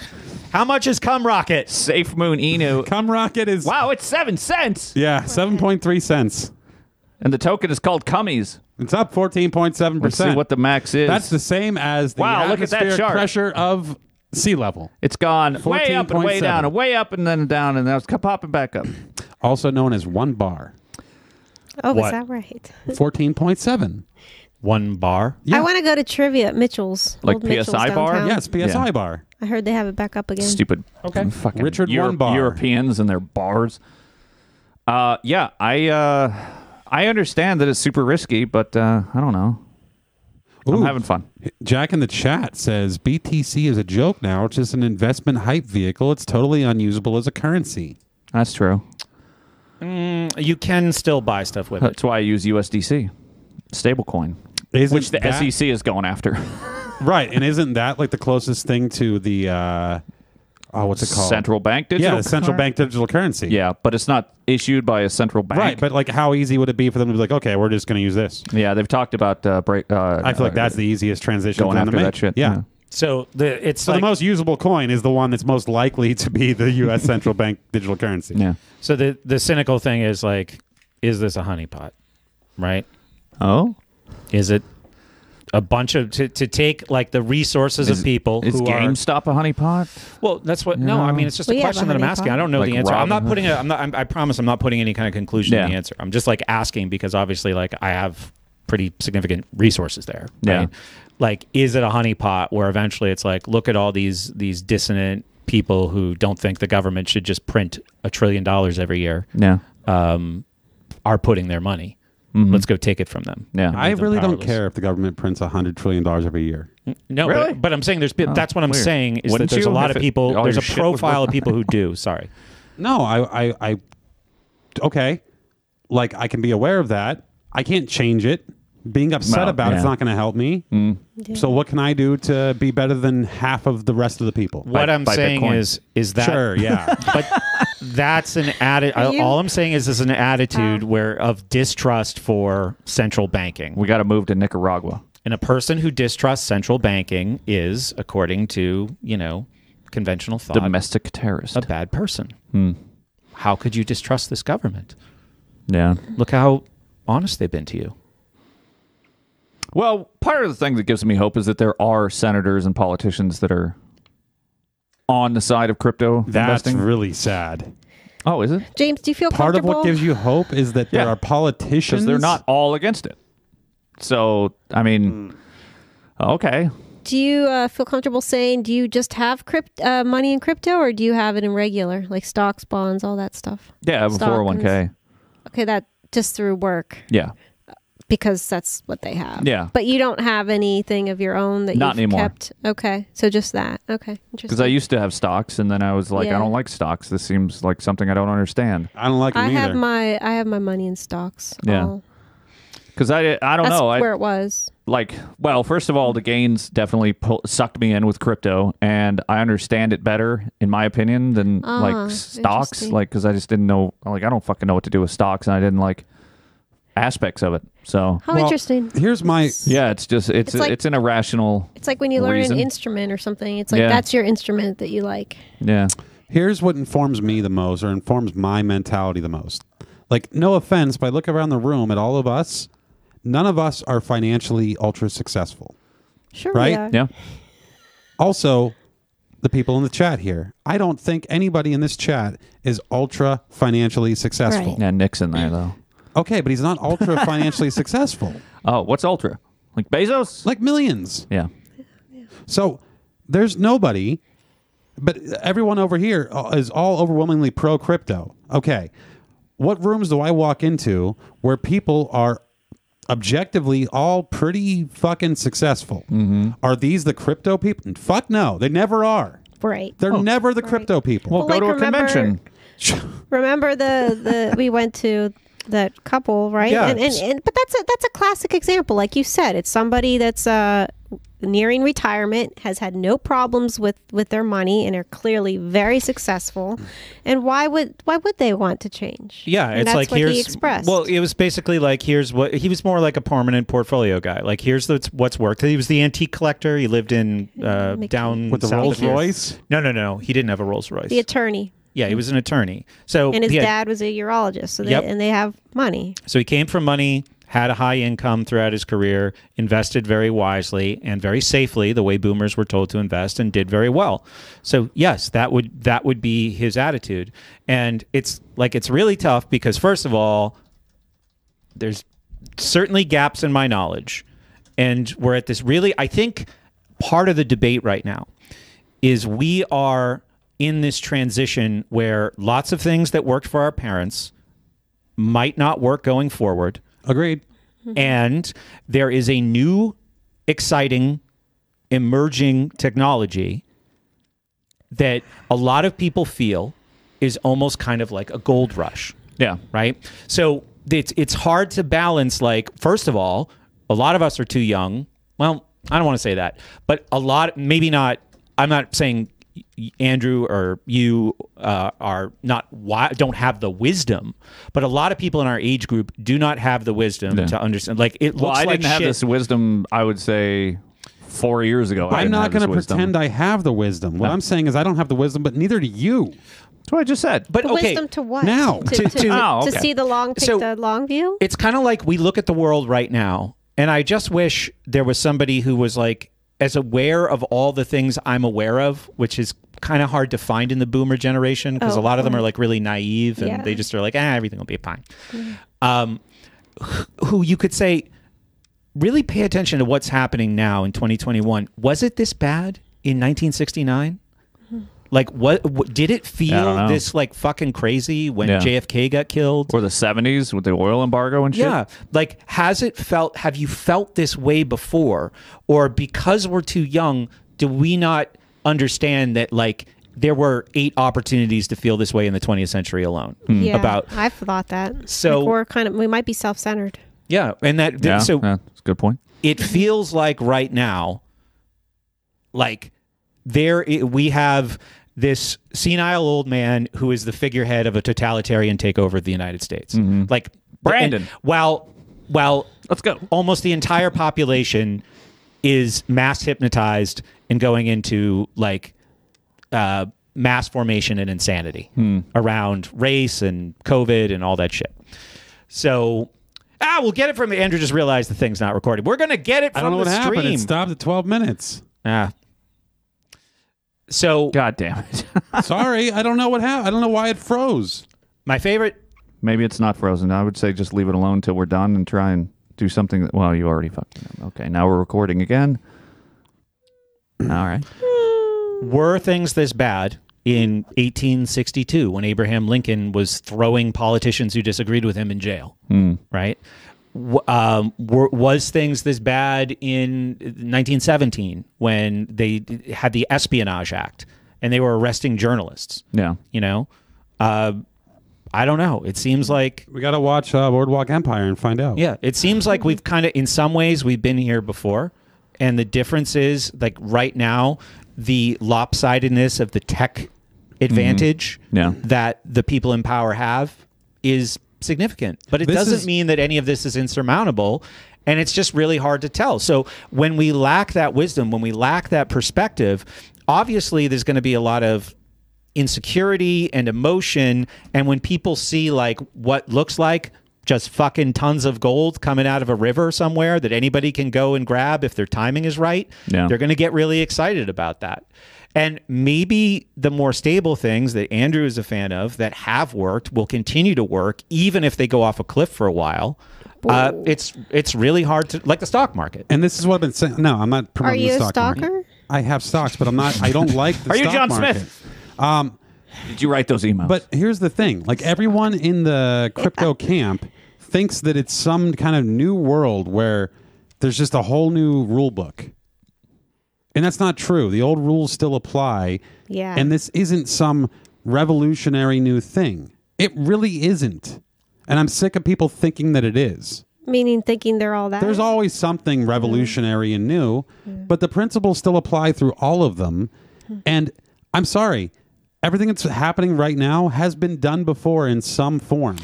how much is cum rocket
Safe Moon Inu.
Cum Rocket is.
wow, it's seven cents,
Yeah, seven point three cents.
and the token is called Cummies.
It's up fourteen point seven
Let's see
percent.
what the max is.
That's the same as the
Wow, look at that
atmospheric
chart.
pressure of sea level,
it's gone way up and way
14.7.
down and way up and then down and now it's popping back up.
also known as one bar.
Oh,
What?
is that right?
Fourteen point seven.
one bar
Yeah.
I want to go to trivia at Mitchell's.
Like
old Mitchell's
PSI bar?
downtown.
Yes, PSI bar.
I heard they have it back up again.
Stupid.
Okay.
Fucking
Richard
Euro-
one bar.
Europeans and their bars. Uh, yeah, I uh, I understand that it's super risky, but uh, I don't know. I'm
Ooh.
having fun.
Jack in the chat says BTC is a joke now. It's just an investment hype vehicle. It's totally unusable as a currency.
That's true.
you can still buy stuff with it
That's why I use USDC, stablecoin,
Isn't
which the E
that-
SEC is going after.
right? And isn't that like the closest thing to the uh, oh, what's it called?
central bank digital.
Yeah, the central
cur-
bank digital currency.
Yeah, but it's not issued by a central bank.
Right, but like, how easy would it be for them to be like, okay, we're just going to use this?
yeah, they've talked about uh, break. Uh,
I feel like that's the easiest transition
going
for them to
after
make.
that shit.
Yeah.
Yeah.
so the it's
So
like,
the most usable coin is the one that's most likely to be the U.S. central bank digital currency.
yeah.
So the the cynical thing is like, is this a honeypot? Right?
Oh,
Is it a bunch of to, to take like the resources
Is-
of people
is
who
GameStop a honeypot?
are well? That's what. No, I mean it's just a
We have
question
a
that I'm
honeypot.
asking. I don't know
Like
the answer. I'm not
Robinhood.
putting. A, I'm not. I'm, I promise. I'm not putting any kind of conclusion in
Yeah.
the answer. I'm just like asking because obviously like I have pretty significant resources there.
Yeah.
Right? Like, is it a honeypot where eventually it's like, look at all these these dissonant people who don't think the government should just print a trillion dollars every year.
Yeah.
um, are putting their money. Let's go take it from them.
Mm-hmm. Yeah.
And
I
leave them
really don't
powerless.
care if the government prints hundred trillion dollars every year.
No,
Really? Oh,
but, but I'm saying there's. been that's what I'm
weird.
saying is
Wouldn't
that there's
you
a lot
if
of
it-
people.
all
there's
your
a
shit was
profile of people who do. Sorry.
No, I, I, I, okay, like I can be aware of that. I can't change it. Being upset
Well,
about it's
yeah. Mm.
not going to help me. So what can I do to be better than half of the rest of the people?
What
By-
I'm
by
saying
Bitcoin.
is is that
Sure, yeah.
but that's an attitude.
you-
All I'm saying is there's an attitude where of distrust for central banking.
We got to move to Nicaragua.
And a person who distrusts central banking is, according to you know, conventional thought,
Uh,
Domestic terrorist.
a bad person.
Hmm.
How could you distrust this government?
Yeah.
Look how honest they've been to you.
Well, part of the thing that gives me hope is that there are senators and politicians that are on the side of crypto
That's
investing.
really sad.
oh, is it?
James, do you feel
Part of
comfortable?
what gives you hope is that there
Yeah.
are politicians.
Because they're not all against it. So, I mean, okay.
do you uh, feel comfortable saying, do you just have crypt- uh, money in crypto or do you have it in regular, like stocks, bonds, all that stuff?
Yeah, I have a
Stock and-
401k.
Okay, that just through work.
Yeah.
because that's what they have.
Yeah.
But you don't have anything of your own that
Not
you've
anymore.
kept. Okay. So just that. Okay.
Because I
Interesting.
used to have stocks, and then I was like, I
Yeah.
don't like stocks. This seems like something I don't understand.
I don't like them
I
either.
have my I have my money in stocks.
Yeah.
all.
Because I, I don't
That's
know. I,
where it was.
like well first of all the gains definitely pull, sucked me in with crypto and i understand it better in my opinion than
Ah,
like stocks
interesting.
like because i just didn't know like i don't fucking know what to do with stocks and i didn't like aspects of it so
How
Well,
interesting.
Here's my
yeah it's just it's it's,
It's like-
an irrational
It's like when you learn
reason.
an instrument or something. It's like
Yeah.
that's your instrument that you like.
yeah
here's what informs me the most or informs my mentality the most. Like, no offense, but I look around the room at all of us. None of us are financially ultra successful.
Sure.
Right?
Yeah.
yeah
Also, the people in the chat here. I don't think anybody in this chat is ultra financially successful.
yeah nick's in there though
Okay, but he's not ultra financially successful.
oh what's ultra like bezos
Like millions.
yeah
So there's nobody, but everyone over here uh, is all overwhelmingly pro crypto. Okay. What rooms do I walk into where people are objectively all pretty fucking successful?
Mm-hmm.
Are these the crypto people? Fuck no, they never are.
Right.
They're never the crypto people.
well,
Well,
go
like,
to a
remember-
convention
Remember the the we went to that couple, right?
Yeah.
And, and and but that's a that's a classic example. Like you said, it's somebody that's uh nearing retirement, has had no problems with with their money, and are clearly very successful. And why would why would they want to change?
Yeah,
and
it's
that's
like
what
here's
he expressed.
well, it was basically like here's what he was more like a permanent portfolio guy. Like here's the, what's worked. He was the antique collector. He lived in uh,
Mickey.
down
With the
south of
Rolls
here.
Royce?
No, no, no. He didn't have a Rolls Royce.
the attorney
yeah, he was an attorney. So
and his
he had-
dad was a urologist, so they,
Yep.
and they have money.
So he came from money, had a high income throughout his career, invested very wisely and very safely, the way boomers were told to invest, and did very well. So yes, that would that would be his attitude. And it's like it's really tough because first of all, there's certainly gaps in my knowledge. And we're at this really I think part of the debate right now is we are in this transition where lots of things that worked for our parents might not work going forward.
Agreed.
And there is a new, exciting, emerging technology that a lot of people feel is almost kind of like a gold rush
yeah
right? So it's it's hard to balance. Like, first of all, a lot of us are too young. Well, I don't want to say that, but a lot, maybe not. I'm not saying y- Andrew or you uh, are not wi- don't have the wisdom, but a lot of people in our age group do not have the wisdom to understand. Like, it
well
looks
i
like
didn't have
shit.
this wisdom i would say four years ago I
I'm
didn't
not
have this
going to
wisdom.
pretend I have the wisdom. What I'm saying is I don't have the wisdom, but neither do you.
that's what i just said
But
The
okay,
wisdom to what?
Now.
to,
To-
to,
to-
Oh, okay.
to see the long pick
So-
the long view.
it's kind of like we look at the world right now, and I just wish there was somebody who was like as aware of all the things I'm aware of, which is kind of hard to find in the boomer generation because a
Oh,
lot of them are like really naive and
Yeah. Mm.
they just are like, ah, everything will be fine. Um, who you could say, really pay attention to what's happening now in 2021. Was it this bad in 1969?
Mm-hmm.
Like what, what did it feel
know.
this like fucking crazy when
Yeah.
JFK got killed?
or the 70s with the oil embargo and shit
Yeah. Like, has it felt, have you felt this way before? Or because we're too young, do we not understand that, like, there were eight opportunities to feel this way in the 20th century alone?
Hmm.
yeah,
Hmm. About,
I've thought that.
So-
Like, we're kind of we might be self centered.
yeah. And that,
yeah
so
yeah, that's a good point
it feels like right now, like, there i we have this senile old man who is the figurehead of a totalitarian takeover of the United States. Like,
Mm-hmm. Brandon.
and while, while,
let's go
almost the entire population is mass hypnotized and going into like uh, mass formation and insanity
Hmm.
around race and COVID and all that shit. So. Ah, we'll get it from Andrew. Just realized the thing's not recorded. We're gonna get it
I
from
don't know
the
what
stream.
happened. It stopped at 12 minutes.
ah. So
god damn it
Sorry, I don't know what happened. I don't know why it froze.
my favorite
Maybe it's not frozen. I would say just leave it alone till we're done and try and do something. That, well, you already fucked it up. Okay, now we're recording again. All right.
were things this bad in 1862 when Abraham Lincoln was throwing politicians who disagreed with him in jail, right? w- um, were, was things this bad in 1917 when they d- had the Espionage Act and they were arresting journalists?
Yeah.
You know, uh, I don't know. It seems like
We got to watch uh, Boardwalk Empire and find out.
yeah, it seems like we've kind of, in some ways, we've been here before. And the difference is, like, right now, the lopsidedness of the tech
Mm-hmm.
advantage
Yeah.
that the people in power have is significant. But it
This
doesn't
is-
mean that any of this is insurmountable. And it's just really hard to tell. So when we lack that wisdom, when we lack that perspective, obviously there's going to be a lot of insecurity and emotion. And when people see like what looks like just fucking tons of gold coming out of a river somewhere that anybody can go and grab if their timing is right,
Yeah.
they're going to get really excited about that. And maybe the more stable things that Andrew is a fan of that have worked will continue to work even if they go off a cliff for a while. Uh, it's it's really hard to like the stock market.
And this is what I've been saying. No, I'm not promoting
you
the
a
stock market.
stalker?
I have stocks, but I'm not. I don't like. The
Are you
stock
John
market.
Smith? Did you write those emails?
But here's the thing: like everyone in the crypto camp thinks that it's some kind of new world where there's just a whole new rule book, and that's not true. The old rules still apply.
Yeah.
And this isn't some revolutionary new thing. It really isn't. And I'm sick of people thinking that it is.
Meaning thinking they're all that.
There's always something revolutionary and new, but the principles still apply through all of them. And I'm sorry, everything that's happening right now has been done before in some form.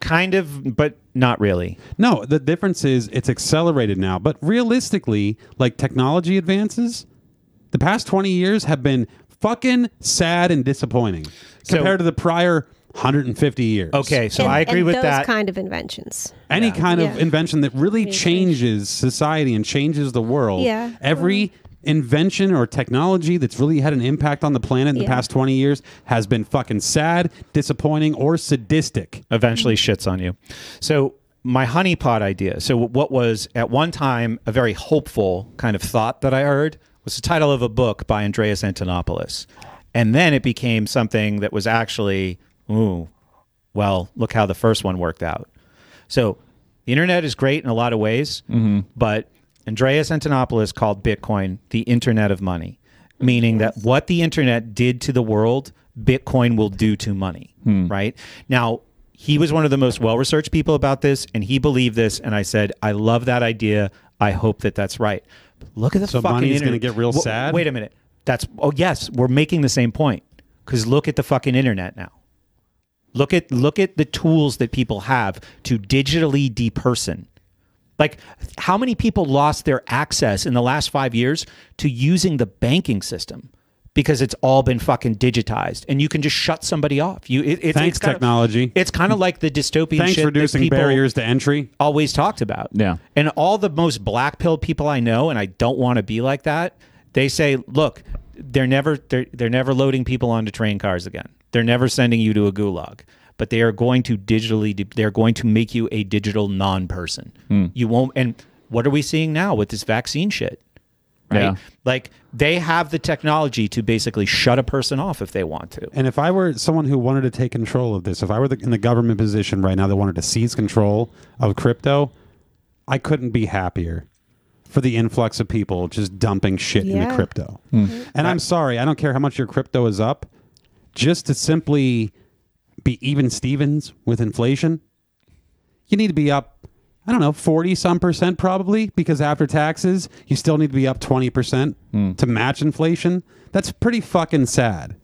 Kind of, but not really.
No, the difference is it's accelerated now, but realistically, like technology advances, the past 20 years have been fucking sad and disappointing
So-
compared to the prior 150 years.
Okay, so
And-
I agree
and
with
those
that.
kind of inventions.
any kind of
Yeah.
invention that really changes society and changes the world.
Yeah. Mm-hmm.
Every invention or technology that's really had an impact on the planet in the
Yeah.
past 20 years has been fucking sad, disappointing, or sadistic.
eventually shits on you. So my honeypot idea. So what was at one time a very hopeful kind of thought that I heard was the title of a book by Andreas Antonopoulos, and then it became something that was actually ooh, well, look how the first one worked out. So the internet is great in a lot of ways,
Mm-hmm.
but Andreas Antonopoulos called Bitcoin the internet of money, meaning that what the internet did to the world, Bitcoin will do to money,
Hmm.
right? Now, he was one of the most well researched people about this, and he believed this. And I said, I love that idea. I hope that that's right. But look at the
So
fucking
money's
internet.
gonna get real
Wa-
sad?
Wait a minute. That's, oh, yes, we're making the same point. Because look at the fucking internet now. Look at look at the tools that people have to digitally deperson. Like how many people lost their access in the last 5 years to using the banking system because it's all been fucking digitized and you can just shut somebody off. You it, it's,
Thanks,
it's kinda-
technology.
It's kind of like the dystopian
Thanks
shit
for reducing
that people
barriers to entry.
always talked about.
Yeah.
And all the most black pill people I know, and I don't want to be like that, they say, look, they're never they're they're never loading people onto train cars again. They're never sending you to a gulag. But they are going to digitally de- they're going to make you a digital non person.
Hmm.
You won't and what are we seeing now with this vaccine shit? Right?
Yeah.
Like they have the technology to basically shut a person off if they want to.
And if I were someone who wanted to take control of this, if I were the, in the government position right now that wanted to seize control of crypto, I couldn't be happier for the influx of people just dumping shit into
Yeah.
crypto. And I'm sorry, I don't care how much your crypto is up, just to simply be even Stevens with inflation, you need to be up, I don't know, 40 some percent probably, because after taxes, you still need to be up 20% to match inflation. That's pretty fucking sad.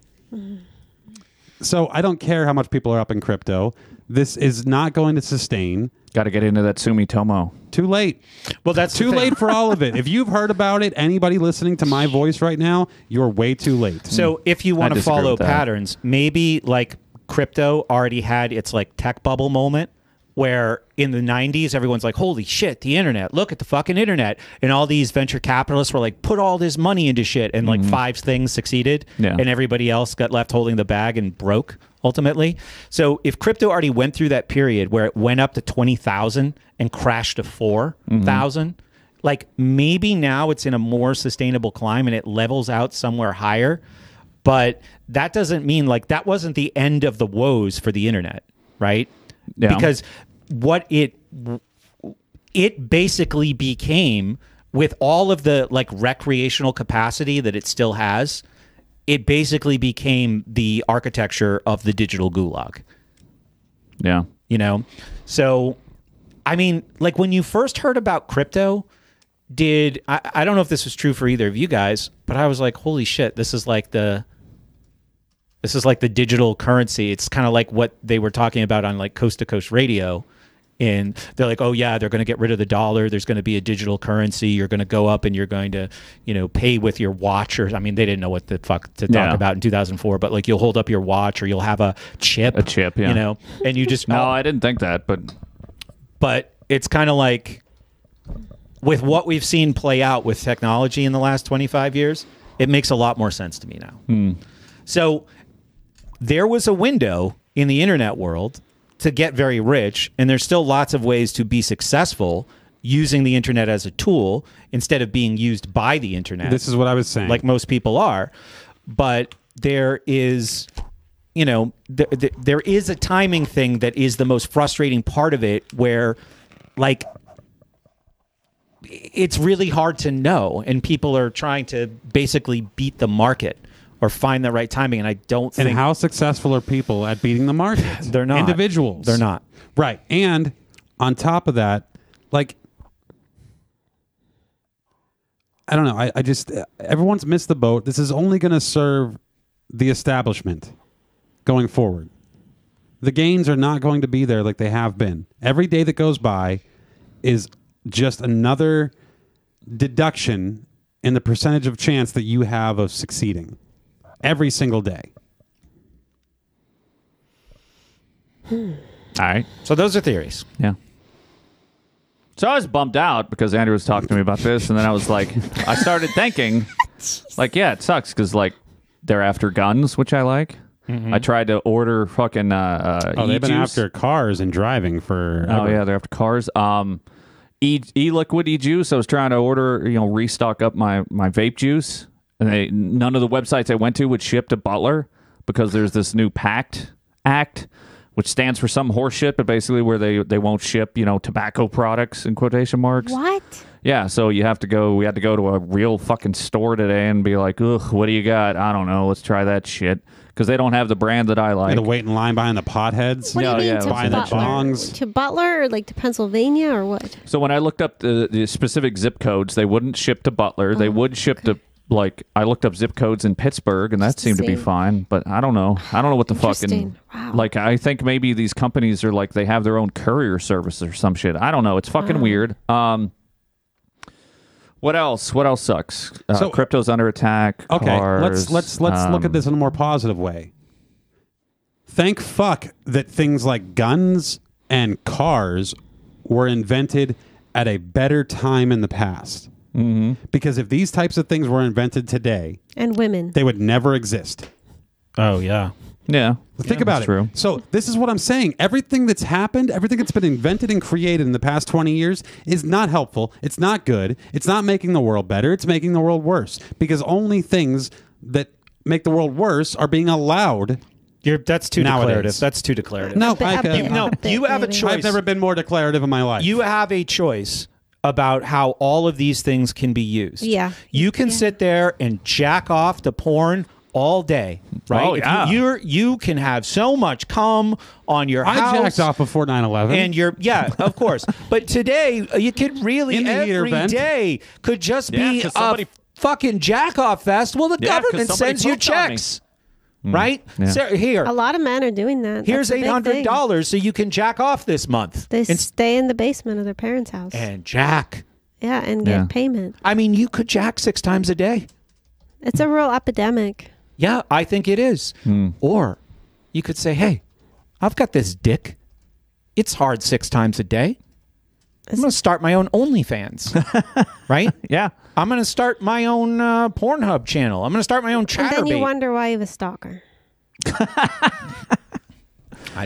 So I don't care how much people are up in crypto. This is not going to sustain.
Got to get into that Sumitomo.
Too late.
Well, that's the
Too
thing.
late for all of it. If you've heard about it, anybody listening to my voice right now, you're way too late.
So if you want to
Hmm. disagree
follow
with that.
patterns, maybe like crypto already had its like tech bubble moment where in the 90s everyone's like holy shit the internet look at the fucking internet and all these venture capitalists were like put all this money into shit and like five things succeeded
Mm-hmm. Yeah.
and everybody else got left holding the bag and broke ultimately so if crypto already went through that period where it went up to 20,000 and crashed to 4,000 like maybe now it's in a more sustainable climb and it levels out somewhere higher but that doesn't mean like that wasn't the end of the woes for the internet right
Yeah.
because what it it basically became with all of the like recreational capacity that it still has it basically became the architecture of the digital gulag
Yeah.
you know so i mean like when you first heard about crypto did I, I don't know if this was true for either of you guys but i was like holy shit this is like the this is like the digital currency it's kind of like what they were talking about on like coast to coast radio and they're like oh yeah they're going to get rid of the dollar there's going to be a digital currency you're going to go up and you're going to you know pay with your watch or i mean they didn't know what the fuck to talk
Yeah.
about in 2004 but like you'll hold up your watch or you'll have a chip
A chip, yeah.
you know and you just
No, I didn't think that, but
but it's kind of like with what we've seen play out with technology in the last 25 years, it makes a lot more sense to me now. So there was a window in the internet world to get very rich, and there's still lots of ways to be successful using the internet as a tool instead of being used by the internet
This is what I was saying.
like most people are. But there is, you know, there, there, there is a timing thing that is the most frustrating part of it where, like, it's really hard to know. And people are trying to basically beat the market or find the right timing. And I don't
and
think
how successful are people at beating the market?
they're not
individuals.
They're not.
Right. And on top of that, like, I don't know. I, I just, everyone's missed the boat. This is only going to serve the establishment going forward. The gains are not going to be there like they have been. Every day that goes by is just another deduction in the percentage of chance that you have of succeeding every single day.
all right.
So those are theories.
Yeah. So I was bummed out because Andrew was talking to me about this, and then I was like, I started thinking, like, yeah, it sucks because like they're after guns, which I like. I tried to order fucking. Uh, uh,
Mm-hmm. Oh, they've been
e-juice.
after cars and driving for.
Oh yeah, they're after cars. Um, e e liquid e juice. I was trying to order, you know, restock up my my vape juice, and they none of the websites I went to would ship to Butler because there's this new pact act, which stands for some horseshit, but basically where they they won't ship, you know, tobacco products in quotation marks.
What?
Yeah, so you have to go. We had to go to a real fucking store today and be like, ugh, what do you got? I don't know. Let's try that shit because they don't have the brand that I
Had
like.
to wait in line behind the potheads.
What
No,
do you mean
yeah,
to
buying
the
Butler?
bongs.
To Butler or like to Pennsylvania or what?
So when I looked up the, the specific zip codes, they wouldn't ship to Butler. they would ship to like I looked up zip codes in Pittsburgh, and that
the
seemed to be
same.
fine. But I don't know. I don't know what the fucking
Interesting. Wow.
like. I think maybe these companies are like they have their own courier service or some shit. I don't know. It's fucking weird. Um. What else? What else sucks? Uh,
So-
crypto's under attack.
Okay, let's
cars,
let's let's look
um,
at this in a more positive way. Thank fuck that things like guns and cars were invented at a better time in the past. Mm-hmm. Because if these types of things were invented today,
And women.
they would never exist.
Oh yeah.
Yeah.
Think about
that's
it.
true.
So this is what I'm saying. Everything that's happened, everything that's been invented and created in the past 20 years is not helpful. It's not good. It's not making the world better. It's making the world worse because only things that make the world worse are being allowed.
You're, that's too
Nowadays.
declarative. That's too declarative.
No,
But
I
up it,
can,
No,
up it,
you have a
maybe.
choice.
I've never been more declarative in my life.
You have a choice about how all of these things can be used.
Yeah.
You can sit there and jack off the porn all day, right?
Oh,
If
yeah.
You, are you can have so much cum on your
I
house.
jacked off before 9/11.
And you're yeah, of course. But today uh, you could really
In the heater
every
vent.
day could just
Yeah,
be
'cause
a
somebody-
fucking jack off fest. Well, the
Yeah, 'cause
government
somebody
sends you
poked on me. Mm.
checks, right? So here,
A lot of men are doing that.
here's
That's
eight
a big
hundred
thing.
dollars so you can jack off this month.
They
Inst-
stay in the basement of their parents' house.
and jack.
yeah, and get
Yeah.
payment.
I mean, you could jack six times a day.
It's a real epidemic.
Yeah, I think it is.
Hmm.
Or you could say, hey, I've got this dick. It's hard six times a day. I'm going to start my own OnlyFans, right?
Yeah.
I'm going to start my own uh, Pornhub channel. I'm going to start my own
And then you
chatterbait.
wonder why you was a stalker.
I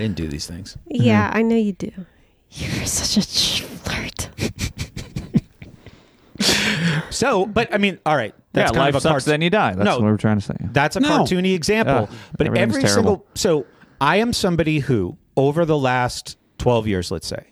didn't do these things.
Yeah, I know you do. You're such a ch- flirt.
So, but I mean, all right.
Yeah.
That's kind
Life
of a
sucks.
cart-
Then you die. That's
No.
what we were trying to say.
That's a
No.
cartoony example.
Yeah,
but
everything's
every
terrible.
single so I am somebody who over the last 12 years, let's say,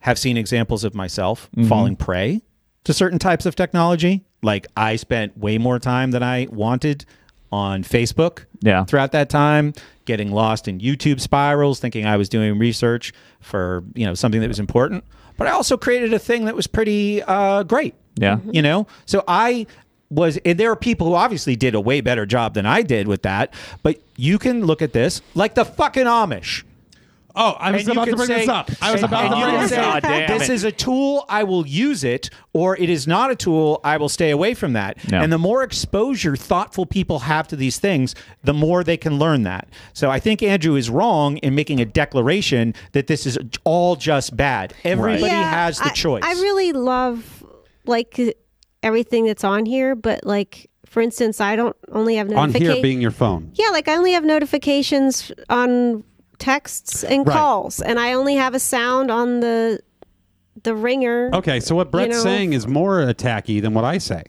have seen examples of myself
Mm-hmm.
falling prey to certain types of technology. Like I spent way more time than I wanted on Facebook
Yeah.
throughout that time, getting lost in YouTube spirals, thinking I was doing research for, you know, something that was important. But I also created a thing that was pretty uh, great.
Yeah.
Mm-hmm.
You know? So I was and there are people who obviously did a way better job than I did with that, but you can look at this like the fucking Amish.
Oh, I was
And you
about to
can
bring
say-
this up. I was
and-
about
and
to
you
bring
can
this
say,
God
up.
damn
This
it.
is a tool. I will use it, or it is not a tool. I will stay away from that.
No.
And the more exposure thoughtful people have to these things, the more they can learn that. So I think Andrew is wrong in making a declaration that this is all just bad. Everybody has the
I,
choice.
I really love like everything that's on here, but like for instance, I don't only have
On
notifications.
here being your phone.
yeah, like I only have notifications on texts and
Right.
calls, and I only have a sound on the the ringer.
Okay, so what Brett's
know-
saying is more attacky than what I say.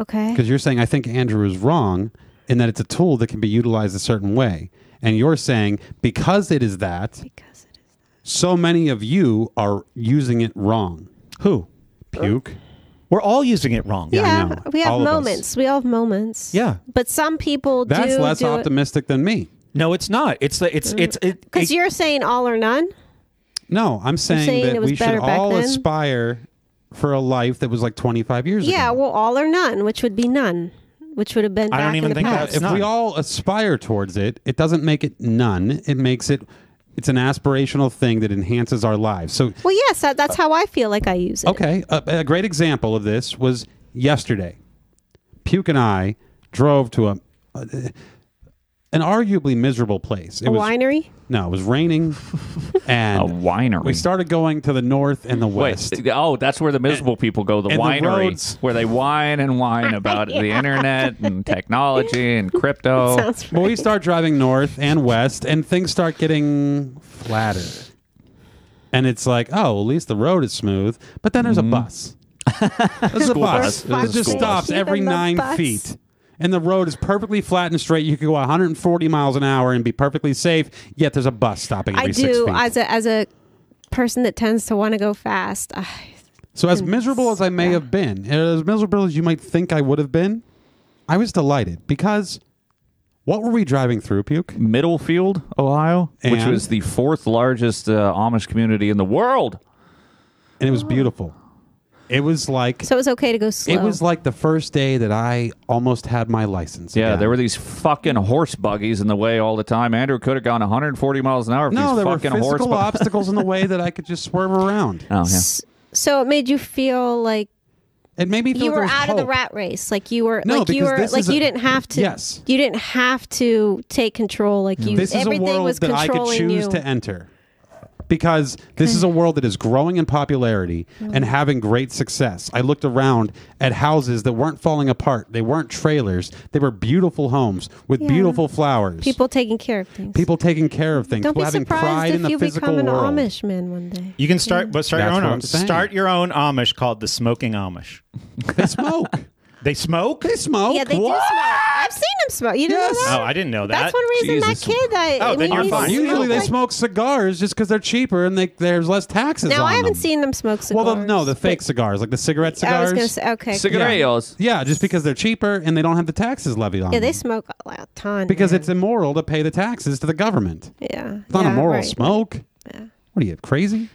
Okay.
Because you're saying, I think Andrew is wrong in that it's a tool that can be utilized a certain way. And you're saying, because it is that,
Because it is.
so many of you are using it wrong.
who?
Puke.
We're all using it wrong.
I
Yeah,
know.
we have
All of us.
moments. We all have moments.
Yeah.
But some people
That's
do
less
do
optimistic than me.
No, it's not. It's the it's it's it,
Because Uh, you're saying all or none.
No, I'm saying,
saying
that
it was
we should
better back
all
then?
aspire for a life that was like 25 years
Yeah,
ago.
well, all or none, which would be none, which would have been.
I don't
back
even
in the
think
past.
that's-
if we
none.
all aspire towards it, it doesn't make it none. It makes it, it's an aspirational thing that enhances our lives. So
Well, yes, that, that's how I feel like I use it.
Uh, Okay. A, a great example of this was yesterday. Puke and I drove to a, an arguably miserable place. It
A
was
winery.
No, it was raining, and
A winery.
We started going to the north and the west.
Wait, oh, that's where the miserable people go, the
and the
wineries,
roads.
where they whine and whine about the internet and technology and
Oh,
crypto.
Sounds
But we start driving north and west, and things start getting flatter. And it's like, oh, at least the road is smooth. But then there's a bus. There's a bus.
Mm-hmm. bus. It was
It
a
just
school
stops
bus.
every
Even the
nine
bus.
feet. And the road is perfectly flat and straight. You could go 140 miles an hour and be perfectly safe. Yet there's a bus stopping every
I
six
do
feet.
as a as a person that tends to want to go fast. Ah, I,
so as miserable as I may have been, and as miserable as you might think I would have been, I was delighted because what were we driving through, Puke?
Middlefield, Ohio, which
And?
was the fourth largest uh, Amish community in the world.
and it
Oh.
was beautiful. It was like
so it was okay to go slow.
it was like the first day that I almost had my license.
Yeah,
again.
there were these fucking horse buggies in the way all the time. Andrew could have gone 140 miles an hour. If
no,
these
there were
fucking horse
physical
bu-
obstacles in the way that I could just swerve around.
Oh, yeah.
S- so it made you feel like
It made me feel
you
like there
were
was
out of the
hope.
rat race. Like you were
No,
like you
because
were
this
like
is a-
you didn't have to.
Yes.
You didn't have to take control. Like you.
This is a
everything
world
was
that I
controlling
could choose
you.
to enter. Because this is a world that is growing in popularity
Mm.
and having great success. I looked around at houses that weren't falling apart. They weren't trailers. They were beautiful homes with
Yeah.
beautiful flowers.
People taking care of things.
people taking care of things.
Don't
people
be
having pride
surprised
in
if
the
you
physical
become
become an
world.
Amish man one day.
you can start but start
That's
your
what
own
I'm saying.
start your own Amish called the smoking Amish.
They smoke.
They smoke?
they smoke.
Yeah, they do smoke. I've seen them smoke. You know
Yes.
that?
Oh, I didn't know that.
That's one reason
Jesus.
that kid. I,
Oh, then
he
you're
used to
fine.
Usually
smoke
they
like-
smoke cigars just because they're cheaper and they, there's less taxes.
Now
on
I
them.
haven't seen them smoke cigars.
Well, the, no, the
but-
fake cigars, like the cigarette
I was
cigars.
gonna say okay.
Cigarillos.
yeah, just because they're cheaper and they don't have the taxes levied on
Yeah,
them.
they smoke a lot- ton.
because
man.
it's immoral to pay the taxes to the government.
yeah.
It's not
yeah,
immoral
right.
to smoke. What are you crazy?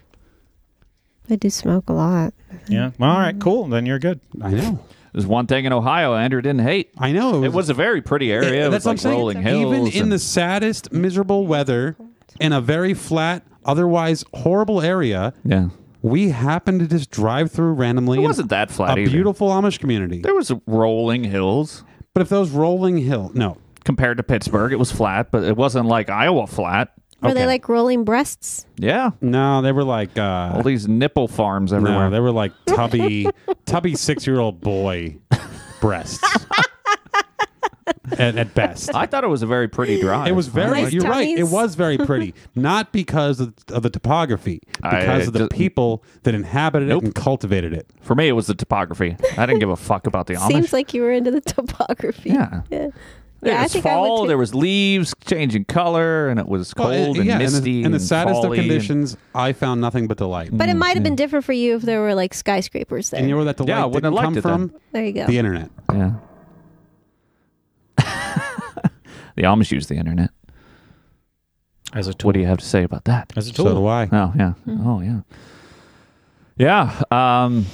I do smoke a lot.
Yeah. All right, cool. Then you're good.
I know.
There's one thing in Ohio Andrew didn't hate.
I know.
It was a very pretty
Yeah,
area. It was
that's
like
what I'm
rolling
saying.
hills.
Even in
and-
the saddest, miserable weather, in a very flat, otherwise horrible area,
yeah,
we happened to just drive through randomly.
it
in
wasn't that flat.
a
either.
beautiful Amish community.
There was rolling hills
But if those rolling hill, no,
compared to Pittsburgh. It was flat, but it wasn't like Iowa flat.
Were
Okay.
they like rolling breasts?
Yeah,
no, they were like, uh,
all these nipple farms everywhere.
no, they were like tubby, tubby six-year-old boy breasts. at, at best,
I thought it was a very pretty drive.
it was very.
Nice
you're right. It
tummies.
was very pretty, not because of, of the topography,
I-
because of the
just-
people that inhabited
Nope.
it and cultivated it.
for me. It was the topography. I didn't give a fuck about the Amish.
Seems like you were into the topography.
Yeah. There
Yeah, I
was
think I would
fall.
too.
there was leaves changing color, and it was cold
Well, it-
and
yeah, in the-
misty.
In the, saddest of
folly and-
conditions, I found nothing but delight.
But it might have been different for you if there were like skyscrapers there.
and you know where that
Yeah, I
delight
wouldn't
didn't
have
come
liked it
from?
there you go.
The internet.
Yeah. the Amish use the internet.
As a
What do you have to say about that?
As a
So do I.
Oh yeah.
Mm-hmm.
Oh yeah. Yeah. Um.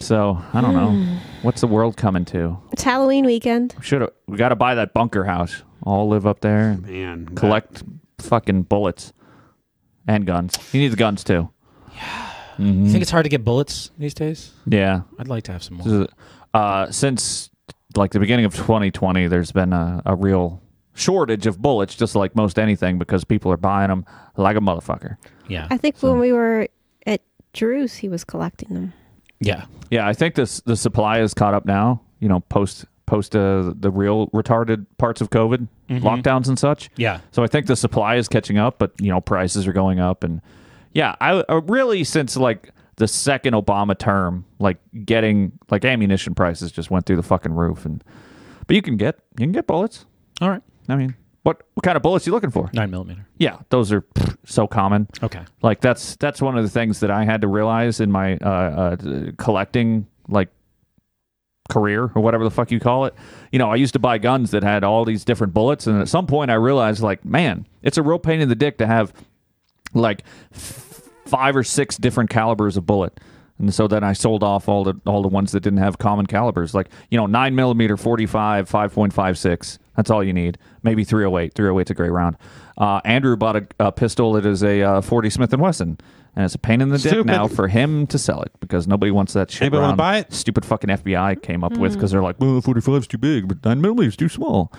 So I don't
Hmm.
know. What's the world coming to?
It's Halloween weekend.
We should have. We got to buy that bunker house. All live up there and
Man, that-
collect fucking bullets and guns. He needs guns too. Mm-hmm.
You think it's hard to get bullets these days?
Yeah.
I'd like to have some more.
This is- Uh, since like the beginning of 2020, there's been a, a real shortage of bullets, just like most anything, because people are buying them like a motherfucker.
Yeah.
I think when we were at Drew's, he was collecting them.
Yeah.
Yeah, I think this the supply is caught up now. You know, post post uh, the real retarded parts of COVID lockdowns and such.
Yeah.
So I think the supply is catching up, but you know prices are going up, and yeah, I uh, really since like the second Obama term, like getting like ammunition prices just went through the fucking roof, and but you can get you can get bullets.
All right.
I mean, what what kind of bullets you looking for?
Nine millimeter.
Yeah, those are pff, so common.
Okay.
Like that's that's one of the things that I had to realize in my uh, uh, collecting like career or whatever the fuck you call it. You know, I used to buy guns that had all these different bullets, and at some point I realized like, man, it's a real pain in the dick to have like f- five or six different calibers of bullet. And so then I sold off all the all the ones that didn't have common calibers, like you know nine millimeter, forty five, five point five six. That's all you need. Maybe three hundred eight. Three hundred eight's a great round. Uh, Andrew bought a, a pistol that is a uh, forty Smith and Wesson, and it's a pain in the dick
Stupid.
now for him to sell it because nobody wants that shit.
Anybody wanna
round
buy it?
Stupid fucking FBI came up with because they're like, well, forty five's too big, but nine millimeter's too small.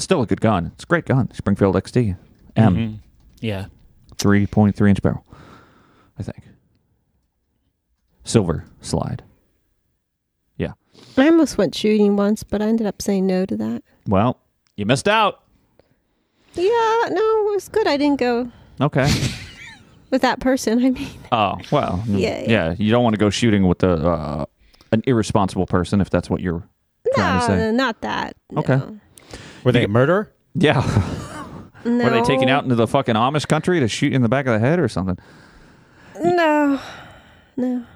Still a good gun. It's a great gun. Springfield XD M
Yeah.
three point three inch barrel, I think. Silver slide. Yeah.
I almost went shooting once, but I ended up saying no to that.
Well, you missed out.
Yeah, no, it was good. I didn't go
Okay.
with that person. I mean,
oh well. mm,
Yeah, yeah.
You don't want to go shooting with the uh, an irresponsible person if that's what you're trying to say.
no, not that.
Okay.
No.
Were they a murderer?
Yeah.
No.
Were they taken out into the fucking Amish country to shoot you in the back of the head or something?
No, no.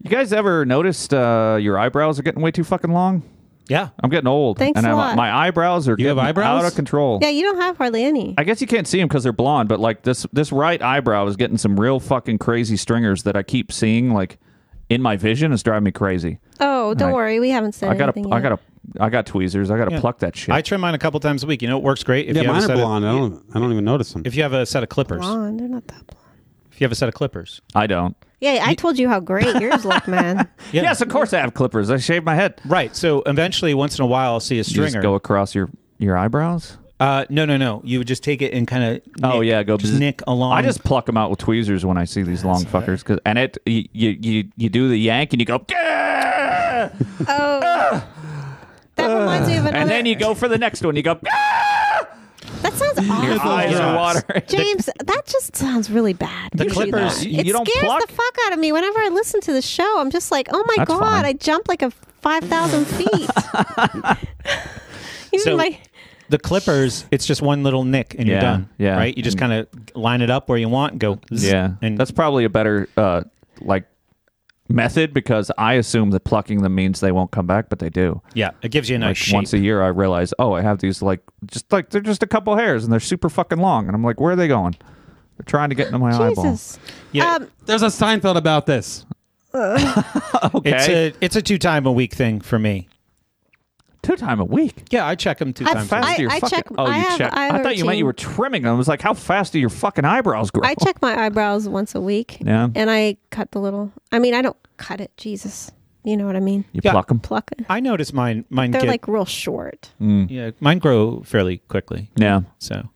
You guys ever noticed uh, your eyebrows are getting way too fucking long?
Yeah.
I'm getting old.
Thanks
and
a
I'm, uh,
lot.
my eyebrows are
You have
getting
eyebrows?
out of control.
Yeah, you don't have hardly any.
I guess you can't see them because they're blonde, but like this this right eyebrow is getting some real fucking crazy stringers that I keep seeing like in my vision. It's driving me crazy.
oh, don't
I-
worry, we haven't said
I gotta,
anything.
I
yet.
gotta, I got tweezers. I gotta
Yeah.
pluck that shit.
I trim mine a couple times a week. You know, it works great. If
yeah,
you have a
mine are
set of-
blonde. I don't. I don't even notice them.
if you have a set of clippers,
blonde. They're not that blonde.
if you have a set of clippers,
I don't.
Yeah, I told you how great yours look, man.
Yeah.
Yes, of course I have clippers. I shave my head.
right? So eventually, once in a while, I'll see a
You
stringer.
just go across your your eyebrows.
uh, no, no, no. You would just take it and kind of.
Oh yeah, go
just
bzz.
nick along.
I just pluck them out with tweezers when I see these long fuckers. Cause and it you you you, you do the yank and you go. "Gah!"
Oh, that reminds me of another.
And then you go for the next one. You go. "Gah!"
that sounds awful.
Eyes are watering.
James, that just sounds really bad.
The
You do
clippers,
that.
you-
it
you don't
scares
pluck?
the fuck out of me. Whenever I listen to the show, I'm just like, oh my
That's
god,
fine.
I jumped like a five thousand feet. Even
So-
my-
the clippers. It's just one little nick and
Yeah,
you're done.
yeah. Mm.
Right. You just kind of line it up where you want. And go. zzz,
Yeah,
And
that's probably a better uh, like method because I assume that plucking them means they won't come back, but they do.
yeah. It gives you a nice
like
shape.
once a year, I realize, oh, I have these like just like they're just a couple hairs and they're super fucking long, and I'm like, where are they going? They're trying to get into my eyeball.
Jesus.
Yeah.
Um,
There's a Seinfeld about this.
It's a it's a two time a week thing for me.
Two time a week.
Yeah, I check them two
I
times.
Fast
I-
do your
I
fucking
check-
oh
I
you
have-
check.
I have a
thought you meant you
routine.
were trimming them. I was like, how fast do your fucking eyebrows grow? Oh,
I check my eyebrows once a week.
Yeah.
And I cut the little. I mean, I don't cut it. Jesus, you know what I mean?
You
Yeah.
pluck them.
Pluck it.
I notice mine. Mine
They're
get
like real short.
Mm.
yeah. Mine grow fairly quickly.
Yeah.
So,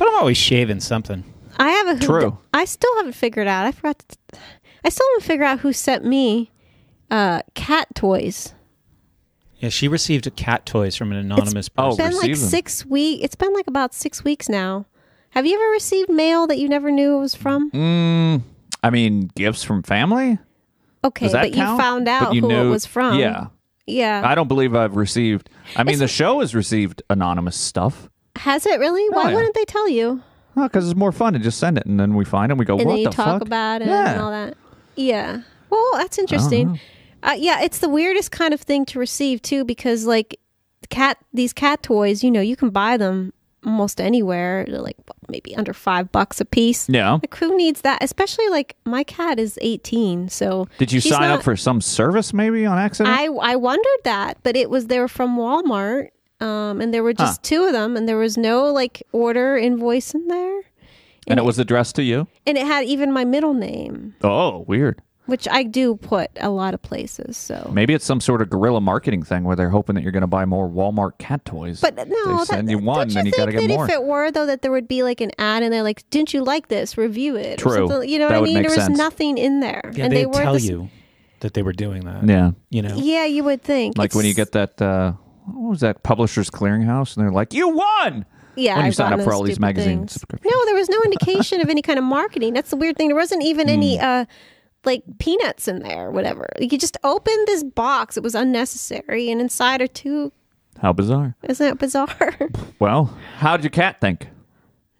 but I'm always shaving something.
I have a who
True.
d- I still haven't figured out. I forgot. To, I still haven't figured out who sent me uh, cat toys.
Yeah, she received cat toys from an anonymous
oh.
person.
been like
receive them.
six week. It's been like about six weeks now. Have you ever received mail that you never knew it was from?
Mm, I mean, gifts from family.
okay,
Does that
but
count?
you found
But
out
you
who
knew-
it was from.
Yeah.
Yeah.
I don't believe I've received. I mean, the show has received anonymous stuff.
Has it really? Why
Oh, yeah.
wouldn't they tell you?
because it's more fun to just send it, and then we find it. and We go,
and
what
then you
the
talk
fuck?
about it
yeah.
and all that. Yeah. Well, that's interesting.
Uh-huh.
Uh, yeah, it's the weirdest kind of thing to receive too, because like cat these cat toys, you know, you can buy them almost anywhere, They're, like maybe under five bucks a piece.
Yeah.
Like who needs that? Especially like my cat is eighteen, so
Did you
she's
sign
not-
up for some service maybe on accident?
I I wondered that, but it was they were from Walmart, um, and there were just two of them, and there was no like order invoice in there,
and it was addressed to you.
and it had even my middle name.
Oh, weird.
which I do put a lot of places. So,
Maybe it's some sort of guerrilla marketing thing where they're hoping that you're going to buy more Walmart cat toys.
but no,
they
that,
send you one,
don't you
then you
think
got to get
that
more.
if it were though, that there would be like an ad and they're like, "Didn't you like this? Review it." or
True.
something. You know
That
what I
would
mean?
make
There was
sense.
nothing in there,
Yeah,
and
they,
they were
tell
this-
you that they were doing that.
yeah,
You know.
Yeah, you would think.
like when
It's-
you get that. Uh, what was that? Publishers Clearinghouse, and they're like, "You won."
yeah,
when you
I've
sign
gotten
up for
those
all these
stupid
magazine
things.
subscriptions.
No, there was no indication of any kind of marketing. That's the weird thing. There wasn't even any
Hmm.
uh like peanuts in there, or whatever. Like, You just opened this box; it was unnecessary, and inside are two.
How bizarre.
Isn't that bizarre? she
Well, how'd your cat think?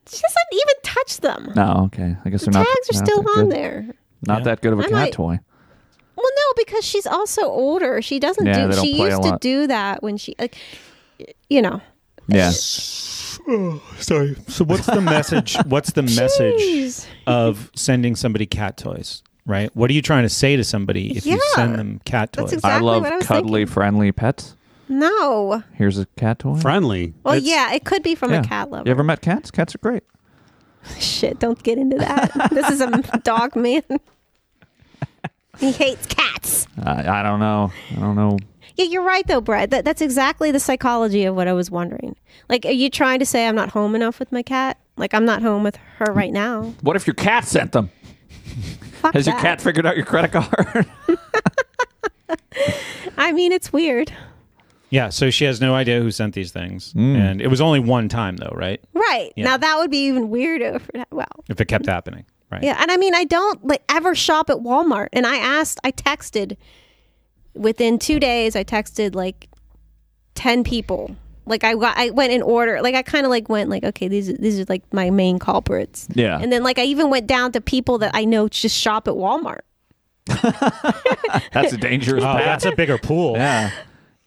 doesn't even touch them.
No, okay. I guess they're not.
Tags are
not
still
that
on
good-
there.
Not that good of a
I
cat
might-
toy.
Well, no, because she's also older. She doesn't
Yeah, they
do.
don't
She
play a
used to
lot.
do that when she, like, you know,
Yeah.
Sorry. So what's the message? What's the
Jeez.
message of sending somebody cat toys? Right. What are you trying to say to somebody if you
Yeah.
send them cat toys?
That's exactly
I love
what I was
cuddly,
thinking.
friendly pets.
No.
Here's a cat toy.
Friendly.
Well,
It's-
yeah, it could be from
Yeah.
a cat lover.
You ever met cats? Cats are great.
Shit, don't get into that. this is a dog man. he hates cats.
I I don't know. I don't know.
Yeah, you're right though, Brett. That, that's exactly the psychology of what I was wondering. Like, are you trying to say I'm not home enough with my cat? Like, I'm not home with her right now.
What if your cat sent them?
Fuck
Has your
that.
cat figured out your credit card?
I mean, it's weird.
yeah. So she has no idea who sent these things, and it was only one time though, right?
Right. Now that would be even weirder for that. Well,
If it kept happening, right?
Mm. yeah, and I mean I don't like ever shop at Walmart and I asked, I texted within 2 days I texted like 10 people. Like I got, I went in order. Like I kind of like went like okay, these these are like my main culprits.
Yeah.
And then like I even went down to people that I know just shop at Walmart.
That's a dangerous
Oh,
path.
that's a bigger pool.
yeah.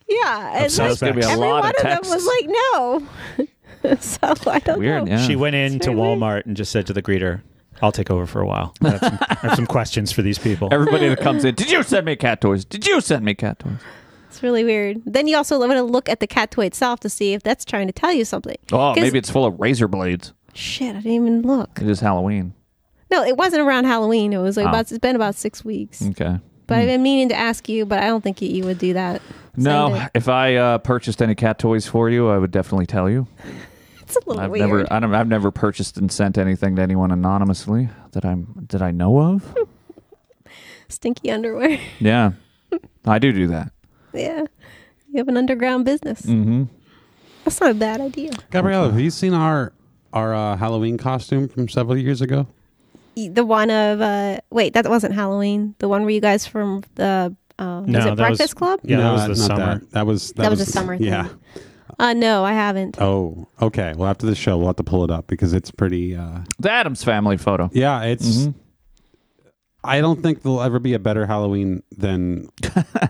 Yeah. And
So
like,
it's gonna be a
every
lot
one
of
of, them was
texts.
like no. so I don't
Weird.
know.
Yeah.
She went into
very weird.
Walmart and just said to the greeter, "I'll take over for a while. I have some, I have some questions for these people."
Everybody that comes in, did you send me cat toys? Did you send me cat toys?
It's really weird. Then you also want to look at the cat toy itself to see if that's trying to tell you something.
Oh,
'Cause-
maybe it's full of razor blades.
Shit, I didn't even look.
It is Halloween.
No, it wasn't around Halloween. It was
Oh.
like about, it's been about six weeks.
Okay.
But I've been meaning to ask you, but I don't think you, you would do that.
No,
Send it.
if I uh, purchased any cat toys for you, I would definitely tell you.
it's a little
I've
weird.
never, uh, I don't, I've never purchased and sent anything to anyone anonymously that I'm that I know of.
Stinky underwear.
yeah, I do do that.
yeah, you have an underground business.
Mm-hmm.
That's not a bad idea.
Gabriella, have you seen our our uh, Halloween costume from several years ago?
Y- E, The one of uh, wait, that wasn't Halloween. The one where you guys from the uh,
No,
was
that
it
was-
Breakfast Club?
Yeah, that
No,
was the
not
summer.
That, That was that,
That was a summer
Yeah.
thing. Uh, no, I haven't.
Oh, okay. Well, after the show, we'll have to pull it up because it's pretty. Uh,
The Adams Family photo.
yeah, it's.
Mhm.
I don't think there'll ever be a better Halloween than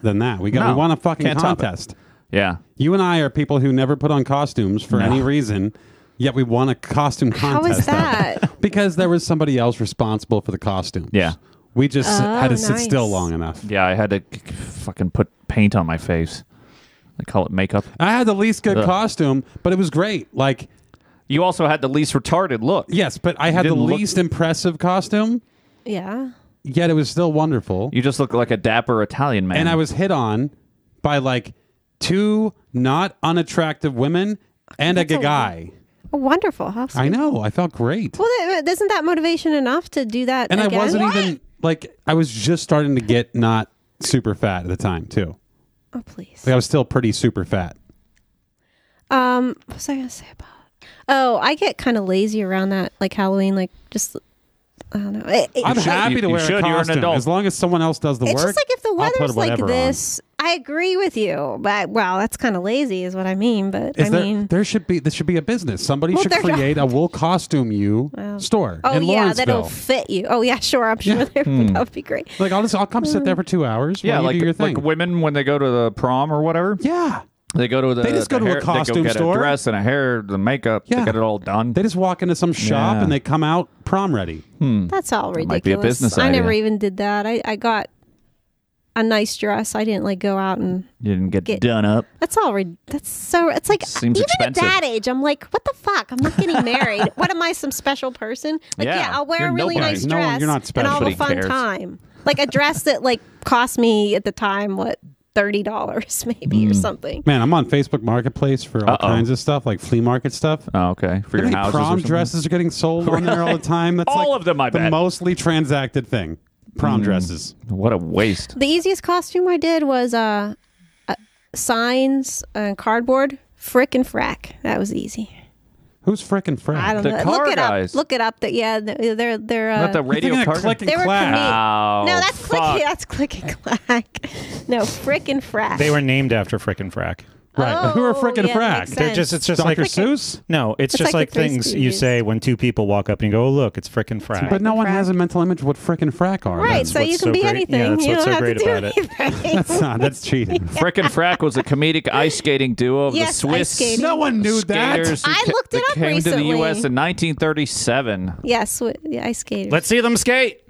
than that. We got
No,
we want a fucking
can't top it.
contest.
Yeah,
You and I are people who never put on costumes for any reason, yet we won a costume
How
contest.
is that?
Because there was somebody else responsible for the costumes.
Yeah.
We just had to sit
Oh, nice.
still long enough.
yeah. I had to k- k- fucking put paint on my face. They call it makeup.
I had the least good
Ugh.
costume, but it was great. Like,
You also had the least retarded look.
yes, but I had the
didn't look-
least impressive costume,
yeah.
yet it was still wonderful.
You just look like a dapper Italian man.
and I was hit on by like two not unattractive women and a
That's a
guy.
Wonderful. How
I know. I felt great.
Well, that, isn't that motivation enough to do that?
and I
again?
wasn't even like I was just starting to get not super fat at the time too.
Oh, please.
Like I was still pretty super fat.
Um, what was I gonna say about? Oh, I get kind of lazy around that, like Halloween, like just I don't know. It- it-
I'm
should-
happy
you-
to
you
wear
should,
a
you're an
costume
adult.
as long as someone else does the
it's
work.
just like if the
I'll put
weather's like
whatever on.
this, I agree with you. But well, that's kind of lazy, is what I mean. But
Is
I
there,
mean,
there should be this should be a business. Somebody
Well,
should
there-
create a wool costume you store
oh
in
yeah, that'll
Lawrenceville. Hmm.
fit you. Oh yeah, sure. I'm sure there, that would be great.
like I'll just I'll come
Mm.
sit there for two hours.
Yeah,
while you
like
do your thing.
like women when they go to the prom or whatever,
yeah,
they go to the
They just go
the
to a
hair- they
costume
go get
store.
a dress and a hair, the makeup,
Yeah.
they get it all done.
they just walk into some shop
Yeah.
and they come out prom ready.
That's all ridiculous.
might be a business
I never
idea.
even did that. I, I got a nice dress. I didn't like go out and.
you didn't get,
Get-
done up.
That's all. Re- that's so. It's like
Seems
even
expensive.
at that age, I'm like, what the fuck? I'm not getting married. what am I, some special person? Like, yeah,
Yeah,
I'll wear
you're
a really
nobody.
nice
No
dress
one- you're not special.
and I'll have
Nobody
a fun
cares.
time. Like a dress that like cost me at the time what thirty dollars maybe
Mm.
or something.
Man, I'm on Facebook Marketplace for all
Uh-oh.
kinds of stuff, like flea market stuff.
Oh, okay. For your
Any
houses or
prom
something?
dresses are getting sold on there all the time. That's
All
like
of them, I
the
bet.
mostly transacted thing.
Hmm.
Prom dresses.
What a waste.
The easiest costume I did was uh, uh signs and cardboard. Frick and frack. That was easy.
Who's frickin' Fred?
I don't
The
know.
car
look it
guys.
up. Look it up. That yeah, they're they're uh,
Not the
You're
radio
thinking
car.
of click and
They were
clack.
Oh,
No, that's
fuck.
click. That's click and clack. No, frick and frack.
They were named after frickin' frack.
Right. Who are
Oh,
frickin'
yeah, that
frack?
makes
They're
Sense.
just it's just
Dr.
like
Seuss?
No, it's,
It's
just
like
like,
the Three
things you
Stooges.
say when two people walk up and you go, "Oh, look, it's frickin' frack."
But no one
frack.
has a mental image of what frickin' frack are.
Right,
That's
so you
what's
can
so
be
great-
anything.
yeah, that's
you
what's so
don't
great
have
about
to
it.
do anything.
That's not. That's cheating.
Frickin' Frack was a comedic ice skating duo of
Yes, ice
the Swiss
skating.
no one knew
skaters
that.
who
I
ca-
looked it
that
up
came to
recently.
the U.S. in 1937.
yes, with the ice skaters.
Let's see them skate.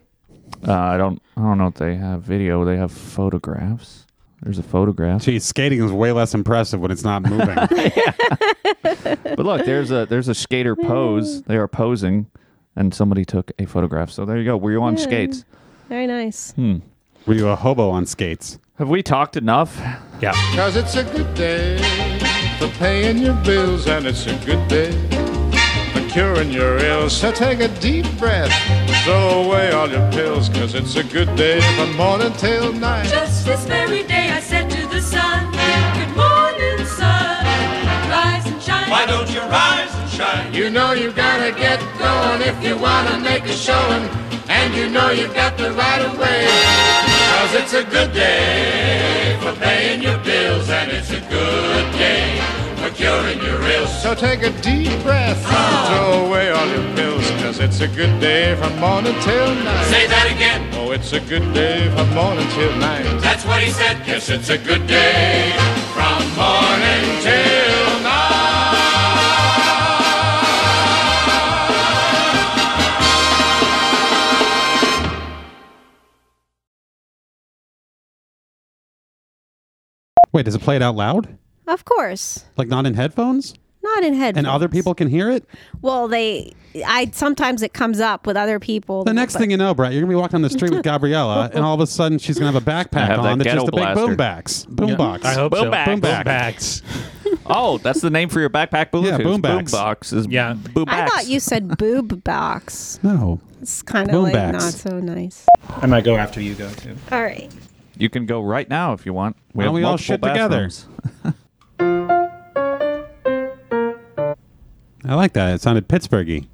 Uh, I don't, I don't know if they have video. They have photographs. There's a photograph.
Geez, skating is way less impressive when it's not moving.
But look, there's a there's a skater pose. They are posing, and somebody took a photograph. So there you go. Were you on
Yeah.
skates?
Very nice.
Hmm.
Were you a hobo on skates?
Have we talked enough?
Yeah.
Cause it's a good day for paying your bills, and it's a good day for curing your ills. So take a deep breath, throw away all your pills, cause it's a good day from morning till night.
Just this very day I said to the sun, Good morning, sun. Rise and shine. Why don't you rise and shine?
You know you gotta get going if you wanna make a showing, and you know you got the right of way. Cause it's a good day for paying your bills, and it's a good day for curing your ills. So take a deep breath, throw away all your pills, cause it's a good day from morning till night. Say that again. Oh, it's a good day from morning till night. That's what he said. Yes, it's a good day from morning till night.
Wait, does it play it out loud?
Of course,
Like not in headphones?
not in headphones.
And other people can hear it?
Well, they. I sometimes it comes up with other people.
The next thing you know, Brett, you're gonna be walking down the street with Gabriella, and all of a sudden she's gonna have a backpack
have that
on that's just
ghetto
a big
blaster.
boom box. Boom box.
I hope so.
Boombax.
Boombax.
Oh, that's the name for your backpack. Bluetooth.
Yeah, boombax.
Boombox is
Yeah.
Boombax.
I thought you said boob box.
No.
It's kind of
Boom
like
backs.
not so nice.
I might go after you go too.
All right.
You can go right now if you want.
Why don't
have
we all
multiple
shit together?
bathrooms.
I like that. It sounded Pittsburghy.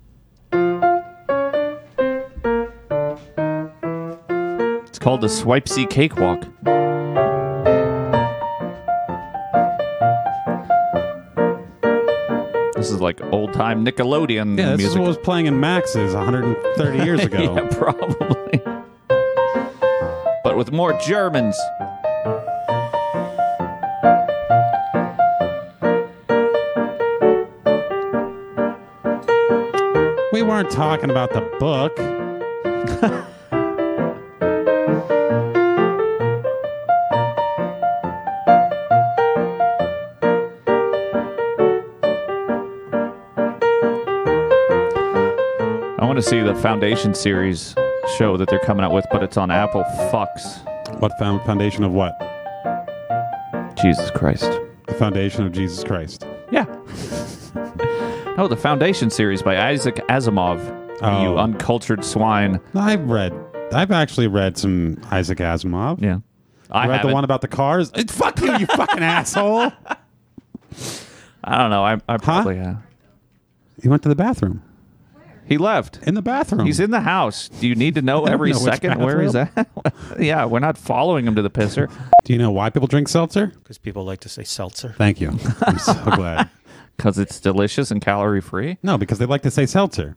It's called the Swipe C Cakewalk. This is like old time Nickelodeon
Yeah, this is
music.
what was playing in Max's 130 years ago.
yeah, probably. But with more Germans.
We weren't talking about the book.
I want to see the Foundation series show that they're coming out with, but it's on Apple. Fucks.
What found foundation of what?
Jesus Christ.
The foundation of Jesus Christ.
Yeah. no, the Foundation series by Isaac Asimov. You
Oh.
uncultured swine.
I've read. I've actually read some Isaac Asimov.
Yeah. I
I read
haven't.
the one about the cars. Eh, fuck you, you fucking asshole.
I don't know. I, I probably uh,
You went to the bathroom.
He left.
in the bathroom.
He's in the house. Do you need to know every
know which
second where he's at? yeah, we're not following him to the pisser.
Do you know why people drink seltzer?
Because people like to say seltzer.
Thank you. I'm so glad.
because it's delicious and calorie free.
No, because they like to say seltzer.